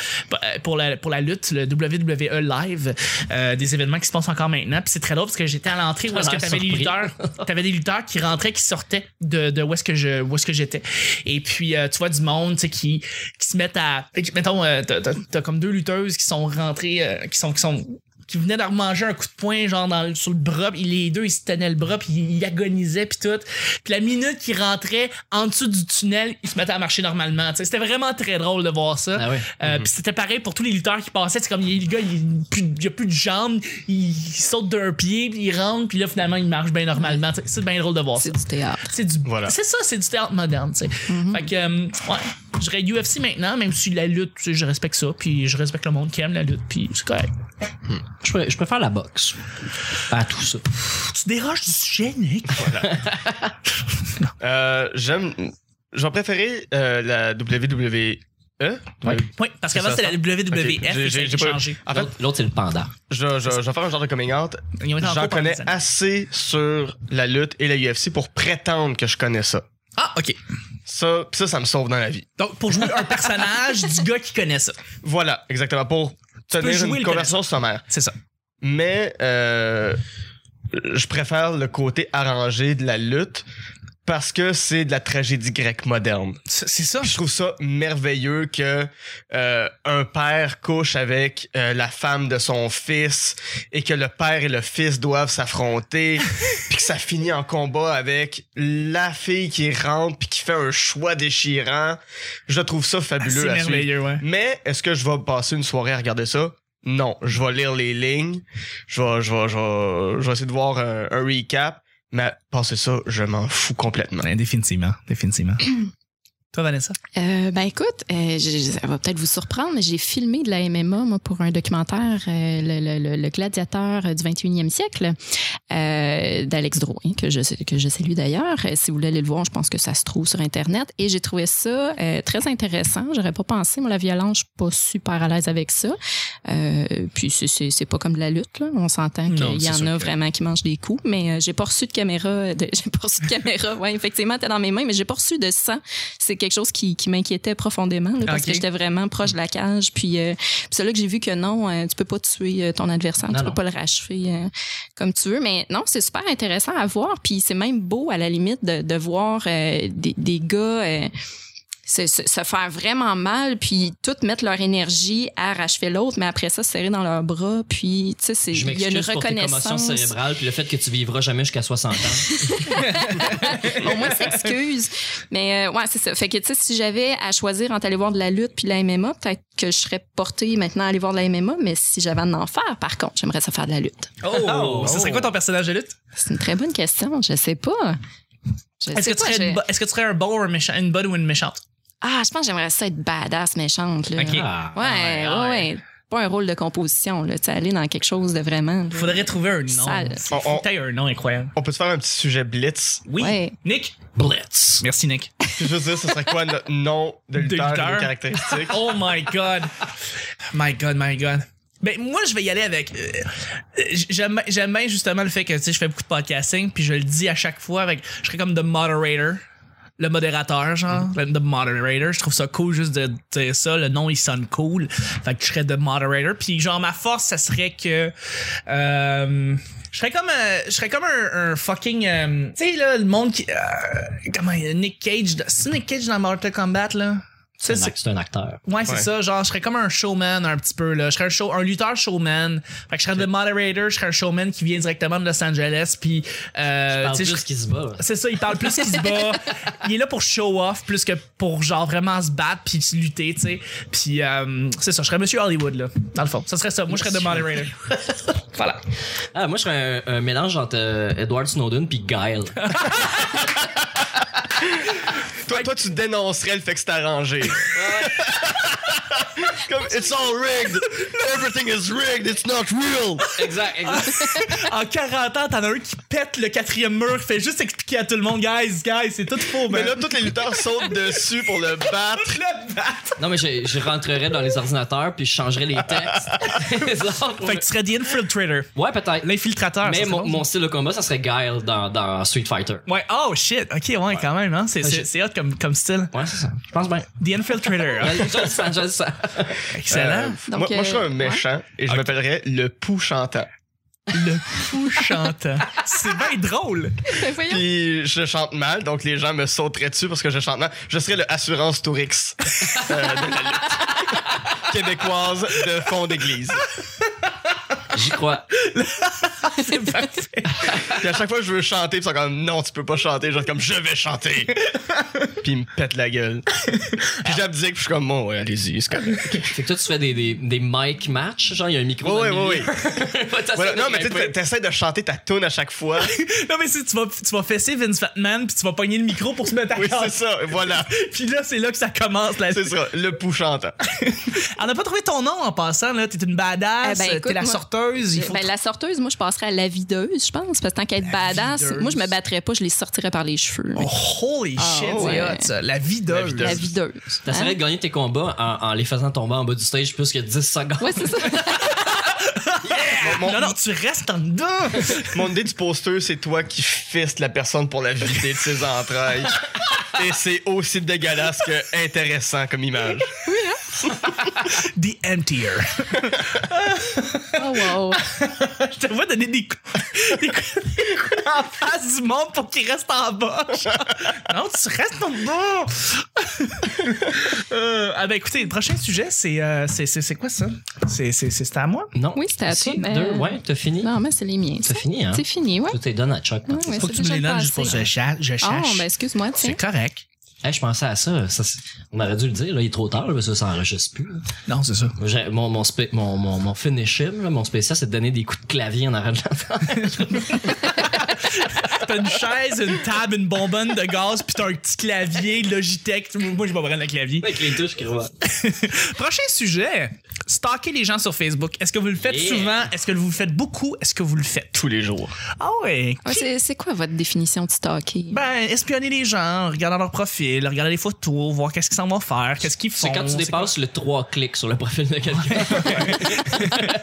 Speaker 1: pour, la, pour la lutte, le WWE Live, euh, des événements qui se passent encore maintenant. Puis c'est très drôle parce que j'étais à l'entrée où est-ce que
Speaker 3: Ah,
Speaker 1: t'avais des
Speaker 3: surpris.
Speaker 1: lutteurs. T'avais des lutteurs qui rentraient, qui sortaient de, de où est-ce que je, où est-ce que j'étais. Et puis, euh, tu vois du monde, tu sais, qui, qui se mettent à, mettons, euh, t'as, t'as- t'as comme deux lutteuses qui sont rentrées, euh, qui sont, qui sont, qui venaient de remanger un coup de poing genre dans, le- sur le bras puis les deux ils se tenaient le bras puis ils agonisaient puis tout puis la minute qu'ils rentraient en dessous du tunnel ils se mettaient à marcher normalement tu sais. c'était vraiment très drôle de voir ça
Speaker 3: Ah ouais.
Speaker 1: Euh, puis c'était pareil pour tous les lutteurs qui passaient c'est comme il- le gars il, plus- il a plus de jambes il, il saute d'un pied puis il rentre puis là finalement il marche bien normalement tu sais. c'est bien drôle de voir ça
Speaker 4: C'est du Mm-hmm. théâtre.
Speaker 1: c'est du
Speaker 2: Voilà.
Speaker 1: c'est ça c'est du théâtre moderne tu sais fait que euh, ouais j'aurais UFC maintenant même si la lutte tu sais, je respecte ça puis je respecte le monde qui aime la lutte puis c'est correct
Speaker 3: Je, pré- je préfère la boxe à tout ça.
Speaker 1: tu déroges du sujet Nick
Speaker 2: Euh, j'aime. J'en préférais euh, la E, WWE.
Speaker 3: Ouais.
Speaker 1: Oui, parce qu'avant,
Speaker 2: C'est
Speaker 1: c'était
Speaker 2: ça,
Speaker 1: la WWF
Speaker 2: Ok,
Speaker 1: E et
Speaker 2: j'ai-
Speaker 1: ça a
Speaker 2: j'ai- j'ai
Speaker 1: été
Speaker 2: pas-
Speaker 1: changé.
Speaker 2: En fait,
Speaker 3: L'autre- L'autre c'est le panda.
Speaker 2: je, je, je vais faire un genre de coming out.
Speaker 1: Ils ont été en
Speaker 2: J'en
Speaker 1: cours pendant
Speaker 2: connais
Speaker 1: des années.
Speaker 2: assez sur la lutte et la UFC pour prétendre que je connais ça.
Speaker 1: Ah, OK.
Speaker 2: Ça, pis ça, ça me sauve dans la vie.
Speaker 1: Donc, pour jouer un personnage du gars qui connaît ça.
Speaker 2: Voilà, exactement. Pour tenir
Speaker 1: jouer le
Speaker 2: une conversation sommaire.
Speaker 1: C'est ça.
Speaker 2: Mais euh, je préfère le côté arrangé de la lutte parce que c'est de la tragédie grecque moderne.
Speaker 1: C'est c'est ça.
Speaker 2: Puis je trouve ça merveilleux que euh, un père couche avec euh, la femme de son fils et que le père et le fils doivent s'affronter puis que ça finit en combat avec la fille qui rentre puis qui fait un choix déchirant. Je trouve ça
Speaker 1: Ah, C'est
Speaker 2: fabuleux à suivre.
Speaker 1: merveilleux, ouais.
Speaker 2: Mais est-ce que je vais passer une soirée à regarder ça? Non, je vais lire les lignes, je vais, je vais, je vais, je vais essayer de voir un, un recap, mais passer ça, je m'en fous complètement.
Speaker 1: Ouais, définitivement. Définitivement. Toi, Vanessa?
Speaker 4: Euh, ben écoute, euh, je- je- ça va peut-être vous surprendre, mais j'ai filmé de la MMA moi, pour un documentaire, euh, le, le- le- le gladiateur euh, du 21e siècle, euh, d'Alex Drouin, que je, que je salue d'ailleurs. Euh, Si vous voulez aller le voir, je pense que ça se trouve sur Internet. Et j'ai trouvé ça euh, très intéressant. J'aurais pas pensé, moi, la violence, je suis pas super à l'aise avec ça. Euh, puis c'est- c'est c'est pas comme de la lutte, là. On s'entend
Speaker 1: Non,
Speaker 4: qu'il
Speaker 1: c'est
Speaker 4: y en
Speaker 1: sûr
Speaker 4: a
Speaker 1: que-
Speaker 4: vraiment qui mangent des coups, mais euh, j'ai pas reçu de caméra. de- j'ai pas reçu de caméra. Ouais, effectivement, t'es dans mes mains, mais j'ai pas reçu de sang c'est quelque chose qui, qui m'inquiétait profondément là, parce
Speaker 1: Ok.
Speaker 4: que j'étais vraiment proche de la cage. Puis, euh, puis c'est là que j'ai vu que non, euh, tu peux pas tuer euh, ton adversaire,
Speaker 3: Non,
Speaker 4: tu
Speaker 3: non.
Speaker 4: peux pas le rachever euh, comme tu veux. Mais non, c'est super intéressant à voir. Puis c'est même beau à la limite de, de voir euh, des, des gars. euh, se, se- se faire vraiment mal, puis toutes mettre leur énergie à rachever l'autre, mais après ça, se serrer dans leurs bras, puis, tu sais, c'est-
Speaker 3: Je
Speaker 4: il y a une
Speaker 3: m'excuse pour tes commotions
Speaker 4: reconnaissance.
Speaker 3: cérébrales puis le fait que tu vivras jamais jusqu'à 60 ans.
Speaker 4: Au moins, s'excuse. Mais euh, ouais, c'est ça. Fait que, tu sais, si j'avais à choisir entre aller voir de la lutte puis de la MMA, peut-être que je serais portée maintenant à aller voir de la MMA, mais si j'avais à en faire, par contre, j'aimerais ça faire de la lutte.
Speaker 1: Oh! Ce serait quoi ton personnage de lutte?
Speaker 4: C'est une très bonne question. Je sais pas. Je
Speaker 1: Est-ce
Speaker 4: sais
Speaker 1: que, tu
Speaker 4: pas,
Speaker 1: serais
Speaker 4: je-
Speaker 1: une bo- est-ce que tu serais un bon ou un méchant- une bonne ou une méchante?
Speaker 4: Ah, je pense que j'aimerais ça être badass méchante. Là.
Speaker 1: Ok.
Speaker 4: Ouais,
Speaker 3: Ah,
Speaker 4: ouais,
Speaker 1: ah ouais.
Speaker 4: ouais, Pas un rôle de composition, là. Tu sais, aller dans quelque chose de vraiment. là.
Speaker 1: Faudrait trouver un nom.
Speaker 4: Sale.
Speaker 1: C'est-
Speaker 2: On- on-
Speaker 1: Putain, un nom incroyable.
Speaker 2: On peut se faire un petit sujet blitz?
Speaker 1: Oui.
Speaker 4: Ouais.
Speaker 1: Nick?
Speaker 3: Blitz.
Speaker 1: Merci, Nick.
Speaker 2: Puis je veux dire, ce serait quoi notre nom de
Speaker 1: De
Speaker 2: lutteur, et
Speaker 1: lutteur.
Speaker 2: nos caractéristiques?
Speaker 1: Oh my God. My God, my God. Ben moi je vais y aller avec euh, j'aime j'aime bien justement le fait que tu sais je fais beaucoup de podcasting puis je le dis à chaque fois avec je serais comme the moderator le modérateur genre the moderator je trouve ça cool juste de dire ça le nom il sonne cool fait que je serais the moderator puis genre ma force ça serait que euh, je serais comme euh, je serais comme un, un fucking euh, tu sais là le monde qui euh, comment Nick Cage c'est Nick Cage dans Mortal Kombat là tu sais,
Speaker 3: C'est un act- c'est un acteur.
Speaker 1: Ouais, c'est
Speaker 2: Ouais.
Speaker 1: ça. Genre, je serais comme un showman un petit peu, là. Je serais un, show, un lutteur showman. Fait que je serais le moderator, je serais un showman qui vient directement de Los Angeles. Puis, euh,
Speaker 3: Parle
Speaker 1: tu sais,
Speaker 3: juste
Speaker 1: je-
Speaker 3: qui se bat.
Speaker 1: c'est ça, il parle plus qu'il se bat. Il est là pour show off plus que pour, genre, vraiment se battre puis se lutter, tu sais. Puis, euh, c'est ça, je serais Monsieur Hollywood, là, dans le fond. Ça serait ça. Moi, je serais le moderator. voilà.
Speaker 3: Ah, moi, je serais un, un mélange entre euh, Edward Snowden puis Guile.
Speaker 2: Toi, toi, tu dénoncerais le fait que c'est arrangé. Comme, it's all rigged. Everything is rigged. It's not real.
Speaker 3: exact, exact.
Speaker 1: En 40 ans, t'en as un qui pète le quatrième mur, fait juste expliquer à tout le monde, guys, guys, c'est tout faux,
Speaker 2: Mais
Speaker 1: man.
Speaker 2: là, tous les lutteurs sautent dessus pour le battre.
Speaker 1: Le battre.
Speaker 3: Non, mais je, je rentrerais dans les ordinateurs puis je changerais les textes. Les autres,
Speaker 1: Fait que tu serais The Infiltrator.
Speaker 3: Ouais, peut-être.
Speaker 1: L'infiltrateur. ça,
Speaker 3: Mais
Speaker 1: c'est
Speaker 3: mon,
Speaker 1: bon.
Speaker 3: mon style de combat, ça serait Guile dans, dans Street Fighter.
Speaker 1: Ouais, oh shit, ok, ouais, quand même, hein. C'est, c'est,
Speaker 3: j'ai-
Speaker 1: c'est hot comme, comme style.
Speaker 3: Ouais, c'est ça. Je pense bien.
Speaker 1: The Infiltrator, hein.
Speaker 3: Je, je le sens, je le sens.
Speaker 1: excellent.
Speaker 4: Donc,
Speaker 2: moi, moi, je serais
Speaker 4: euh,
Speaker 2: un méchant et je m'appellerais le pou chantant.
Speaker 1: Le fou chantant. C'est bien drôle.
Speaker 4: Ben, voyons.
Speaker 2: Puis je chante mal, donc les gens me sauteraient dessus parce que je chante mal. Je serais le assurance Tourix euh, de la lutte québécoise de fond d'église.
Speaker 3: J'y crois.
Speaker 1: C'est parfait.
Speaker 2: Puis à chaque fois que je veux chanter, ils sont comme non, tu peux pas chanter. Genre comme je vais chanter. Puis ils me pètent la gueule. Puis j'abdique, puis je suis comme bon, ouais, allez-y, c'est correct.
Speaker 3: Fait que toi, tu fais des, des, des mic match, genre il y a un micro.
Speaker 2: Ouais,
Speaker 3: dans le
Speaker 2: ouais,
Speaker 3: milieu. T'essaies
Speaker 2: Voilà.
Speaker 3: de
Speaker 2: Non, mais tu sais,
Speaker 3: grimper.
Speaker 2: t'essaies de chanter ta tune à chaque fois.
Speaker 1: Non, mais si tu vas, tu vas fesser Vince Fatman, puis tu vas pogner le micro pour se mettre à
Speaker 2: Oui, c'est
Speaker 1: chanter.
Speaker 2: ça. Voilà.
Speaker 1: Puis là, c'est là que ça commence. Là.
Speaker 2: C'est ça, le pou chantant.
Speaker 1: On n'a pas trouvé ton nom en passant, là. T'es une badass,
Speaker 4: Eh ben, écoute,
Speaker 1: t'es la
Speaker 4: moi-
Speaker 1: sorteuse. Il faut
Speaker 4: Ben, la sorteuse, moi, je passerais à la videuse, je pense. Parce que tant qu'à être badass,
Speaker 1: videuse.
Speaker 4: moi, je me battrais pas, je les sortirais par les cheveux.
Speaker 1: Oh, holy shit, c'est
Speaker 4: Ah, ouais.
Speaker 1: hot, ça. La videuse.
Speaker 2: La videuse.
Speaker 4: La videuse. hein?
Speaker 3: T'essaierais de gagner tes combats en, en les faisant tomber en bas du stage plus que 10 secondes.
Speaker 4: Hein? Ouais, c'est ça.
Speaker 2: Mon-
Speaker 1: Non, non, tu restes en dedans.
Speaker 2: Mon idée du poster, c'est toi qui fistes la personne pour la vider de ses entrailles. Et c'est aussi dégueulasse que intéressant comme image.
Speaker 1: The Emptier.
Speaker 4: Oh, wow.
Speaker 1: Je te vois donner des coups, des coups, des coups en face du monde pour qu'il reste en bas. genre. Non, tu restes en bas. Euh, ah ben écoutez, le prochain sujet, c'est euh, c'est- c'est c'est quoi ça? C'est c'est- c'est- c'était à moi?
Speaker 3: Non.
Speaker 4: Oui, c'était à
Speaker 3: Si,
Speaker 4: toi, mais-
Speaker 3: Deux, ouais, t'as fini.
Speaker 4: Non, mais c'est les miens.
Speaker 3: C'est
Speaker 4: ça.
Speaker 3: fini, hein?
Speaker 4: C'est fini, ouais.
Speaker 3: Tout est donné à Chuck.
Speaker 4: Ouais, ouais, c'est déjà passé.
Speaker 1: chat. Je
Speaker 4: Oh, ben, excuse-moi, tiens.
Speaker 1: c'est correct.
Speaker 3: Hey, je pensais à ça. ça, c'est- on aurait dû le dire, là, il est trop tard, là, parce que ça s'enregistre plus. là.
Speaker 1: Non, c'est ça.
Speaker 3: J'ai- Mon, mon, spé- mon, mon, mon finishing, là, mon spécial, c'est de donner des coups de clavier en arrière de l'enfant.
Speaker 1: T'as une chaise, une table, une bonbonne de gaz, puis t'as un petit clavier Logitech. Moi, je vais prendre le clavier.
Speaker 3: Avec les touches qui revoient.
Speaker 1: Prochain sujet. Stalker les gens sur Facebook. Est-ce que vous le faites
Speaker 3: Yeah.
Speaker 1: souvent? Est-ce que vous le faites beaucoup? Est-ce que vous le faites?
Speaker 2: Tous les jours.
Speaker 1: Ah ouais.
Speaker 4: Ouais, c'est- c'est quoi votre définition de stalker?
Speaker 1: Ben, espionner les gens, regarder leur profil, regarder les photos, voir qu'est-ce qu'ils s'en vont faire, qu'est-ce qu'ils font.
Speaker 3: C'est quand tu dépasses le 3 clics sur le profil de quelqu'un.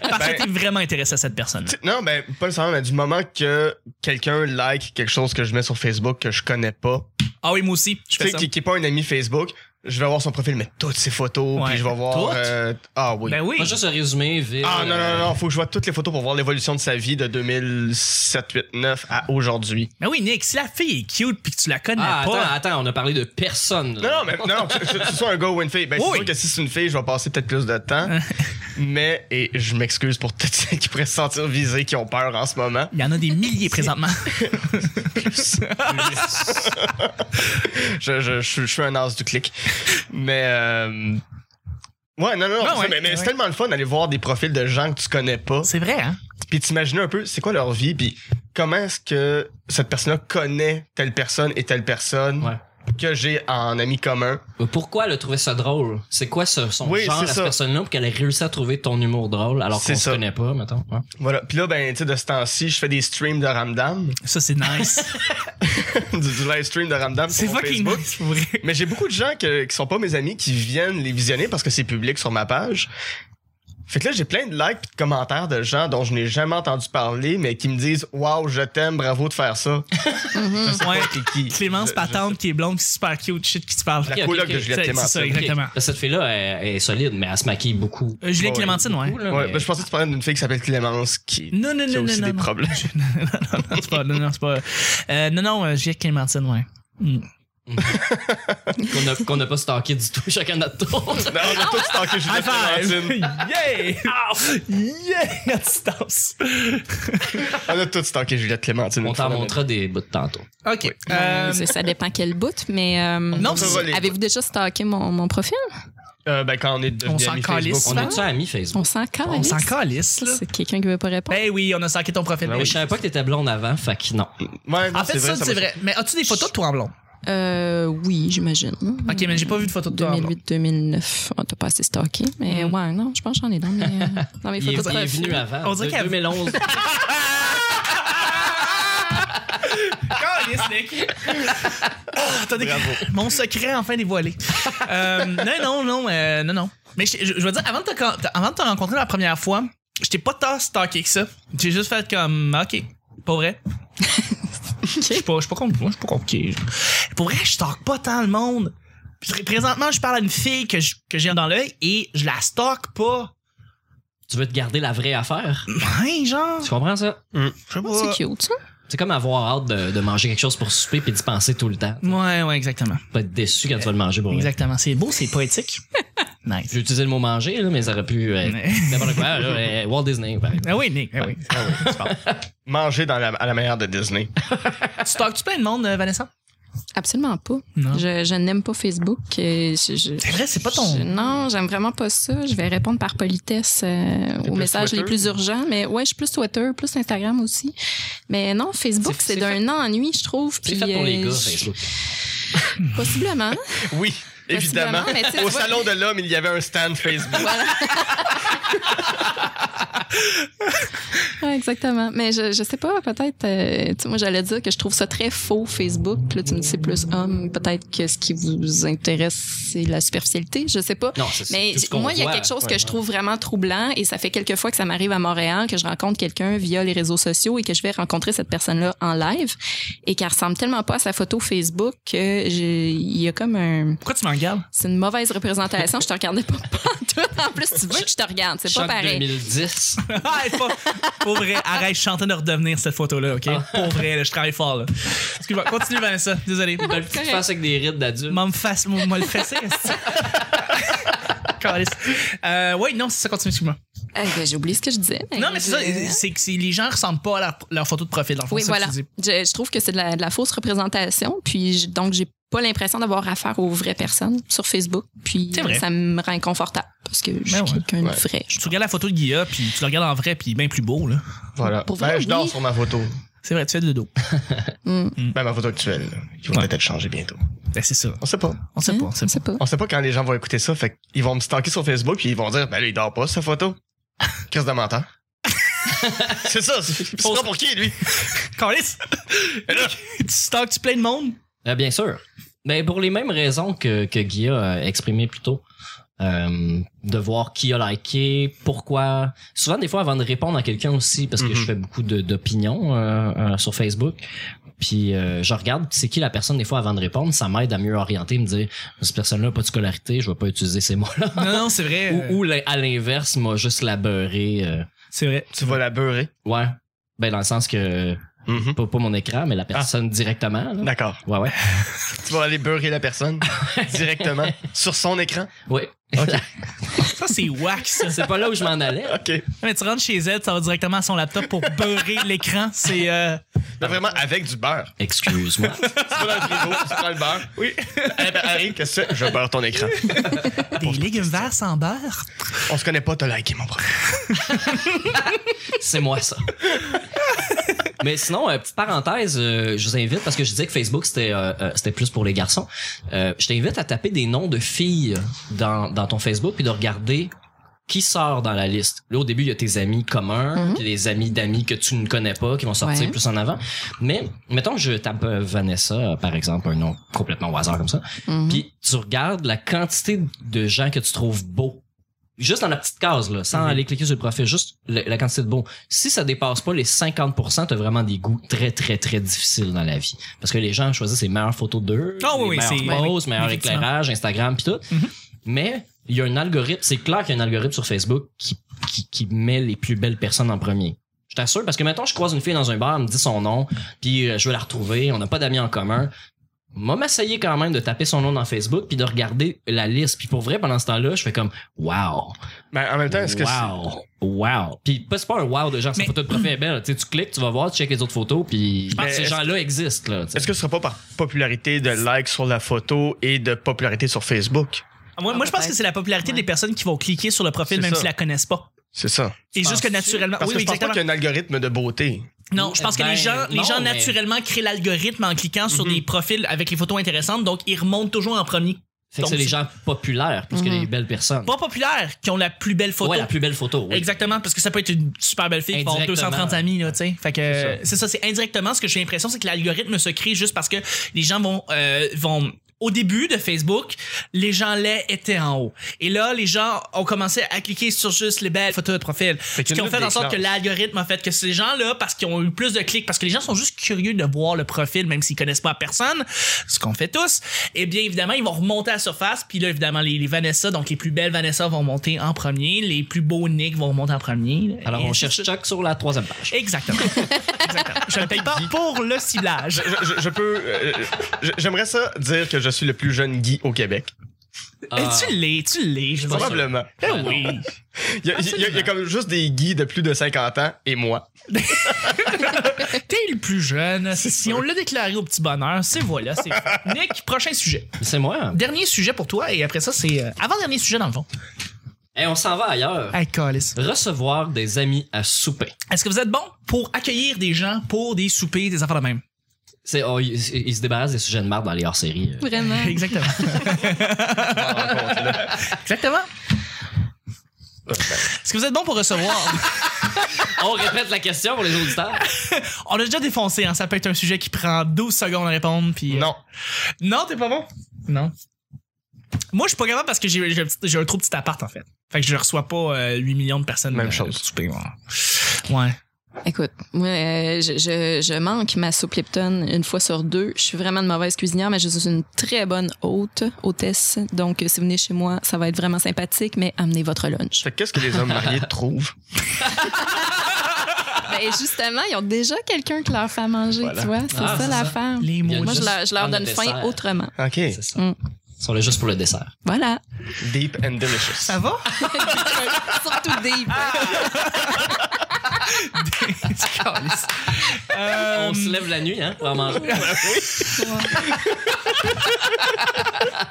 Speaker 1: Parce
Speaker 2: Ben-
Speaker 1: que t'es vraiment intéressé à cette personne.
Speaker 2: T'sais, Non, ben, pas nécessairement, mais du moment que quelqu'un like quelque chose que je mets sur Facebook que je connais pas,
Speaker 1: Ah oui, moi aussi, je
Speaker 2: tu
Speaker 1: fais
Speaker 2: sais,
Speaker 1: ça.
Speaker 2: qui, qui est pas un ami Facebook, je vais voir son profil, mais toutes ses photos,
Speaker 1: Ouais.
Speaker 2: puis je vais voir.
Speaker 3: Toutes?
Speaker 2: euh, ah oui.
Speaker 1: Ben oui.
Speaker 3: Pas juste un résumé, vite.
Speaker 2: Ah non, non, non, faut que je vois toutes les photos pour voir l'évolution de sa vie de 2007, 8, 9 à aujourd'hui.
Speaker 1: Ben oui, Nick, si la fille est cute puis que tu la connais
Speaker 3: Ah, attends,
Speaker 1: pas.
Speaker 3: attends, on a parlé de personne.
Speaker 2: Non,
Speaker 3: là.
Speaker 2: non, mais non, non, que ce- que ce soit un gars ou une fille. Ben, c'est
Speaker 1: Oui.
Speaker 2: sûr que si c'est une fille, je vais passer peut-être plus de temps. mais, et je m'excuse pour toutes celles qui pourraient se sentir visées, qui ont peur en ce moment.
Speaker 1: Il y en a des milliers présentement.
Speaker 2: Je, je, je, suis- je suis un as du clic. Mais, euh, ouais, non, non, non,
Speaker 1: Ah
Speaker 2: c'est-
Speaker 1: ouais,
Speaker 2: mais, mais c'est
Speaker 1: ouais.
Speaker 2: tellement le fun d'aller voir des profils de gens que tu connais pas.
Speaker 1: C'est vrai, hein?
Speaker 2: Puis t'imaginer un peu, c'est quoi leur vie, puis comment est-ce que cette personne-là connaît telle personne et telle personne
Speaker 3: Ouais.
Speaker 2: que j'ai en ami commun.
Speaker 3: Mais Pourquoi elle a trouvé ça drôle? C'est quoi ce- son
Speaker 2: Oui,
Speaker 3: genre
Speaker 2: c'est
Speaker 3: à cette
Speaker 2: ça.
Speaker 3: personne-là pour qu'elle ait réussi à trouver ton humour drôle alors
Speaker 2: C'est
Speaker 3: qu'on se
Speaker 2: ça.
Speaker 3: connaît pas, mettons? hein? Ouais.
Speaker 2: Voilà. Puis là, ben, tu sais, de ce temps-ci, je fais des streams de Ramdam,
Speaker 1: Ça, c'est nice.
Speaker 2: du, du live stream de Ramdam.
Speaker 1: c'est
Speaker 2: sur mon
Speaker 1: fucking
Speaker 2: Facebook.
Speaker 1: nice, pour vrai.
Speaker 2: Mais j'ai beaucoup de gens que- qui sont pas mes amis qui viennent les visionner parce que c'est public sur ma page. Fait que là, j'ai plein de likes et de commentaires de gens dont je n'ai jamais entendu parler, mais qui me disent Waouh, je t'aime, bravo de faire ça. Je sais
Speaker 1: Mhm. Ouais.
Speaker 2: pas t'es qui.
Speaker 1: Clémence
Speaker 2: Je- je-
Speaker 1: Patente qui est blonde, qui est super cute, shit, qui te parle.
Speaker 2: La
Speaker 3: Ok, ok,
Speaker 2: coloc
Speaker 3: ok.
Speaker 2: de Juliette
Speaker 1: C'est- c'est
Speaker 2: Clémentine.
Speaker 1: ça, exactement.
Speaker 3: Cette fille-là elle- elle est solide, mais elle se maquille beaucoup.
Speaker 1: Euh, Juliette
Speaker 2: Ouais.
Speaker 1: Clémentine, ouais.
Speaker 3: Beaucoup, là,
Speaker 2: Ouais,
Speaker 3: mais-
Speaker 2: ben, je pensais que tu parlais d'une fille qui s'appelle Clémence qui,
Speaker 1: Non, non,
Speaker 2: qui a
Speaker 1: non,
Speaker 2: aussi
Speaker 1: non,
Speaker 2: des
Speaker 1: non.
Speaker 2: problèmes.
Speaker 1: non, non, c'est pas. Non, non, c'est pas. Euh, non, non, euh, Juliette Clémentine, ouais. Mm.
Speaker 3: qu'on n'a qu'on n'a pas stocké du tout chacun notre tour.
Speaker 2: non, on a tous tanké
Speaker 1: High
Speaker 2: Juliette
Speaker 1: five!
Speaker 2: Clémentine. Ah,
Speaker 1: yeah! Yeah! À distance.
Speaker 2: On a tous tanké Juliette Clémentine.
Speaker 3: On
Speaker 2: une fois
Speaker 3: t'en
Speaker 2: dans
Speaker 3: montrera des bouts de tantôt.
Speaker 1: OK.
Speaker 4: Euh,
Speaker 1: Euh,
Speaker 4: ça- ça dépend quel bout, mais euh,
Speaker 1: non,
Speaker 2: On fera les-
Speaker 4: avez-vous déjà stalké mon, mon profil?
Speaker 2: la vie. Euh, ben, quand on est
Speaker 1: On
Speaker 2: devenu
Speaker 1: s'en
Speaker 2: amis
Speaker 1: calisse.
Speaker 2: Facebook,
Speaker 3: On est-tu amis Facebook?
Speaker 4: On s'en calme.
Speaker 1: on s'en calisse, là.
Speaker 4: C'est quelqu'un qui veut pas répondre.
Speaker 1: Ben oui, on a saqué ton profil.
Speaker 3: Mais je savais pas que t'étais blonde avant, fait que non.
Speaker 2: on- Ouais, non,
Speaker 1: En fait, ça,
Speaker 2: ça
Speaker 1: c'est
Speaker 2: me-
Speaker 1: vrai. Mais as-tu des photos de toi en blond?
Speaker 4: Euh, oui, j'imagine.
Speaker 1: Ben. OK, mais j'ai pas vu de photos de toi Mm. en blond.
Speaker 4: 2008-2009, on t'a Ah, pas assez stocké. Mais ouais, non, je pense que j'en ai dans mes, euh, dans mes
Speaker 3: Il est,
Speaker 4: photos. de
Speaker 3: il est
Speaker 4: profil.
Speaker 3: venu avant.
Speaker 1: On dirait
Speaker 3: De-
Speaker 1: qu'elle-
Speaker 3: 2011.
Speaker 1: Calisse, Nick! Ah, t'as des- Mon secret enfin dévoilé. Euh, non, non, non, euh, non, non. Mais je, je- je veux dire, avant de, te, con- avant de te rencontrer la première fois, je t'ai pas tant stalké que ça. J'ai juste fait comme, ah, OK, pas vrai. Je suis pas, je suis pas compliqué. Moi, je suis pas compliqué. Pour vrai, je stalk pas tant le monde. Puis très- Présentement, je parle à une fille que je- que j'ai dans l'œil et je la stalk pas.
Speaker 3: tu veux te garder la vraie affaire?
Speaker 1: Hein, genre?
Speaker 3: Tu comprends ça?
Speaker 1: Je sais
Speaker 4: C'est
Speaker 1: pas.
Speaker 4: cute, ça.
Speaker 3: C'est comme avoir hâte de, de manger quelque chose pour souper puis d'y penser tout le temps.
Speaker 1: Ouais, ouais, exactement.
Speaker 3: Tu vas être déçu quand tu vas le manger pour vrai.
Speaker 1: Exactement. C'est beau, c'est poétique. nice.
Speaker 3: J'ai utilisé le mot manger, là, mais ça aurait pu être
Speaker 1: Mais-
Speaker 3: n'importe quoi. là, euh, Walt Disney, par exemple.
Speaker 1: Ah oui, Nick. Ah oui. Ah oui, tu parles.
Speaker 2: Manger dans la, à la manière de Disney.
Speaker 1: tu stalkes-tu plein de monde, euh, Vanessa?
Speaker 4: Absolument pas.
Speaker 1: Non.
Speaker 4: Je, je n'aime pas Facebook. euh, Je, je-
Speaker 1: C'est vrai, c'est pas ton-
Speaker 4: je- non, j'aime vraiment pas ça. Je vais répondre par politesse euh,
Speaker 2: plus
Speaker 4: aux messages
Speaker 2: Twitter?
Speaker 4: les plus urgents. Mais ouais, je suis plus Twitter, plus Instagram aussi. Mais non, Facebook,
Speaker 3: C'est-
Speaker 4: c'est
Speaker 3: c'est
Speaker 4: d'un ennui, je trouve.
Speaker 3: C'est
Speaker 4: puis,
Speaker 3: fait pour les
Speaker 4: euh,
Speaker 3: gars,
Speaker 4: je-
Speaker 3: Facebook.
Speaker 4: Possiblement.
Speaker 2: Oui, évidemment.
Speaker 4: mais tu sais,
Speaker 2: Au
Speaker 4: tu vois-
Speaker 2: salon de l'homme, il y avait un stand Facebook.
Speaker 4: Ouais, exactement. Mais je, je sais pas, peut-être. euh, tu sais, moi, j'allais dire que je trouve ça très faux, Facebook. Puis Là, tu me dis c'est plus homme. Peut-être que ce qui vous intéresse, c'est la superficialité. Je sais pas.
Speaker 3: Non, c'est
Speaker 4: Mais
Speaker 3: tout ce qu'on
Speaker 4: moi, il y a
Speaker 3: voit.
Speaker 4: quelque chose
Speaker 3: Ouais.
Speaker 4: que je trouve vraiment troublant et ça fait quelques fois que ça m'arrive à Montréal que je rencontre quelqu'un via les réseaux sociaux et que je vais rencontrer cette personne-là en live et qu'elle ressemble tellement pas à sa photo Facebook que j'ai- il y a comme un...
Speaker 1: Pourquoi tu m'en regardes?
Speaker 4: C'est une mauvaise représentation. Je te regardais pas pantoute. En plus, tu veux que je te regarde. C'est pas
Speaker 3: Choc
Speaker 4: pareil.
Speaker 3: 2010.
Speaker 1: Ah, elle est pas... Pour vrai, arrête, je suis en train de redevenir cette photo-là, OK?
Speaker 4: Ah.
Speaker 1: Pour vrai, là, je travaille fort, là. Excuse-moi, continue, Vanessa. Désolé.
Speaker 3: Une belle petite face avec des rides d'adulte.
Speaker 1: M'en me fasse, m'en m'en le fessé, est-ce que- Calisse. euh, oui, non, c'est ça, continue, excuse-moi.
Speaker 4: Eh ben, J'ai oublié ce que je disais. mais
Speaker 1: Non, mais c'est
Speaker 4: je-
Speaker 1: ça, c'est que c'est- les gens ressemblent pas à leur, leur photo de profil, dans le fond,
Speaker 4: Oui,
Speaker 1: c'est ça que
Speaker 4: voilà.
Speaker 1: tu dis.
Speaker 4: Je, je trouve que c'est de la, de la fausse représentation. Puis, je- donc, j'ai pas l'impression d'avoir affaire aux vraies personnes sur Facebook. Puis,
Speaker 1: C'est vrai.
Speaker 4: ça me rend inconfortable parce que je suis
Speaker 1: Ben ouais.
Speaker 4: quelqu'un de
Speaker 2: Ouais.
Speaker 4: vrai.
Speaker 1: Tu regardes la photo de Guilla, puis tu la regardes en vrai, puis il est bien plus beau, là.
Speaker 2: Voilà.
Speaker 4: Pour
Speaker 2: Ben,
Speaker 4: vrai,
Speaker 2: je dors
Speaker 4: oui.
Speaker 2: sur ma photo.
Speaker 1: C'est vrai, tu fais le dos.
Speaker 4: Mm.
Speaker 2: Ben, ma photo actuelle, là, qui va
Speaker 1: Ouais.
Speaker 2: peut-être changer bientôt.
Speaker 1: Ben, c'est ça.
Speaker 2: On sait pas.
Speaker 1: On sait
Speaker 4: Hein?
Speaker 1: pas, on sait
Speaker 4: Je sais pas.
Speaker 2: On sait pas quand les gens vont écouter ça, fait qu'ils vont me stalker sur Facebook puis ils vont dire, ben là, il dort pas, sa photo. Qu'est-ce de menteur? c'est ça, c'est c'est pas pour qui, lui?
Speaker 1: pas. Calisse! tu stalks-tu plein de monde?
Speaker 3: Euh, bien sûr. Mais pour les mêmes raisons que, que Guy a exprimé plus tôt. Euh, de voir qui a liké, pourquoi. Souvent, des fois, avant de répondre à quelqu'un aussi, parce que
Speaker 2: Mhm.
Speaker 3: je fais beaucoup de- d'opinions euh, euh, sur Facebook, puis euh, je regarde c'est qui la personne des fois avant de répondre, ça m'aide à mieux orienter, me dire, cette personne-là a pas de scolarité, je vais pas utiliser ces mots-là.
Speaker 1: Non, non, c'est vrai.
Speaker 3: Ou- Ou, l'in- à l'inverse, m'a juste la beurrer. euh,
Speaker 1: C'est vrai.
Speaker 2: Tu vas la beurrer.
Speaker 3: ouais. Ben, dans le sens que,
Speaker 2: Mhm.
Speaker 3: pas, pas mon écran, mais la personne directement. là.
Speaker 2: D'accord.
Speaker 3: Ouais, ouais.
Speaker 2: Tu vas aller beurrer la personne directement sur son écran.
Speaker 3: Ouais.
Speaker 1: Ça, c'est whack, ça.
Speaker 3: C'est pas là où je m'en allais.
Speaker 2: OK.
Speaker 1: Mais tu rentres chez elle, ça va directement à son laptop pour beurrer l'écran. C'est. euh,
Speaker 2: Ben, vraiment, avec du beurre.
Speaker 3: Excuse-moi.
Speaker 2: Tu vas dans le frigo, tu prends le beurre. Oui. Arrive, qu'est-ce que c'est? Je beurre ton écran.
Speaker 1: des légumes verts sans beurre.
Speaker 2: On se connaît pas, t'as liké, mon frère.
Speaker 3: C'est moi ça. Mais sinon, euh, petite parenthèse, euh, je vous invite parce que je disais que Facebook c'était euh, euh, c'était plus pour les garçons. Euh, je t'invite à taper des noms de filles dans, dans ton Facebook puis de regarder qui sort dans la liste. Là au début, il y a tes amis communs,
Speaker 4: Mhm.
Speaker 3: puis les amis d'amis que tu ne connais pas qui vont sortir
Speaker 4: Ouais.
Speaker 3: plus en avant. Mais mettons que je tape euh, Vanessa euh, par exemple, un nom complètement au hasard comme ça.
Speaker 4: Mhm.
Speaker 3: Puis tu regardes la quantité de gens que tu trouves beaux juste dans la petite case, là, sans
Speaker 1: Mhm.
Speaker 3: aller cliquer sur le profil, juste le- la quantité de bons. Si ça dépasse pas les 50%, t'as vraiment des goûts très, très, très difficiles dans la vie. Parce que les gens choisissent les meilleures photos d'eux,
Speaker 1: Ah oui,
Speaker 3: les
Speaker 1: oui, c'est-
Speaker 3: meilleures poses,
Speaker 1: oui,
Speaker 3: meilleur
Speaker 1: effectivement.
Speaker 3: éclairage, Instagram puis tout.
Speaker 1: Mhm.
Speaker 3: Mais il y a un algorithme, c'est clair qu'il y a un algorithme sur Facebook qui, qui, qui met les plus belles personnes en premier. Je t'assure, parce que maintenant je croise une fille dans un bar, elle me dit son nom, puis euh, je veux la retrouver, on n'a pas d'amis en commun. Moi, m'essayer quand même de taper son nom dans Facebook puis de regarder la liste. Puis pour vrai, pendant ce temps-là, je fais comme wow,
Speaker 2: Mais Ben, en même temps, est-ce que c'est.
Speaker 3: wow, wow. Puis pas- c'est pas un wow de genre sa
Speaker 1: Mais-
Speaker 3: photo de profil est belle. Tu sais, tu cliques, tu vas voir, tu checkes les autres photos, puis
Speaker 2: pense que
Speaker 3: ces
Speaker 2: est-ce-
Speaker 3: gens-là existent là. tu sais.
Speaker 2: Est-ce que ce sera pas par popularité de likes sur la photo et de popularité sur Facebook?
Speaker 1: Moi,
Speaker 4: Ah,
Speaker 1: moi, je pense
Speaker 4: peut-être.
Speaker 1: que c'est la popularité
Speaker 4: Ouais.
Speaker 1: des personnes qui vont cliquer sur le profil
Speaker 2: C'est
Speaker 1: même
Speaker 2: ça.
Speaker 1: s'ils la connaissent pas.
Speaker 2: C'est ça.
Speaker 1: Et juste que
Speaker 3: penses-tu?
Speaker 1: naturellement.
Speaker 2: Parce
Speaker 1: oui,
Speaker 2: que
Speaker 1: oui,
Speaker 2: je pense pas
Speaker 1: exactement.
Speaker 2: qu'il y a un algorithme de beauté.
Speaker 1: Non, je pense que
Speaker 3: Ben,
Speaker 1: les gens, les
Speaker 3: non,
Speaker 1: gens
Speaker 3: mais-
Speaker 1: naturellement créent l'algorithme en cliquant sur
Speaker 2: Mhm.
Speaker 1: des profils avec les photos intéressantes, donc ils remontent toujours en premier.
Speaker 3: Fait que c'est les gens populaires plus que
Speaker 4: Mhm.
Speaker 3: les belles personnes.
Speaker 1: Pas populaires qui ont la plus belle photo.
Speaker 3: Ouais, la plus belle photo. oui.
Speaker 1: Exactement, parce que ça peut être une super belle fille qui va avoir
Speaker 3: Indirectement.
Speaker 1: 230 amis, là, tu sais. Fait que
Speaker 2: C'est
Speaker 1: euh, c'est ça, c'est indirectement ce que j'ai l'impression, c'est que l'algorithme se crée juste parce que les gens vont, euh, vont au début de Facebook, les gens laids étaient en haut. Et là, les gens ont commencé à cliquer sur juste les belles photos de profil.
Speaker 2: qu'il y a
Speaker 1: Ce qui
Speaker 2: une
Speaker 1: ont fait
Speaker 2: lutte
Speaker 1: en sorte
Speaker 2: des
Speaker 1: que l'algorithme a fait que ces gens-là, parce qu'ils ont eu plus de clics, parce que les gens sont juste curieux de voir le profil, même s'ils connaissent pas la personne, ce qu'on fait tous, eh bien, évidemment, ils vont remonter à la surface. Puis là, évidemment, les, les Vanessa, donc les plus belles Vanessa vont monter en premier, les plus beaux Nick vont remonter en premier.
Speaker 3: Alors
Speaker 1: Et
Speaker 3: on
Speaker 1: ainsi de
Speaker 3: cherche
Speaker 1: suite.
Speaker 3: Chuck sur la troisième page.
Speaker 1: Exactement. Exactement. Je ne paye pas pour le ciblage.
Speaker 2: Je, je- je peux. euh, je- J'aimerais ça dire que je suis le plus jeune Guy au Québec.
Speaker 1: Mais
Speaker 3: Ah.
Speaker 1: Eh, tu l'es, tu l'es. Je veux dire.
Speaker 2: Probablement.
Speaker 1: Ben oui.
Speaker 2: Il y, a, il y a- il y a
Speaker 1: Absolument.
Speaker 2: comme juste des Guy de plus de 50 ans et moi.
Speaker 1: T'es le plus jeune. Si on l'a déclaré au petit bonheur, c'est voilà. c'est fait. Nick, prochain sujet.
Speaker 3: Ah, C'est moi.
Speaker 1: Dernier sujet pour toi, et après ça, c'est. euh, avant-dernier sujet, dans le fond.
Speaker 3: Et Eh, on s'en va ailleurs.
Speaker 1: Hey, Calis.
Speaker 3: Recevoir des amis à souper.
Speaker 1: Est-ce que vous êtes bon pour accueillir des gens pour des soupers, des affaires de même?
Speaker 3: C'est, oh, ils, ils se débarrassent des sujets de marde dans les hors-séries. euh.
Speaker 4: Vraiment.
Speaker 1: Exactement. Ah, Exactement. Est-ce que vous êtes bon pour recevoir?
Speaker 3: On répète la question pour les auditeurs.
Speaker 1: On a déjà défoncé, hein, ça peut être un sujet qui prend 12 secondes à répondre. Puis, euh,
Speaker 2: Non.
Speaker 1: Non, t'es pas bon? Non. Moi, je suis pas capable parce que j'ai j'ai un petit- j'ai un trop petit appart, en fait. Fait que je reçois pas euh, 8 millions de personnes.
Speaker 2: Même
Speaker 1: euh,
Speaker 2: chose.
Speaker 1: souper, ouais. Ouais.
Speaker 4: Écoute, moi, euh, je, je- je manque ma soupe Lipton une fois sur deux. Je suis vraiment de mauvaise cuisinière, mais je suis une très bonne hôte, hôtesse. Donc, euh, si vous venez chez moi, ça va être vraiment sympathique, mais amenez votre lunch.
Speaker 2: Fait que Qu'est-ce que les hommes mariés trouvent?
Speaker 4: ben, justement, ils ont déjà quelqu'un qui leur fait manger, tu vois. C'est
Speaker 3: Ah,
Speaker 4: ça
Speaker 3: c'est ça.
Speaker 4: l'affaire.
Speaker 1: Les
Speaker 3: Il y a
Speaker 1: mots.
Speaker 4: Moi, je
Speaker 3: Juste
Speaker 4: leur, je leur
Speaker 3: prendre le
Speaker 4: donne faim
Speaker 3: dessert.
Speaker 4: autrement.
Speaker 2: OK.
Speaker 3: C'est ça.
Speaker 4: Mm.
Speaker 3: Ils sont là juste pour le dessert.
Speaker 4: Voilà.
Speaker 2: Deep and delicious.
Speaker 1: Ça va?
Speaker 4: Surtout des...
Speaker 1: Calisse. Euh,
Speaker 3: On se lève la nuit, hein, pour en manger.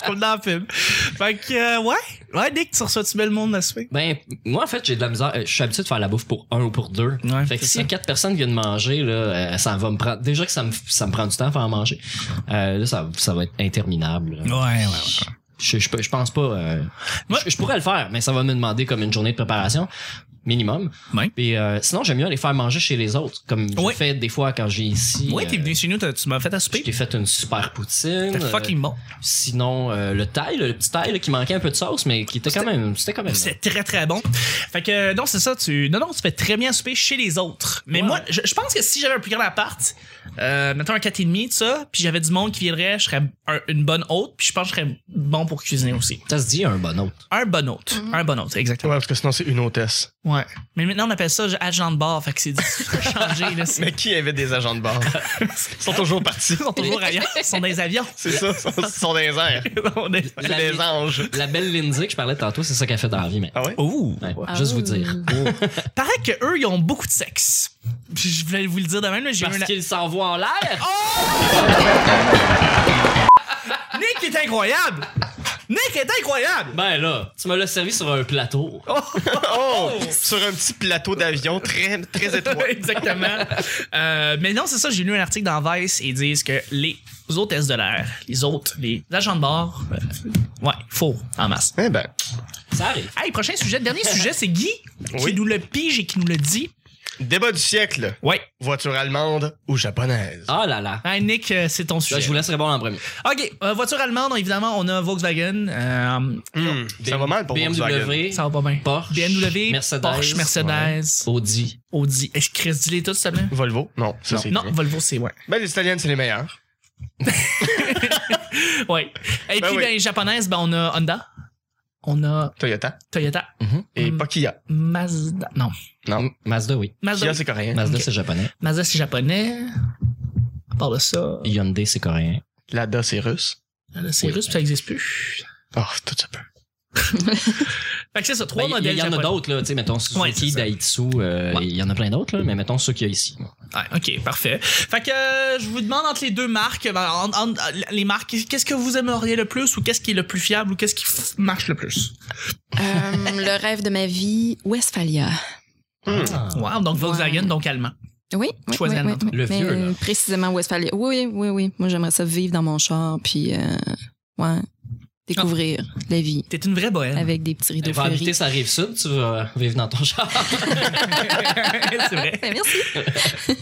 Speaker 1: comme dans le film. Fait que, euh, ouais. Ouais, Nick, tu reçois du bel monde à souper.
Speaker 3: Ben, moi, en fait, j'ai de la misère. Euh, Je suis habitué de faire la bouffe pour un ou pour deux.
Speaker 1: Ouais,
Speaker 3: fait que
Speaker 1: c'est
Speaker 3: s'il y a
Speaker 1: ça.
Speaker 3: quatre personnes qui viennent manger, là, euh, ça va me prendre. Déjà que ça me, ça me prend du temps à faire manger. Euh, là, ça, ça va être interminable. là.
Speaker 1: ouais,
Speaker 3: Je, je, peux- je pense pas. euh,
Speaker 1: Ouais.
Speaker 3: je, je pourrais le faire, mais ça va me demander comme une journée de préparation minimum.
Speaker 1: Ouais.
Speaker 3: Et euh, sinon, j'aime mieux aller faire manger chez les autres, comme je
Speaker 1: Ouais.
Speaker 3: fais des fois quand j'ai ici.
Speaker 1: Ouais, t'es
Speaker 3: euh,
Speaker 1: venu chez nous, t'as- tu m'as fait à
Speaker 3: Je
Speaker 1: souper.
Speaker 3: t'ai fait une super poutine.
Speaker 1: T'es fucking bon.
Speaker 3: Euh, sinon, euh, le taille, le petit taille là, qui manquait un peu de sauce, mais qui était quand même. C'était quand même.
Speaker 1: C'est très très bon. Fait que euh, non, c'est ça, tu non non, tu fais très bien souper chez les autres. Mais
Speaker 3: Ouais.
Speaker 1: moi, je, je pense que si j'avais un plus grand appart, euh, mettons un 4,5 et demi, tout ça, puis j'avais du monde qui viendrait, je serais un- une bonne hôte, puis je pense que je serais bon pour cuisiner aussi.
Speaker 3: Ça se dit un bon hôte.
Speaker 1: Un bon hôte, un bon hôte,
Speaker 2: Ouais,
Speaker 1: exactement.
Speaker 2: parce que sinon, c'est une hôtesse.
Speaker 1: Ouais. Mais maintenant on appelle ça agent de bord, fait que c'est difficile de changer là, c'est
Speaker 2: Mais qui avait des agents de bord? Ils sont toujours partis.
Speaker 1: ils sont toujours ailleurs, ils sont dans les avions.
Speaker 2: C'est ça, ils sont des airs.
Speaker 1: On est-
Speaker 2: C'est
Speaker 3: La-
Speaker 2: des anges.
Speaker 3: La belle Lindsay que je parlais tantôt, c'est ça qu'elle fait dans la vie, mais.
Speaker 2: Ah ouais?
Speaker 1: Ouh.
Speaker 3: Ouais,
Speaker 4: Ah.
Speaker 3: Juste vous dire.
Speaker 1: Oh. Paraît que eux ils ont beaucoup de sexe. Puis Je voulais vous le dire de même, mais j'ai eu
Speaker 3: Parce
Speaker 1: un- Oh.
Speaker 3: qu'il s'envoie en l'air.
Speaker 1: Nick est incroyable. Nick est incroyable.
Speaker 3: Ben là, tu me l'as servi sur un plateau.
Speaker 2: Oh! Sur un petit plateau d'avion très, très étroit.
Speaker 1: Exactement. Euh, mais non, c'est ça, j'ai lu un article dans Vice et ils disent que les hôtesses de l'air, les autres, les agents de bord, euh, ouais, faux, en masse.
Speaker 2: Eh ben,
Speaker 3: Ça arrive.
Speaker 1: Hey, prochain sujet, dernier sujet, c'est Guy qui
Speaker 2: Oui.
Speaker 1: nous le pige et qui nous le dit.
Speaker 2: Débat du siècle.
Speaker 1: Ouais.
Speaker 2: Voiture allemande ou japonaise?
Speaker 3: Ah là là.
Speaker 1: Hein, Nick, euh, c'est ton
Speaker 3: Là,
Speaker 1: sujet.
Speaker 3: je vous laisse répondre en premier.
Speaker 1: OK, euh, voiture allemande, évidemment, on a Volkswagen. euh,
Speaker 2: Hmm, ça va mal pour
Speaker 3: BMW,
Speaker 2: Volkswagen.
Speaker 1: ça va pas bien.
Speaker 3: Porsche,
Speaker 1: BMW,
Speaker 3: Mercedes,
Speaker 1: Porsche, Mercedes,
Speaker 3: Audi.
Speaker 1: Audi. Est-ce que Chris, dis-les tous, s'il te plaît?
Speaker 2: Volvo? Non, ça c'est.
Speaker 1: Non,
Speaker 2: bien.
Speaker 1: Volvo, c'est ouais.
Speaker 2: Ben, les italiennes, c'est les meilleures.
Speaker 1: Ouais. Et
Speaker 2: Ben
Speaker 1: puis,
Speaker 2: oui.
Speaker 1: ben, japonaise, ben, on a Honda. On a
Speaker 2: Toyota
Speaker 1: Toyota.
Speaker 2: et
Speaker 1: Hmm.
Speaker 2: pas Kia.
Speaker 1: Mazda. Non.
Speaker 2: Non.
Speaker 3: Mazda, oui.
Speaker 1: Mazda,
Speaker 2: Kia, c'est coréen.
Speaker 3: Mazda,
Speaker 1: Ok.
Speaker 3: c'est japonais.
Speaker 1: Mazda c'est japonais. À part de ça,
Speaker 3: Hyundai, c'est coréen.
Speaker 2: Lada, c'est russe.
Speaker 1: c'est
Speaker 3: Oui.
Speaker 1: russe, puis ça n'existe plus.
Speaker 2: Oh, tout ça peut.
Speaker 1: Fait que c'est ça, trois
Speaker 3: Ben, Il y-
Speaker 1: modèles.
Speaker 3: il y, en a
Speaker 1: japonais.
Speaker 3: d'autres, là. Tu sais, mettons
Speaker 1: Ouais, c'est
Speaker 3: Suzuki,
Speaker 1: ça.
Speaker 3: Daitsu. euh,
Speaker 1: Ouais. Hmm.
Speaker 3: Il y en a plein d'autres, là. Mais mettons ceux qu'il y a ici.
Speaker 1: Ouais, ok, parfait. Fait que euh, je vous demande entre les deux marques, ben, en- en- les marques, qu'est-ce que vous aimeriez le plus ou qu'est-ce qui est le plus fiable ou qu'est-ce qui f- marche le plus?
Speaker 4: Euh, le rêve de ma vie, Westphalia.
Speaker 3: Ah.
Speaker 1: Wow, donc Volkswagen,
Speaker 4: Ouais.
Speaker 1: donc allemand.
Speaker 4: Oui, oui,
Speaker 1: Choisis
Speaker 4: oui,
Speaker 1: un
Speaker 4: oui,
Speaker 1: autre.
Speaker 4: oui.
Speaker 3: Le
Speaker 4: Mais,
Speaker 3: vieux, là.
Speaker 4: euh, Précisément Westphalia. Oui, oui, oui, oui. Moi, j'aimerais ça vivre dans mon char, puis euh, ouais, découvrir
Speaker 3: Ah.
Speaker 4: la vie
Speaker 1: T'es une vraie bohème.
Speaker 4: avec des petits rideaux
Speaker 3: Tu vas
Speaker 4: fleuris.
Speaker 3: Ben, habiter sa rive sud, tu vas vivre dans ton char.
Speaker 1: c'est vrai.
Speaker 4: Ben, merci.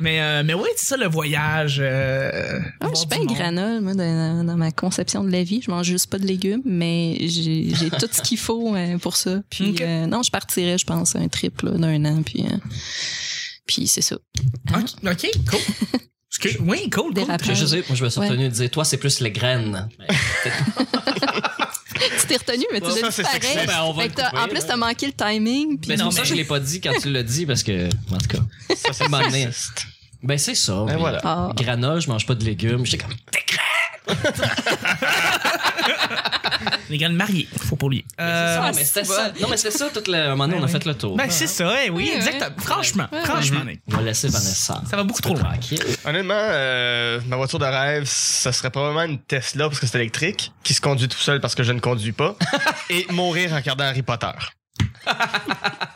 Speaker 1: Mais, euh, mais ouais, c'est ça le voyage. euh,
Speaker 4: Ah,
Speaker 1: voir
Speaker 4: je suis
Speaker 1: du
Speaker 4: pas une
Speaker 1: monde.
Speaker 4: granole, moi, dans, dans ma conception de la vie. Je mange juste pas de légumes, mais j'ai j'ai tout ce qu'il faut euh, pour ça. Puis
Speaker 1: Ok.
Speaker 4: euh, non, je partirais, je pense, à un trip là, d'un an, puis euh, puis c'est ça.
Speaker 1: Ok, ok, cool. Excuse- oui, cool, cool.
Speaker 4: Dérapage.
Speaker 3: Je, je sais, moi, je me suis
Speaker 4: Ah. Ouais. Eh,
Speaker 3: retenu de dire, toi, c'est plus les graines. Mais
Speaker 4: Tu t'es retenu, mais tu
Speaker 2: Ça,
Speaker 4: l'as dit
Speaker 2: c'est
Speaker 4: pareil.
Speaker 2: sexiste.
Speaker 3: Ben, on va
Speaker 4: Fait
Speaker 3: le
Speaker 4: que t'as-
Speaker 3: couper,
Speaker 4: en plus,
Speaker 3: là. Ben,
Speaker 4: t'as manqué le timing. Puis
Speaker 3: mais c'est
Speaker 1: non,
Speaker 3: pour ça que
Speaker 1: mais-
Speaker 3: je l'ai pas dit quand tu l'as dit, parce que, en tout cas,
Speaker 2: Ça, c'est
Speaker 3: c'est mon Ben, c'est ça.
Speaker 2: Ben,
Speaker 3: oui.
Speaker 2: voilà.
Speaker 4: Ah.
Speaker 3: Granola, je mange pas de légumes. J'étais comme,
Speaker 1: Les grandes mariées, faut pas oublier. Euh,
Speaker 3: Ah, mais c'était ça. Non, mais c'était ça, tout le un moment donné, on a
Speaker 1: Ouais,
Speaker 3: fait le tour.
Speaker 1: Ben, c'est
Speaker 2: hein.
Speaker 1: ça, eh oui,
Speaker 4: Ouais,
Speaker 1: exactement. Franchement,
Speaker 4: Ouais,
Speaker 1: franchement.
Speaker 3: on va laisser Vanessa.
Speaker 1: Ben, Ça va beaucoup trop loin.
Speaker 3: tranquille.
Speaker 2: Honnêtement, euh, ma voiture de rêve, ça serait probablement une Tesla parce que c'est électrique, qui se conduit tout seul parce que je ne conduis pas, et mourir en regardant Harry Potter.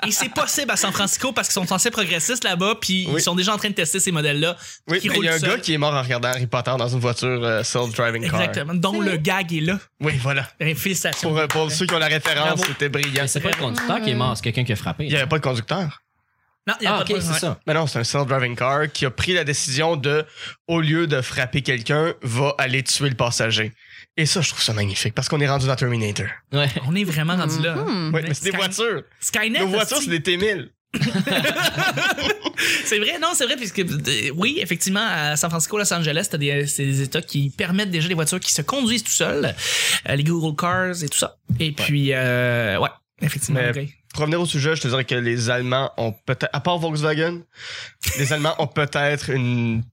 Speaker 1: Et c'est possible à San Francisco parce qu'ils sont censés progressistes là-bas, puis
Speaker 2: Oui.
Speaker 1: ils sont déjà en train de tester ces modèles-là.
Speaker 2: Oui,
Speaker 1: Qui
Speaker 2: mais il
Speaker 1: roule
Speaker 2: y a un
Speaker 1: tout seul.
Speaker 2: gars qui est mort en regardant Harry Potter dans une voiture euh, self-driving car.
Speaker 1: Exactement. Donc
Speaker 4: C'est
Speaker 1: le
Speaker 4: vrai.
Speaker 1: gag est là.
Speaker 2: Oui, voilà.
Speaker 1: Eh, Félicitations.
Speaker 2: Pour, euh, pour ceux qui ont la référence,
Speaker 1: Bravo.
Speaker 2: c'était brillant.
Speaker 3: Mais c'est pas le conducteur qui est mort, c'est quelqu'un qui a frappé.
Speaker 2: Il n'y avait pas de conducteur.
Speaker 1: Non, il y a
Speaker 3: Ah,
Speaker 1: pas
Speaker 3: ok,
Speaker 1: de
Speaker 3: c'est ça.
Speaker 2: Mais non, c'est un self-driving car qui a pris la décision de, au lieu de frapper quelqu'un, va aller tuer le passager. Et ça, je trouve ça magnifique parce qu'on est rendu dans Terminator.
Speaker 3: Ouais.
Speaker 1: On est vraiment rendu là. hein.
Speaker 4: Hmm.
Speaker 2: Oui,
Speaker 1: Mais
Speaker 2: mais c'est des
Speaker 1: Sky-
Speaker 2: voitures.
Speaker 1: Skynet.
Speaker 2: Nos voitures,
Speaker 1: aussi.
Speaker 2: c'est des T1000.
Speaker 1: C'est vrai, non, c'est vrai, puisque euh, oui, effectivement, à San Francisco, Los Angeles, t'as des, c'est des États qui permettent déjà des voitures qui se conduisent tout seules, euh, les Google Cars et tout ça. Et puis, euh, ouais, effectivement.
Speaker 2: Mais-
Speaker 1: le gars,
Speaker 2: Pour revenir au sujet, je te dirais que les Allemands ont peut-être, à part Volkswagen, les Allemands ont peut-être une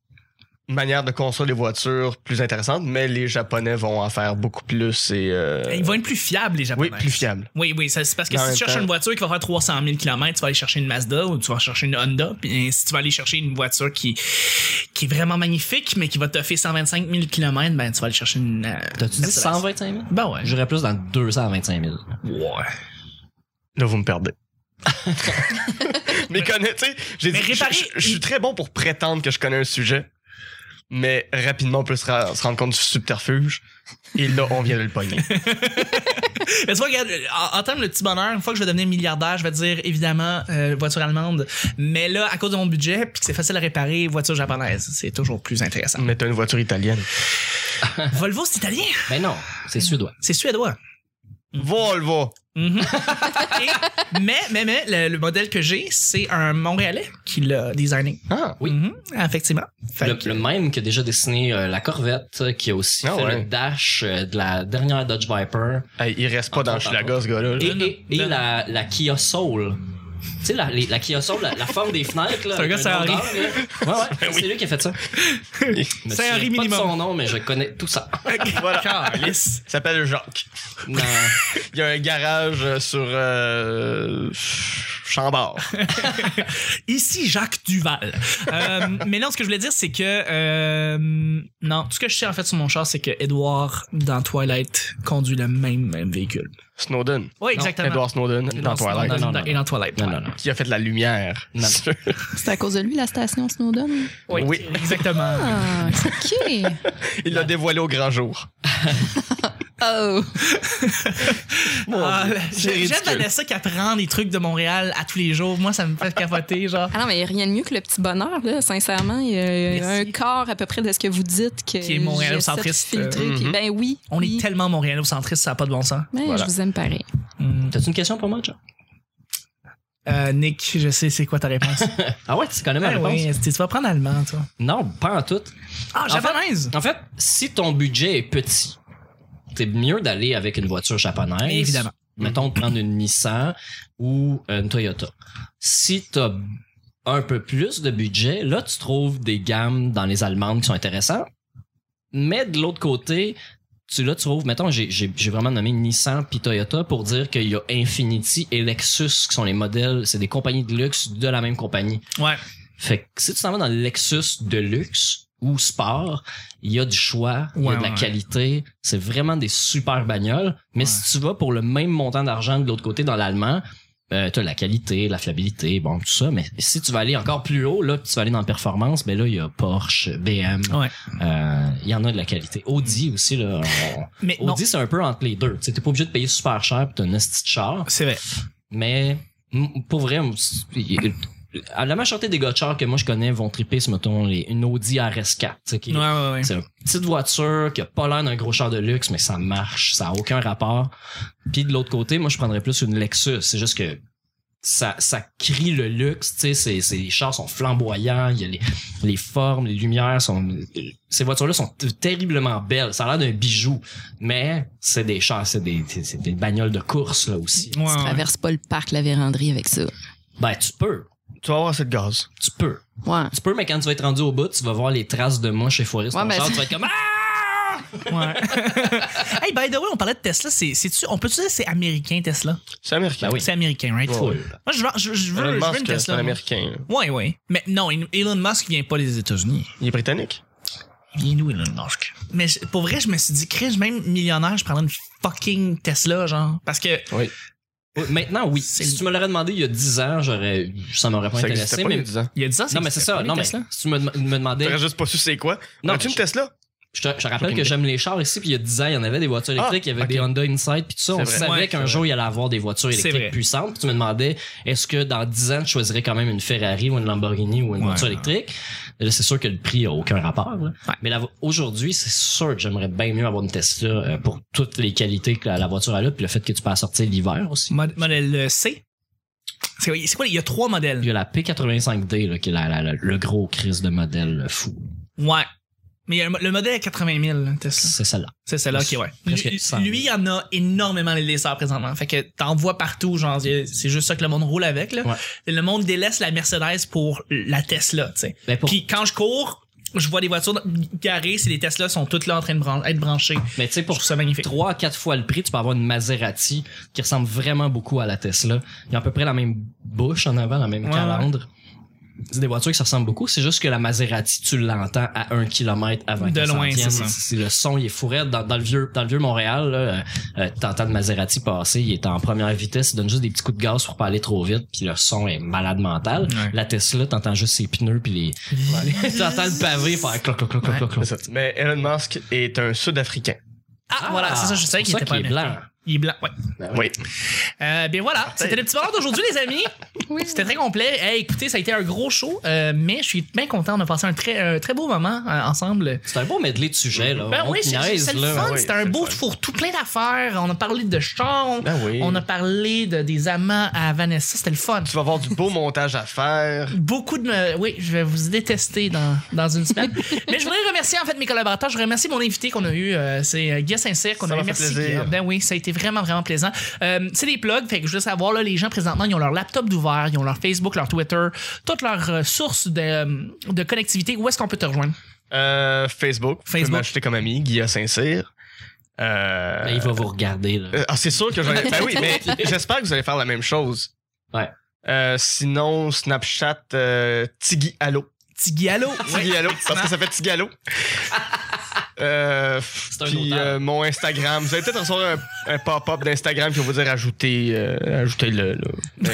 Speaker 2: manière de construire des voitures plus intéressante, mais les Japonais vont en faire beaucoup plus et... euh,
Speaker 1: Ils vont être plus fiables, les Japonais.
Speaker 2: oui, plus fiables.
Speaker 1: Oui, oui, ça, c'est parce que
Speaker 2: Mais en
Speaker 1: si tu
Speaker 2: même
Speaker 1: cherches
Speaker 2: temps-
Speaker 1: une voiture qui va faire 300 000 km, tu vas aller chercher une Mazda ou tu vas chercher une Honda. Puis si tu vas aller chercher une voiture qui, qui est vraiment magnifique, mais qui va te faire 125 000 km, ben tu vas aller chercher une. euh,
Speaker 3: T'as-tu dit
Speaker 1: Mercedes.
Speaker 3: 125 000?
Speaker 1: Ben ouais.
Speaker 3: J'aurais plus dans 225 000.
Speaker 1: Ouais.
Speaker 2: Là, vous me perdez. mais connais, tu sais, j'ai
Speaker 1: Mais
Speaker 2: dit, je,
Speaker 1: réparer-
Speaker 2: je- je suis très bon pour prétendre que je connais un sujet, mais rapidement, on peut se, ra- se rendre compte du subterfuge. Et là, on vient de le pogner.
Speaker 1: Mais tu vois, regarde, en, en termes de petit bonheur, une fois que je vais devenir milliardaire, je vais dire évidemment euh, voiture allemande. Mais là, à cause de mon budget, puis que c'est facile à réparer, voiture japonaise. C'est toujours plus intéressant.
Speaker 2: mais t'as une voiture italienne.
Speaker 1: Volvo, c'est italien.
Speaker 3: Ben non, c'est suédois.
Speaker 1: C'est suédois. Mm.
Speaker 2: Volvo.
Speaker 1: Mhm. Et- mais, mais, mais, le, le modèle que j'ai, c'est un Montréalais qui l'a designé.
Speaker 2: Ah,
Speaker 3: Oui.
Speaker 1: Mhm, effectivement. Fait
Speaker 3: Le,
Speaker 1: que-
Speaker 3: le même qui a déjà dessiné euh, la Corvette, euh, qui a aussi
Speaker 2: Ah
Speaker 3: fait
Speaker 2: ouais.
Speaker 3: le dash euh, de la dernière Dodge Viper
Speaker 2: Hey, il reste pas
Speaker 1: Ah,
Speaker 3: Entre
Speaker 2: dans
Speaker 3: autres,
Speaker 2: Chilaga, ce gars-là. là.
Speaker 3: et,
Speaker 1: Non,
Speaker 3: et-
Speaker 1: non,
Speaker 3: et
Speaker 1: non.
Speaker 3: la, la Kia Soul. Tu sais, la, les- la Kia Soul, la, la forme des fenêtres. là,
Speaker 1: C'est un
Speaker 3: avec
Speaker 1: gars, c'est
Speaker 3: rondeur,
Speaker 1: Henri.
Speaker 3: là. Ouais, ouais, c'est lui qui a fait ça. Je me
Speaker 1: C'est
Speaker 3: souviens
Speaker 1: Henri
Speaker 3: pas de
Speaker 1: minimum.
Speaker 3: son nom, mais je connais tout ça.
Speaker 2: Voilà.
Speaker 1: Calice.
Speaker 2: Il s'appelle Jacques.
Speaker 3: Non.
Speaker 2: Il y a un garage euh, sur euh, Chambord.
Speaker 1: Ici Jacques Duval. Euh, mais non, ce que je voulais dire, c'est que euh, non, tout ce que je sais en fait sur mon char, c'est que Edward dans Twilight conduit le même, même véhicule.
Speaker 2: Snowden.
Speaker 1: Oui, exactement.
Speaker 2: Edward Snowden dans Twilight.
Speaker 1: Non, non,
Speaker 3: non,
Speaker 1: non,
Speaker 3: non.
Speaker 1: Et dans Twilight.
Speaker 3: Non,
Speaker 1: ouais.
Speaker 3: non, non.
Speaker 2: Qui a fait de la lumière.
Speaker 3: Non.
Speaker 2: sur-
Speaker 4: C'est à cause de lui, la station Snowden?
Speaker 1: Oui,
Speaker 2: Oui.
Speaker 1: exactement.
Speaker 4: Ah, OK.
Speaker 2: Il l'a dévoilé au grand jour.
Speaker 4: Oh!
Speaker 1: Ah, J'aime
Speaker 3: c'est ridicule.
Speaker 1: Vanessa qui apprend des trucs de Montréal à tous les jours. Moi, ça me fait capoter, genre.
Speaker 4: Ah non, mais il n'y a rien de mieux que le petit bonheur, là, sincèrement. Il y a il y a
Speaker 1: Merci.
Speaker 4: un quart à peu près de ce que vous dites que
Speaker 1: Qui est montréalocentriste,
Speaker 4: j'essaie de filtrer,
Speaker 2: euh,
Speaker 4: puis
Speaker 2: mhm.
Speaker 4: Ben oui.
Speaker 1: mm-hmm. On
Speaker 4: oui.
Speaker 1: est tellement montréalocentriste, ça n'a pas de bon sens.
Speaker 4: Ben,
Speaker 3: Voilà.
Speaker 4: Je vous aime pareil.
Speaker 1: Hmm.
Speaker 3: T'as-tu une question pour moi, John?
Speaker 1: Euh, Nick, je sais c'est quoi ta réponse.
Speaker 3: Ah ouais, tu connais ma
Speaker 1: Ah
Speaker 3: réponse?
Speaker 1: oui, tu vas prendre allemand, toi.
Speaker 3: Non, pas en tout.
Speaker 1: Ah,
Speaker 3: En fait-
Speaker 1: japonaise!
Speaker 3: En fait, si ton budget est petit, c'est mieux d'aller avec une voiture japonaise.
Speaker 1: Évidemment.
Speaker 3: Mettons de prendre une Nissan ou une Toyota. Si t'as un peu plus de budget, là, tu trouves des gammes dans les Allemandes qui sont intéressantes. Mais de l'autre côté, tu là, tu trouves, mettons, j'ai- j'ai j'ai vraiment nommé Nissan puis Toyota pour dire qu'il y a Infinity et Lexus qui sont les modèles, c'est des compagnies de luxe de la même compagnie.
Speaker 1: Ouais.
Speaker 3: Fait que si tu t'en vas dans le Lexus de luxe ou sport, il y a du choix, il y
Speaker 1: Ouais,
Speaker 3: a de la
Speaker 1: ouais.
Speaker 3: qualité. C'est vraiment des super bagnoles. Mais
Speaker 1: Ouais.
Speaker 3: si tu vas pour le même montant d'argent de l'autre côté dans l'allemand, euh, t'as la qualité, la fiabilité, bon, tout ça. Mais si tu vas aller encore plus haut, là, puis tu vas aller dans la performance, ben là, il y a Porsche, BM.
Speaker 1: Ouais.
Speaker 3: euh, Il y en a de la qualité. Audi aussi, là. on-
Speaker 1: Mais non,
Speaker 3: Audi, c'est un peu entre les deux. Tu sais, t'es pas obligé de payer super cher pis t'as un esti de char.
Speaker 1: c'est vrai.
Speaker 3: Mais m- pour vrai, m- il- euh, à la majorité des gars de char que moi je connais vont triper sur, mettons, les, une Audi RS4. tu sais, qui est-
Speaker 1: Ouais, ouais, ouais.
Speaker 3: C'est une petite voiture qui a pas l'air d'un gros char de luxe, mais ça marche, ça a aucun rapport. Puis de l'autre côté, moi je prendrais plus une Lexus. C'est juste que ça, ça crie le luxe, tu sais, c'est- c'est- les chars sont flamboyants, il y a les, les formes, les lumières sont. euh, Ces voitures-là sont t- terriblement belles. Ça a l'air d'un bijou, mais c'est des chars, c'est des, c'est- c'est des bagnoles de course là aussi.
Speaker 1: Ouais,
Speaker 4: Tu
Speaker 1: ouais.
Speaker 4: traverses pas le parc La Véranderie avec ça.
Speaker 3: Ben tu peux,
Speaker 2: Tu vas avoir assez de gaz.
Speaker 3: tu peux.
Speaker 4: Ouais.
Speaker 3: Tu peux, mais quand tu vas être rendu au bout, tu vas voir les traces de moi chez Forest.
Speaker 4: Ouais,
Speaker 3: ton
Speaker 4: mais
Speaker 3: char,
Speaker 4: ça-
Speaker 3: tu vas être comme Ah!
Speaker 1: Ouais. hey, by the way, on parlait de Tesla. C'est, c'est-tu, on peut-tu dire que c'est américain, Tesla?
Speaker 2: C'est américain.
Speaker 3: Ben oui.
Speaker 1: C'est américain, right?
Speaker 2: Ouais.
Speaker 1: Moi, je veux, je, je veux,
Speaker 2: Elon
Speaker 1: je veux
Speaker 2: Musk,
Speaker 1: une
Speaker 2: c'est un
Speaker 1: Tesla.
Speaker 2: américain. là.
Speaker 1: Ouais, ouais. Mais non, Elon Musk vient pas des États-Unis.
Speaker 2: Il est britannique.
Speaker 1: Il vient d'où, Elon Musk? Mais je- pour vrai, je me suis dit, Chris, même millionnaire, je prendrais une fucking Tesla, genre. Parce que,
Speaker 2: Oui.
Speaker 3: Oui, Maintenant, oui.
Speaker 1: C'est-
Speaker 3: Si tu me l'aurais demandé il y a 10 ans, j'aurais, ça m'aurait pas
Speaker 2: Ça
Speaker 3: intéressé.
Speaker 2: existait pas il y
Speaker 3: mais...
Speaker 2: a 10 ans.
Speaker 1: il a dit ça,
Speaker 3: Non, mais c'est ça.
Speaker 1: les
Speaker 3: Non, mais
Speaker 1: Tesla?
Speaker 3: si tu me, dem- me demandais.
Speaker 2: T'aurais juste pas su c'est quoi.
Speaker 3: Non,
Speaker 2: Non, tu
Speaker 3: mais
Speaker 2: une Tesla?
Speaker 3: Je, te, je te rappelle que j'aime les chars ici, puis il y a 10 ans, il y en avait des voitures électriques, il y avait
Speaker 2: Ah,
Speaker 3: des
Speaker 2: ok.
Speaker 3: Honda Insight, puis tout ça. On
Speaker 2: C'est vrai.
Speaker 3: savait
Speaker 1: Ouais,
Speaker 3: qu'un
Speaker 1: c'est
Speaker 3: jour, il allait avoir des voitures
Speaker 1: C'est vrai.
Speaker 3: électriques puissantes. Puis tu me demandais, est-ce que dans 10 ans, tu choisirais quand même une Ferrari ou une Lamborghini ou une
Speaker 1: Ouais.
Speaker 3: voiture électrique? Là, c'est sûr que le prix a aucun rapport. là. Mais la vo- aujourd'hui, c'est sûr que j'aimerais bien mieux avoir une Tesla euh, pour toutes les qualités que la, la voiture a là, puis le fait que tu peux la sortir l'hiver aussi.
Speaker 1: Mod- modèle euh, C. C'est, c'est quoi? Il y a trois modèles.
Speaker 3: Il y a la P85D là, qui est la- la- la- le gros crise de modèle euh, fou.
Speaker 1: Ouais. Mais il y a un mo- le modèle à 80 000, Tesla.
Speaker 3: C'est celle-là.
Speaker 1: C'est celle-là qui, ouais.
Speaker 3: Presque
Speaker 1: Lui,
Speaker 3: 100.
Speaker 1: lui, il y en a énormément les laisseurs présentement. Fait que t'en vois partout, genre, y a- c'est juste ça que le monde roule avec, là.
Speaker 3: Ouais.
Speaker 1: Et Le monde délaisse la Mercedes pour la Tesla, tu sais.
Speaker 3: Ben, pour-
Speaker 1: Puis quand je cours, je vois des voitures dans- garées, c'est les Tesla sont toutes là en train de bran- être branchées.
Speaker 3: Mais tu sais,
Speaker 1: Je
Speaker 3: pour
Speaker 1: trouve ça magnifique.
Speaker 3: 3 à 4 fois le prix, tu peux avoir une Maserati qui ressemble vraiment beaucoup à la Tesla. Ils ont à peu près la même bouche en avant, la même
Speaker 1: Ouais,
Speaker 3: calandre. C'est des voitures qui se ressemblent beaucoup, c'est juste que la Maserati, tu l'entends à un kilomètre avant
Speaker 1: De
Speaker 3: qu'elle s'en
Speaker 1: loin,
Speaker 3: vienne.
Speaker 1: c'est ça.
Speaker 3: C'est- Le son, il est fourré. Dans, dans le vieux, dans le vieux Montréal, là, euh, euh, t'entends le Maserati passer, il est en première vitesse, il donne juste des petits coups de gaz pour pas aller trop vite, puis le son est malade mental.
Speaker 1: Ouais.
Speaker 3: La Tesla, t'entends juste ses pneus, puis les... t'entends le pavé faire cloc, cloc, cloc, cloc, cloc, cloc.
Speaker 2: C'est ça. Mais Elon Musk est un Sud-Africain.
Speaker 1: Ah,
Speaker 3: Ah,
Speaker 1: voilà, c'est ça, je
Speaker 3: c'est
Speaker 1: savais qu'il
Speaker 3: pour
Speaker 1: était
Speaker 3: ça
Speaker 1: pas
Speaker 3: qu'il est
Speaker 1: américain.
Speaker 3: blanc.
Speaker 1: Il est blanc, ouais.
Speaker 2: Ben Oui.
Speaker 1: Euh, bien voilà, c'était le petit bonheur d'aujourd'hui, les amis.
Speaker 4: Oui.
Speaker 1: C'était très complet. Hey, écoutez, ça a été un gros show, euh, mais je suis bien content. On a passé un très, un très beau moment euh, ensemble.
Speaker 3: C'est un beau medley de sujets,
Speaker 2: Oh,
Speaker 3: là.
Speaker 1: Ben
Speaker 3: On
Speaker 1: oui,
Speaker 3: te
Speaker 1: c'est- c'est
Speaker 3: niaise,
Speaker 1: c'est le
Speaker 3: là.
Speaker 1: fun.
Speaker 2: oui,
Speaker 1: C'était
Speaker 2: c'est
Speaker 1: un
Speaker 2: le
Speaker 1: beau
Speaker 2: fun.
Speaker 1: fourre-tout, plein d'affaires. On a parlé de char.
Speaker 2: Ben oui.
Speaker 1: On a parlé de, des amants à Vanessa. C'était le fun.
Speaker 2: Tu vas avoir du beau montage à faire.
Speaker 1: Beaucoup de. me- Oui, je vais vous détester dans, dans une semaine. Mais je voudrais remercier en fait mes collaborateurs. Je remercie mon invité qu'on a eu. euh, c'est euh, Guy Saint-Cyr qu'on
Speaker 2: Ça
Speaker 1: a eu.
Speaker 2: m'a fait
Speaker 1: Merci,
Speaker 2: plaisir.
Speaker 1: Guy. Ben oui, ça a été vraiment, vraiment plaisant. Euh, c'est des plugs. Fait que je veux savoir, là, les gens présentement, ils ont leur laptop d'ouvert, ils ont leur Facebook, leur Twitter, toutes leurs euh, sources de, euh, de connectivité. Où est-ce qu'on peut te rejoindre?
Speaker 2: Euh, Facebook. Tu peux
Speaker 1: Facebook.
Speaker 2: m'ajouter comme ami, Guilla Saint-Cyr. Euh,
Speaker 3: Ben, il va vous regarder, là.
Speaker 2: euh, ah, c'est sûr que je vais. ben oui, mais j'espère que vous allez faire la même chose.
Speaker 3: Ouais.
Speaker 2: Euh, sinon, Snapchat, euh, Tiggy Allo.
Speaker 1: Tigui, allô?
Speaker 2: Tiggy Allo, parce que ça fait Tiggy Allo. Euh,
Speaker 3: un
Speaker 2: puis
Speaker 3: auteur.
Speaker 2: euh, mon Instagram. Vous allez peut-être recevoir un, un pop-up d'Instagram qui va vous dire ajouter, euh, ajouter le. Je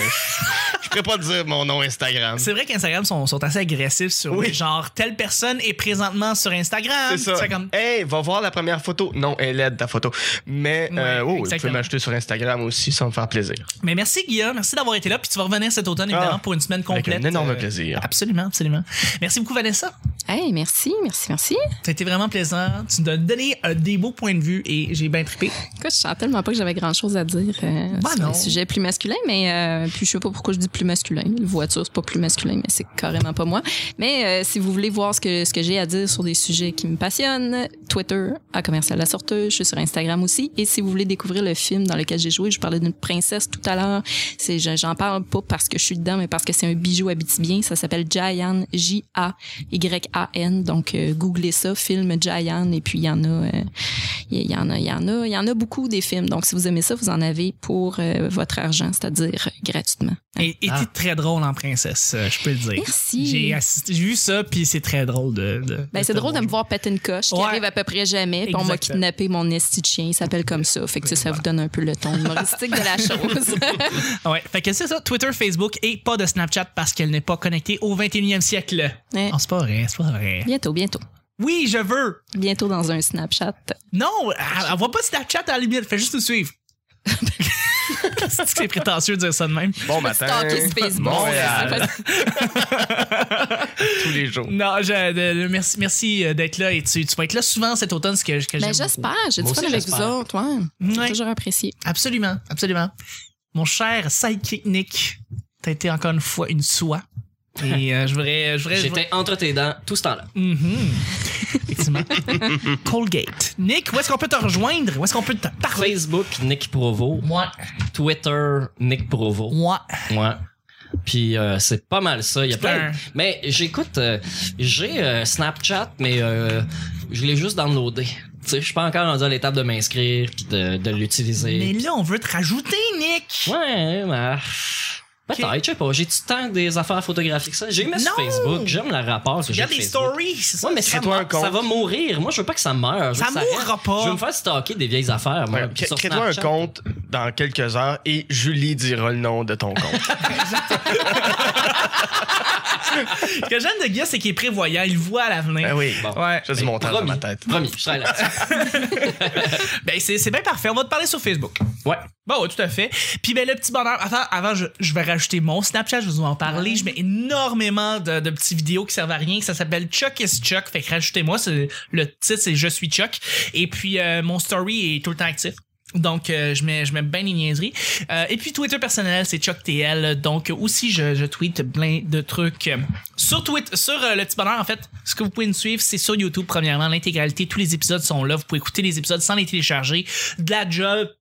Speaker 2: ferais pas dire mon nom Instagram.
Speaker 1: C'est vrai qu'Instagram sont, sont assez agressifs sur
Speaker 2: Oui.
Speaker 1: genre telle personne est présentement sur Instagram.
Speaker 2: C'est ça.
Speaker 1: Tu fais comme
Speaker 2: Hey, va voir la première photo. Non, elle est laide, ta photo. Mais
Speaker 1: Ouais,
Speaker 2: euh, oh, tu peux
Speaker 1: exactement.
Speaker 2: m'acheter sur Instagram aussi, ça me faire plaisir.
Speaker 1: Mais merci Guillaume, merci d'avoir été là puis tu vas revenir cet automne évidemment
Speaker 2: Ah,
Speaker 1: pour une semaine
Speaker 2: Avec
Speaker 1: complète.
Speaker 2: un énorme
Speaker 1: Euh,
Speaker 2: plaisir.
Speaker 1: Absolument, absolument. Merci beaucoup Vanessa.
Speaker 4: Hey, merci, merci, merci.
Speaker 1: Ça a été vraiment plaisant. Tu nous as donné euh, des beaux points de vue et j'ai bien trippé.
Speaker 4: Écoute, je sens tellement pas que j'avais grand chose à dire euh,
Speaker 1: Ben
Speaker 4: sur
Speaker 1: non.
Speaker 4: le sujet plus masculin, mais euh, puis je sais pas pourquoi je dis plus masculin. La voiture, c'est pas plus masculin, mais c'est carrément pas moi. Mais euh, si vous voulez voir ce que, ce que j'ai à dire sur des sujets qui me passionnent, Twitter, à commercial la sorteuse, je suis sur Instagram aussi. Et si vous voulez découvrir le film dans lequel j'ai joué, je vous parlais d'une princesse tout à l'heure. C'est, je- j'en parle pas parce que je suis dedans, mais parce que c'est un bijou habitibien. Ça s'appelle Jayan, J-A-Y-A-N. Donc, euh, googlez ça, film Jayan, et puis il y en a, euh, il y en a, il y en a, il y en a beaucoup des films. Donc, si vous aimez ça, vous en avez pour euh, votre argent, c'est-à-dire euh, gratuitement.
Speaker 1: Et était très drôle en princesse, euh, je peux le dire.
Speaker 4: Ah. Merci.
Speaker 1: J'ai assisté- j'ai vu ça puis c'est très drôle de. de-
Speaker 4: Ben, c'est
Speaker 1: te
Speaker 4: drôle de me voir péter une coche qui
Speaker 1: Ouais.
Speaker 4: arrive à peu près jamais. Puis on m'a
Speaker 1: Exactement.
Speaker 4: kidnappé mon esti de chien. Il s'appelle comme ça. Fait que ça, ça vous donne un peu le ton humoristique de la chose.
Speaker 1: Ouais, fait que c'est ça, Twitter, Facebook et pas de Snapchat parce qu'elle n'est pas connectée au 21e siècle.
Speaker 4: Ouais.
Speaker 1: Non, c'est pas vrai, c'est pas vrai.
Speaker 4: bientôt, bientôt.
Speaker 1: Oui, je veux.
Speaker 4: Bientôt dans un Snapchat.
Speaker 1: Non, elle- elle voit pas de Snapchat à la limite, fais juste nous suivre. c'est c'est prétentieux de dire ça de même.
Speaker 2: Bon
Speaker 4: Stalker sur Facebook.
Speaker 2: Montréal. Tous les jours.
Speaker 1: Non, je- de- de- merci, merci euh, d'être là et tu, tu vas être là souvent cet automne, ce que, que
Speaker 4: Ben,
Speaker 1: j'aime beaucoup.
Speaker 4: j'espère. J'ai du
Speaker 3: Moi
Speaker 4: fun
Speaker 3: aussi,
Speaker 4: avec vous
Speaker 3: j'espère.
Speaker 4: autres. Ouais. J'ai
Speaker 1: Ouais.
Speaker 4: toujours apprécié.
Speaker 1: Absolument, absolument. Mon cher sidekick Nick, t'as été encore une fois une soie. Et euh, je voudrais. Je voudrais je voudrais-
Speaker 3: J'étais entre tes dents tout ce temps-là.
Speaker 1: Mhm. Effectivement. Colgate. Nick, où est-ce qu'on peut te rejoindre? Où est-ce qu'on peut te parler?
Speaker 3: Facebook, Nick Provo.
Speaker 1: Moi.
Speaker 3: Twitter, Nick Provo.
Speaker 1: Moi.
Speaker 3: Ouais. Puis euh, c'est pas mal ça. Il y a
Speaker 1: C'est
Speaker 3: plein.
Speaker 1: un-
Speaker 3: Mais j'écoute, euh, j'ai euh, Snapchat, mais euh, je l'ai juste downloadé. Tu sais, je suis pas encore rendu à l'étape de m'inscrire puis de, de
Speaker 1: Mais
Speaker 3: l'utiliser.
Speaker 1: là, on veut te rajouter, Nick!
Speaker 3: Ouais, mais peut-être, je sais pas. J'ai du temps que des affaires photographiques ça. J'ai aimé sur
Speaker 1: Non!
Speaker 3: Facebook. J'aime le rapport que j'ai.
Speaker 1: Regarde des
Speaker 3: Facebook.
Speaker 1: stories, c'est ça?
Speaker 3: Ouais, mais ça,
Speaker 2: Crée-toi un
Speaker 3: meurt- ça
Speaker 2: compte.
Speaker 3: va mourir. Moi, je veux pas que ça meure. Je veux
Speaker 1: Ça
Speaker 3: que
Speaker 1: mourra
Speaker 3: reste.
Speaker 1: pas.
Speaker 3: Je veux me faire stocker des vieilles affaires. moi,
Speaker 2: Ouais,
Speaker 3: puis sur
Speaker 2: Crée-toi un
Speaker 3: Snapchat.
Speaker 2: compte dans quelques heures et Julie dira le nom de ton compte.
Speaker 1: Ce que j'aime de Guy, c'est qu'il est prévoyant, il voit à l'avenir.
Speaker 2: ben oui.
Speaker 3: Bon.
Speaker 1: Ouais.
Speaker 2: J'ai du montage dans
Speaker 3: Promis,
Speaker 2: ma tête.
Speaker 3: Promis, je travaille là-dessus.
Speaker 1: Ben, c'est c'est bien parfait. On va te parler sur Facebook.
Speaker 3: Ouais.
Speaker 1: Bon, ouais, tout à fait. Puis, ben, le petit bonheur. Attends, avant, je, je vais rajouter mon Snapchat. Je vais vous en parler. Je mets énormément de, de petites vidéos qui servent à rien. Ça s'appelle Chuck is Chuck. Fait que rajoutez-moi. c'est- Le titre, c'est Je suis Chuck. Et puis, euh, mon story est tout le temps actif. Donc, euh, je mets, je mets bien les niaiseries. Euh, et puis, Twitter personnel, c'est ChuckTL. Donc, euh, aussi, je, je tweet plein de trucs. Euh, Sur Twitter, sur euh, Le Petit Bonheur, en fait, ce que vous pouvez nous suivre, c'est sur YouTube, premièrement. L'intégralité, tous les épisodes sont là. Vous pouvez écouter les épisodes sans les télécharger. De la job,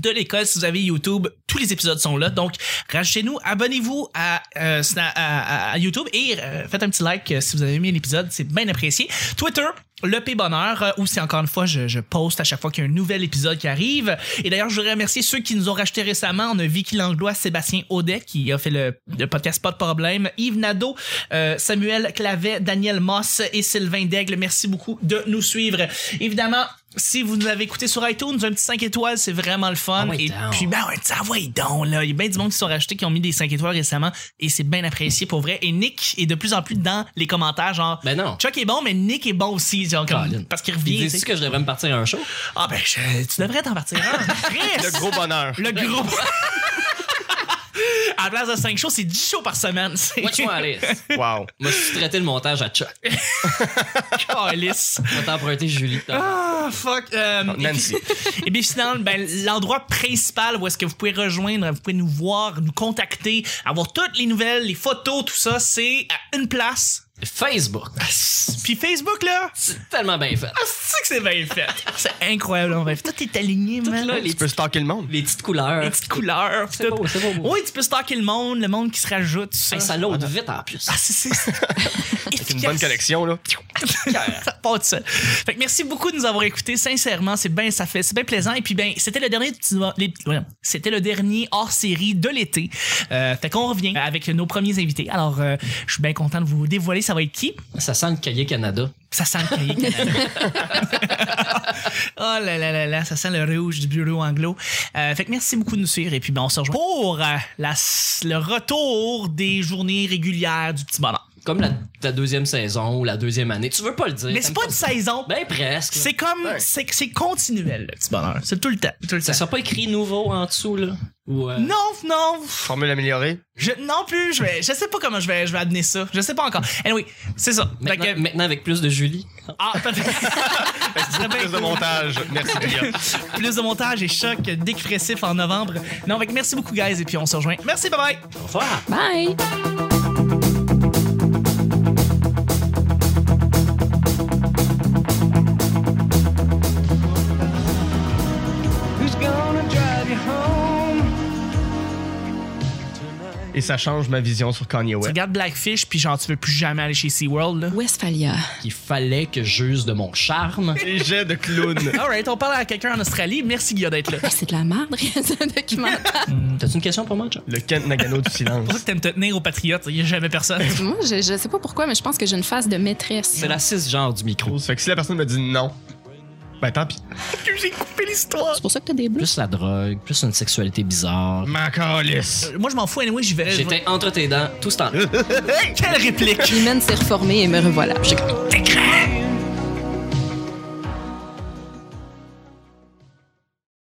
Speaker 1: de l'école, si vous avez YouTube, tous les épisodes sont là. Donc, rajoutez-nous, abonnez-vous à, euh, Sna- à, à- à YouTube et euh, faites un petit like euh, si vous avez aimé l'épisode, c'est bien apprécié. Twitter, le P Bonheur, euh, où c'est encore une fois, je, je poste à chaque fois qu'il y a un nouvel épisode qui arrive. Et d'ailleurs, je voudrais remercier ceux qui nous ont racheté récemment. On a Vicky Langlois, Sébastien Audet, qui a fait le, le podcast Pas de problème, Yves Nadeau, euh, Samuel Clavet, Daniel Moss et Sylvain Daigle. Merci beaucoup de nous suivre. Évidemment, si vous nous avez écouté sur iTunes, un petit 5 étoiles, c'est vraiment le fun.
Speaker 3: Ah ouais,
Speaker 1: et
Speaker 3: down.
Speaker 1: puis, ben ouais, ça va donc, là. Il y a bien du monde qui se sont rachetés, qui ont mis des 5 étoiles récemment, et c'est bien apprécié pour vrai. Et Nick est de plus en plus dans les commentaires, genre,
Speaker 3: Ben non.
Speaker 1: Chuck est bon, mais Nick est bon aussi, genre, comme-
Speaker 3: Colin.
Speaker 1: parce qu'il
Speaker 3: Ils
Speaker 1: revient. tu
Speaker 3: disent
Speaker 1: sais.
Speaker 3: que je devrais me partir à un show.
Speaker 1: Ah ben, je- tu devrais t'en partir. un. Chris!
Speaker 2: Le gros bonheur.
Speaker 1: Le gros. à la place de 5 shows, c'est 10 shows par semaine. C'est
Speaker 3: Watch moi, Alice.
Speaker 2: Wow.
Speaker 3: Moi, je suis traité le montage à Chuck.
Speaker 1: calice.
Speaker 3: Je vais t'emprunter Julie.
Speaker 1: Ah, fuck. Euh, et
Speaker 2: Nancy.
Speaker 1: puis- Et bien finalement, ben, l'endroit principal où est-ce que vous pouvez rejoindre, vous pouvez nous voir, nous contacter, avoir toutes les nouvelles, les photos, tout ça, c'est à une place.
Speaker 3: Facebook.
Speaker 1: Puis Facebook, là,
Speaker 3: C'est tellement bien fait.
Speaker 1: ah, c'est que c'est bien fait. C'est incroyable, en vrai. Tout est aligné, man.
Speaker 3: là, les,
Speaker 2: Tu peux stalker le monde.
Speaker 3: les petites couleurs.
Speaker 1: Les petites couleurs.
Speaker 3: C'est
Speaker 1: tout.
Speaker 3: beau, c'est beau, beau.
Speaker 1: Oui, tu peux stocker le monde, le monde qui se rajoute, tout ça.
Speaker 3: Hey, ça l'aude vite en plus.
Speaker 1: Ah, c'est, c'est- c'est-
Speaker 2: C'est une bonne
Speaker 1: efficace.
Speaker 2: collection, là.
Speaker 1: ça part de ça. Fait que merci beaucoup de nous avoir écoutés. Sincèrement, c'est bien, ça fait, c'est bien plaisant. Et puis ben, c'était le dernier, petit- les- voyons, c'était le dernier hors série de l'été. Euh, fait qu'on revient avec nos premiers invités. Alors, euh, je suis bien content de vous dévoiler. Ça va être qui
Speaker 3: Ça sent le cahier Canada.
Speaker 1: Ça sent le cahier Canada. Oh là là là là, ça sent le rouge du bureau anglo. Euh, fait que merci beaucoup de nous suivre et puis ben, on se rejoint pour euh, la, le retour des journées régulières du petit bonheur.
Speaker 3: Comme la, ta deuxième saison ou la deuxième année. Tu veux pas le dire.
Speaker 1: Mais c'est pas une
Speaker 3: T'aimes
Speaker 1: saison.
Speaker 3: Ben presque.
Speaker 1: C'est comme, c'est c'est continuel le petit bonheur. C'est tout le temps, Hmm. tout le
Speaker 3: Ça
Speaker 1: temps.
Speaker 3: sera pas écrit nouveau en dessous, là. Ou, euh,
Speaker 1: Non, non,
Speaker 2: Formule améliorée.
Speaker 1: je, non plus, je, vais, je sais pas comment je vais, je vais amener ça. Je sais pas encore. Anyway, c'est ça. Fait
Speaker 3: Maintenant,
Speaker 1: que-
Speaker 3: maintenant avec plus de Julie.
Speaker 1: ah, peut-être. Ce serait bien
Speaker 2: Plus de
Speaker 1: cool.
Speaker 2: montage. Merci, Julia.
Speaker 1: Plus de montage et choc dépressif en novembre. Non, fait que merci beaucoup, guys, et puis on se rejoint. Merci, bye bye.
Speaker 3: Au revoir.
Speaker 4: Bye!
Speaker 2: Et ça change ma vision sur Kanye
Speaker 1: Tu
Speaker 2: West.
Speaker 1: regardes Blackfish, puis genre, tu veux plus jamais aller chez SeaWorld, là.
Speaker 4: Westphalia.
Speaker 3: Il fallait que j'use de mon charme.
Speaker 2: Les jets de clown.
Speaker 1: Alright, on parle à quelqu'un en Australie. Merci, Guillaume, d'être là.
Speaker 4: Ah, c'est de la merde, ce documentaire.
Speaker 3: T'as-tu une question pour moi, John?
Speaker 2: Le Kent Nagano du silence.
Speaker 1: C'est pour ça que t'aimes te tenir aux Patriotes. Il y a jamais personne.
Speaker 4: Moi, je, je sais pas pourquoi, mais je pense que j'ai une face de maîtresse.
Speaker 3: C'est la 6 genre du micro.
Speaker 2: Ça fait que si la personne me dit non, ben tant pis.
Speaker 1: J'ai coupé l'histoire.
Speaker 4: C'est pour ça que t'as des bleus.
Speaker 3: Plus la drogue, plus une sexualité bizarre.
Speaker 2: Ma calisse.
Speaker 1: Moi, je m'en fous, anyway, j'y verrai.
Speaker 3: J'étais entre tes dents tout ce temps-là.
Speaker 1: Quelle réplique!
Speaker 4: L'humaine s'est reformée et me revoilà. J'ai-
Speaker 1: T'es crème!